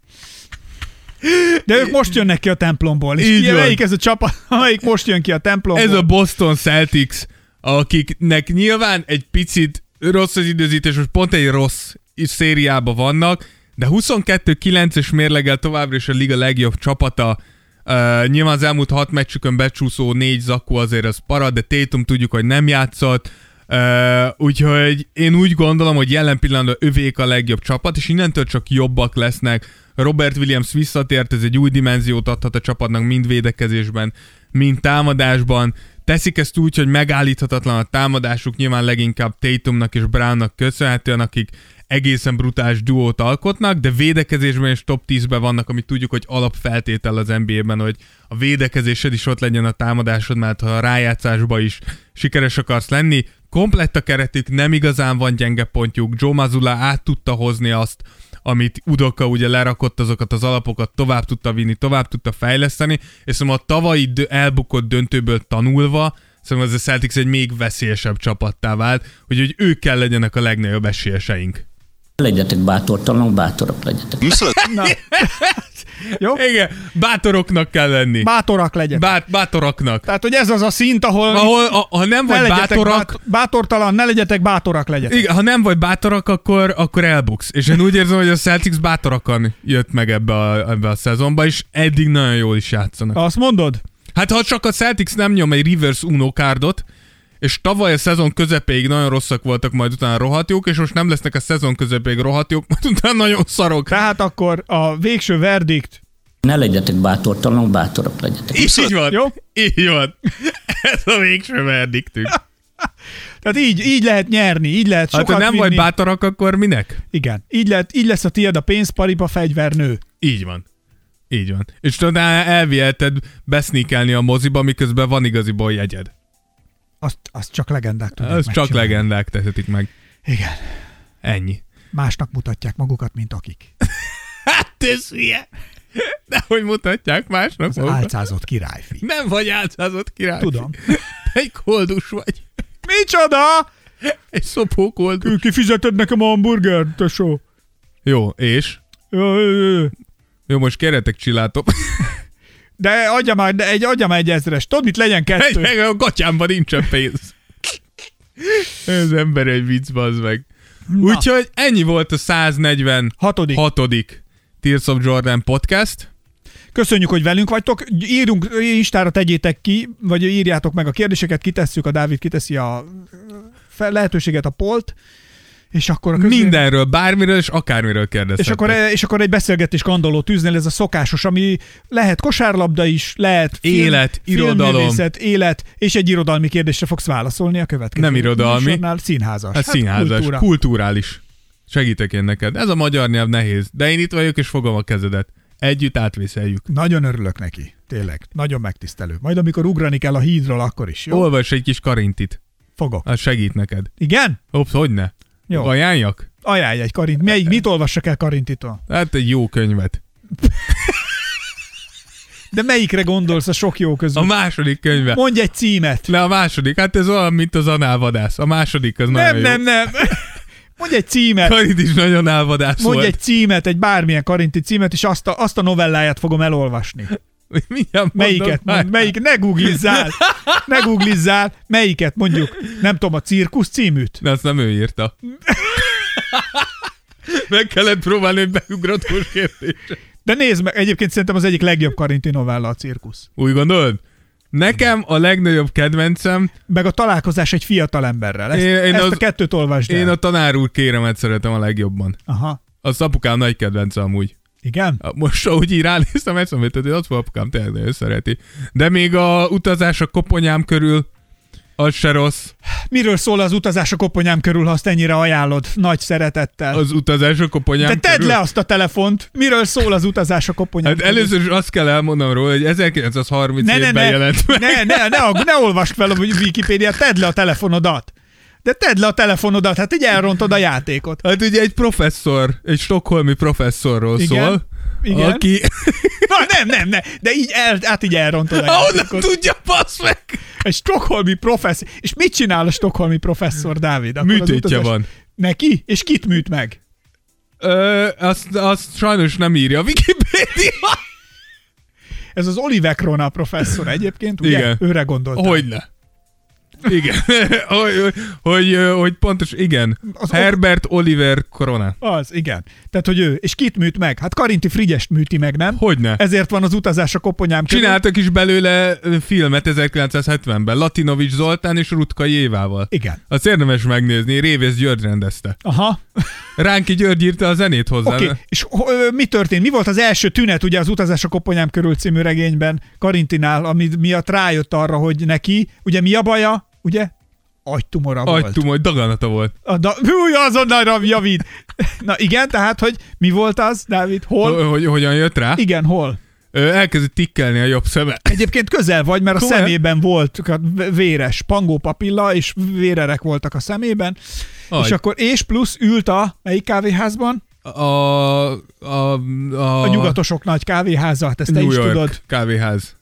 De ők most jönnek ki a templomból. És
Így
ki,
van.
melyik ez a csapat, amelyik most jön ki a templomból?
Ez a Boston Celtics, akiknek nyilván egy picit rossz az időzítés, most pont egy rossz is szériában vannak, de 22-9-es mérleggel továbbra is a liga legjobb csapata. Uh, nyilván az elmúlt hat meccsükön becsúszó négy zakó azért az para, de Tétum tudjuk, hogy nem játszott. Uh, úgyhogy én úgy gondolom, hogy jelen pillanatban övék a legjobb csapat, és innentől csak jobbak lesznek. Robert Williams visszatért, ez egy új dimenziót adhat a csapatnak mind védekezésben, mind támadásban. Teszik ezt úgy, hogy megállíthatatlan a támadásuk, nyilván leginkább Tatumnak és Brownnak köszönhetően, akik egészen brutális duót alkotnak, de védekezésben is top 10-ben vannak, amit tudjuk, hogy alapfeltétel az NBA-ben, hogy a védekezésed is ott legyen a támadásod, mert ha a rájátszásba is sikeres akarsz lenni, komplett a keretük, nem igazán van gyenge pontjuk, Joe Mazzulla át tudta hozni azt, amit Udoka ugye lerakott azokat az alapokat, tovább tudta vinni, tovább tudta fejleszteni, és szóval a tavalyi dö- elbukott döntőből tanulva, szerintem ez a Celtics egy még veszélyesebb csapattá vált, hogy, hogy ők kell legyenek a legnagyobb esélyeseink.
Legyetek bátortalanok, bátorak legyetek.
Jó?
Igen, bátoroknak kell lenni.
Bátorak legyetek.
Bát, bátoraknak.
Tehát, hogy ez az a szint, ahol,
Ahol, a, ha nem
ne
vagy
legyetek
bátorak,
bát- bátortalan, ne legyetek bátorak legyetek.
Igen, ha nem vagy bátorak, akkor, akkor elbuksz. És én úgy érzem, hogy a Celtics bátorakan jött meg ebbe a, ebbe a szezonba, és eddig nagyon jól is játszanak.
Azt mondod?
Hát ha csak a Celtics nem nyom egy reverse Uno kárdot, és tavaly a szezon közepéig nagyon rosszak voltak, majd utána rohadt jók, és most nem lesznek a szezon közepéig rohadt jók, majd utána nagyon szarok.
Tehát akkor a végső verdikt,
Ne legyetek bátortalanok, bátorak legyetek.
Így van.
Jó?
Így van. Ez a végső verdiktünk.
tehát így, így lehet nyerni, így lehet
Hát,
sokat
ha nem
vinni.
vagy bátorak, akkor minek?
Igen, így, lehet, így lesz a tiéd a pénzparipa fegyvernő.
Így van. Így van. És tudod, elviheted beszníkelni a moziba, miközben van igaziból jegyed.
Azt, azt csak legendák tudják
Ez csak
megcsinálni.
legendák tehetik meg.
Igen.
Ennyi.
Másnak mutatják magukat, mint akik.
Hát ez hülye! De hogy mutatják másnak
Az
magukat?
álcázott királyfi.
Nem vagy álcázott király.
Tudom.
Egy koldus vagy.
Micsoda?
Egy szopó koldus.
Kifizeted nekem a hamburgert, tesó?
Jó, és?
Jaj, jaj, jaj.
Jó, most keretek csilátom.
De adja már, de egy, adja már egy ezres. Tudod, mit legyen
Egy
kettő?
meg a gatyámban nincsen pénz. Ez ember egy vicc, bazd meg. Úgyhogy ennyi volt a 146.
Hatodik.
Tears of Jordan podcast.
Köszönjük, hogy velünk vagytok. Írunk, Instára tegyétek ki, vagy írjátok meg a kérdéseket, kitesszük, a Dávid kiteszi a fel, lehetőséget a polt, és akkor a közé-
Mindenről, bármiről és akármiről
És
kérdeztetek.
akkor, e- és akkor egy beszélgetés kandalló tűznél, ez a szokásos, ami lehet kosárlabda is, lehet film,
Élet, irodalom.
filmművészet, élet, és egy irodalmi kérdésre fogsz válaszolni a következő
Nem irodalmi.
műsornál. Színházas.
Hát színházas,
kultúra.
kultúra. kulturális. Segítek én neked. Ez a magyar nyelv nehéz, de én itt vagyok és fogom a kezedet. Együtt átvészeljük.
Nagyon örülök neki, tényleg. Nagyon megtisztelő. Majd amikor ugrani kell a hídról, akkor is, jó?
Olvas egy kis karintit.
Fogok.
Az segít neked.
Igen?
Ops, hogy ne?
Jó.
Ajánljak?
Ajánlj egy karint. Melyik,
eh.
mit olvassak el karintitól?
Hát egy jó könyvet.
De melyikre gondolsz a sok jó közül?
A második könyve.
Mondj egy címet.
Le a második, hát ez olyan, mint az análvadász. A második az
Nem,
nagyon
nem,
jó.
nem. Mondj egy címet.
Karit is nagyon álvadász
Mondj
volt.
egy címet, egy bármilyen karinti címet, és azt a, azt a novelláját fogom elolvasni.
Mindjárt mondom
Melyiket?
már.
Mond, melyik? Ne googlizzál! Ne googlizzál! Melyiket mondjuk? Nem tudom, a cirkusz címűt?
De azt nem ő írta. Meg kellett próbálni egy beugratós kérdést.
De nézd meg, egyébként szerintem az egyik legjobb karinti novella a cirkusz.
Úgy gondolod? Nekem a legnagyobb kedvencem,
Meg a találkozás egy fiatal emberrel. Ezt,
Én-
én,
én
én ezt
az-
a kettőt olvasd el.
én a tanár úr kéremet szeretem a legjobban.
Aha.
Az apukám nagy kedvence amúgy.
Igen?
A- Most ahogy így ránéztem, eszembe jutott, hogy az apukám tényleg nagyon szereti. De még a utazás a koponyám körül, az se rossz.
Miről szól az utazás a koponyám körül, ha azt ennyire ajánlod? Nagy szeretettel.
Az utazás a koponyám
Te tedd
körül.
le azt a telefont! Miről szól az utazás a koponyám
Hát
körül?
először is azt kell elmondanom róla, hogy 1937-ben jelent meg.
ne, ne, ne, ag- ne olvasd fel a Wikipédiát, tedd le a telefonodat. De tedd le a telefonodat, hát így elrontod a játékot.
Hát ugye egy professzor, egy stokholmi professzorról
Igen.
szól,
Igen.
aki...
Na, nem, nem, nem, de így, el, hát így elrontod a
Ahonnan
játékot.
tudja, basz meg!
Egy stokholmi professzor. És mit csinál a stokholmi professzor, Dávid? Akkor az
Műtétje
utazás-
van.
Neki? És kit műt meg?
Ö, azt, azt sajnos nem írja a Wikipédia.
Ez az Oliver Krona professzor egyébként, ugye?
Igen.
Őre gondoltam.
Hogyne. Igen. hogy, hogy- hogy, hogy pontos, igen.
Az
Herbert Oliver Corona.
Az, igen. Tehát, hogy ő. És kit műt meg? Hát Karinti Frigyest műti meg, nem?
Hogyne.
Ezért van az utazás a koponyám körül.
Csináltak is belőle ö, filmet 1970-ben, Latinovics Zoltán és Rutka Jévával.
Igen.
Azt érdemes megnézni, Révész György rendezte.
Aha.
Ránki György írta a zenét hozzá.
Oké, okay. és ö, mi történt? Mi volt az első tünet ugye az Utazás a koponyám körül című regényben Karintinál, ami miatt rájött arra, hogy neki, ugye mi a baja, ugye? Agytumora volt.
Agytum, hogy daganata volt.
A da- Hú, azonnal rab- javít. Na igen, tehát, hogy mi volt az, Dávid? Hol?
Hogy, hogy hogyan jött rá?
igen, hol?
Ö, Elkezdett tikkelni a jobb szeme.
Egyébként közel vagy, mert a
Komolyan?
szemében volt a véres pangópapilla, és vérerek voltak a szemében.
Aj.
És akkor, és plusz ült a melyik kávéházban?
A, a, a,
A, nyugatosok nagy kávéházat, ezt te
New
is
York
tudod.
kávéház.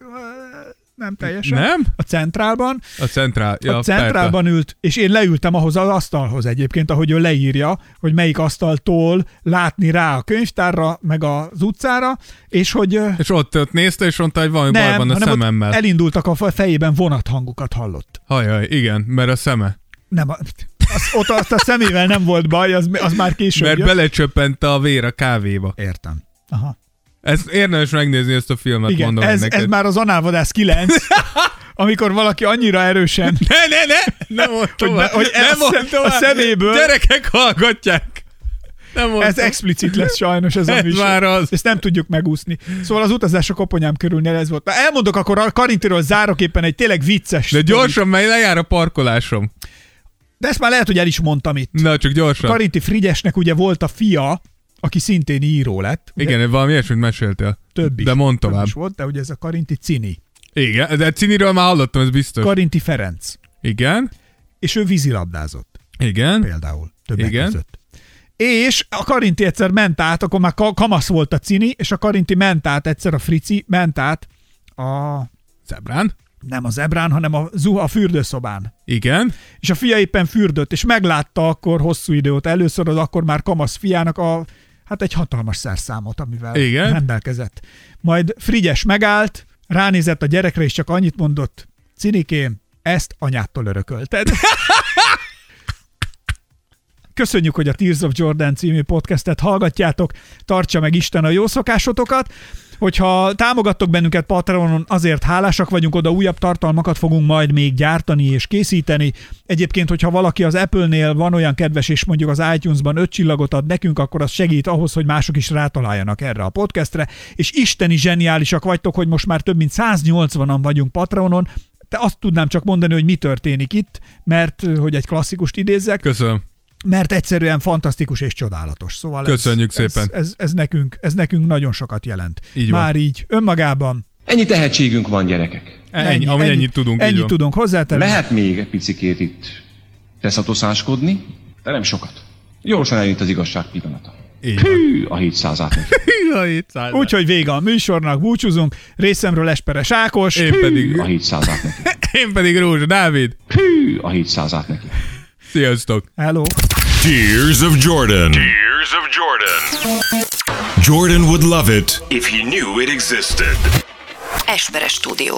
Nem teljesen.
Nem?
a centrálban,
A centrál.
ja,
Ja,
a centrálban ült, és én leültem ahhoz az asztalhoz egyébként, ahogy ő leírja, hogy melyik asztaltól látni rá a könyvtárra, meg az utcára, és hogy ö,
És ott, ott nézte, és mondta, hogy valami baj van a
hanem ott
szememmel. El...
elindultak a fa- fejében vonathangokat hallott.
Hajaj, igen, mert a szeme.
Nem, a- az, ott azt a szemével nem volt baj, az, az már később
Mert
jött.
belecsöppent a vér a kávéba.
Értem. Aha.
Ezt érdemes megnézni ezt a filmet,
Igen,
Hát mondom
ez,
neked.
ez már az análvadász 9, amikor valaki annyira erősen
Ne, ne, ne! Nem mondd
Hogy
tovább.
be- hogy
nem
a
mondd
szem- a
tovább.
szeméből-
Gyerekek hallgatják! Nem mondd
Ez
tovább.
explicit lesz sajnos ez a
Ez
műsor.
már az.
Ezt nem tudjuk megúszni. Szóval az utazás a koponyám körülnél ez volt. Na, elmondok akkor a Karintiról zárok éppen egy tényleg vicces.
De
sztorit.
gyorsan, mert lejár a parkolásom.
De ezt már lehet, hogy el is mondtam itt.
Na, csak gyorsan.
Karinti Frigyesnek ugye volt a fia, aki szintén író lett. Ugye
Igen, valami ilyesmit meséltél.
Több is.
De mondd
több
tovább.
is volt, de ugye ez a Karinti Cini.
Igen, de Ciniről már hallottam, ez biztos.
Karinti Ferenc.
Igen.
És ő vízilabdázott.
Igen.
Például. Többek
Igen.
között. És a Karinti egyszer ment át, akkor már ka- kamasz volt a cini, és a Karinti ment át, egyszer a Frici ment át a
Zebrán.
nem a zebrán, hanem a, zuha, a fürdőszobán.
Igen.
És a fia éppen fürdött, és meglátta akkor hosszú idő óta először az akkor már kamasz fiának a, hát egy hatalmas szerszámot, amivel
Igen.
rendelkezett. Majd Frigyes megállt, ránézett a gyerekre, és csak annyit mondott, cinikém, ezt anyától örökölted. Köszönjük, hogy a Tears of Jordan című podcastet hallgatjátok. Tartsa meg Isten a jó szokásotokat. Hogyha támogattok bennünket Patreonon, azért hálásak vagyunk, oda újabb tartalmakat fogunk majd még gyártani és készíteni. Egyébként, hogyha valaki az Apple-nél van olyan kedves, és mondjuk az iTunes-ban öt csillagot ad nekünk, akkor az segít ahhoz, hogy mások is rátaláljanak erre a podcastre. És isteni zseniálisak vagytok, hogy most már több mint 180-an vagyunk Patreonon, te azt tudnám csak mondani, hogy mi történik itt, mert hogy egy klasszikust idézzek,
Köszönöm.
mert egyszerűen fantasztikus és csodálatos. Szóval
Köszönjük
ez,
szépen.
Ez, ez, ez, nekünk, ez nekünk nagyon sokat jelent.
Így van.
Már így, önmagában.
Ennyi tehetségünk van, gyerekek.
Ennyi, ennyi, ami ennyit tudunk. így
Ennyit
van.
tudunk hozzátenni.
Lehet még egy picikét itt teszatozáskodni, de nem sokat. Gyorsan eljött az igazság pillanata.
Így van.
Hű, a 700-át neki.
Úgy,
Úgyhogy vége a műsornak, búcsúzunk. Részemről Esperes Ákos.
én pedig,
A 700-át neki.
én pedig Rózsa Dávid.
Hű, a 700-át neki.
Sziasztok.
Hello.
Tears of Jordan.
Tears of Jordan.
Jordan would love it.
If you knew it existed.
Esperes stúdió.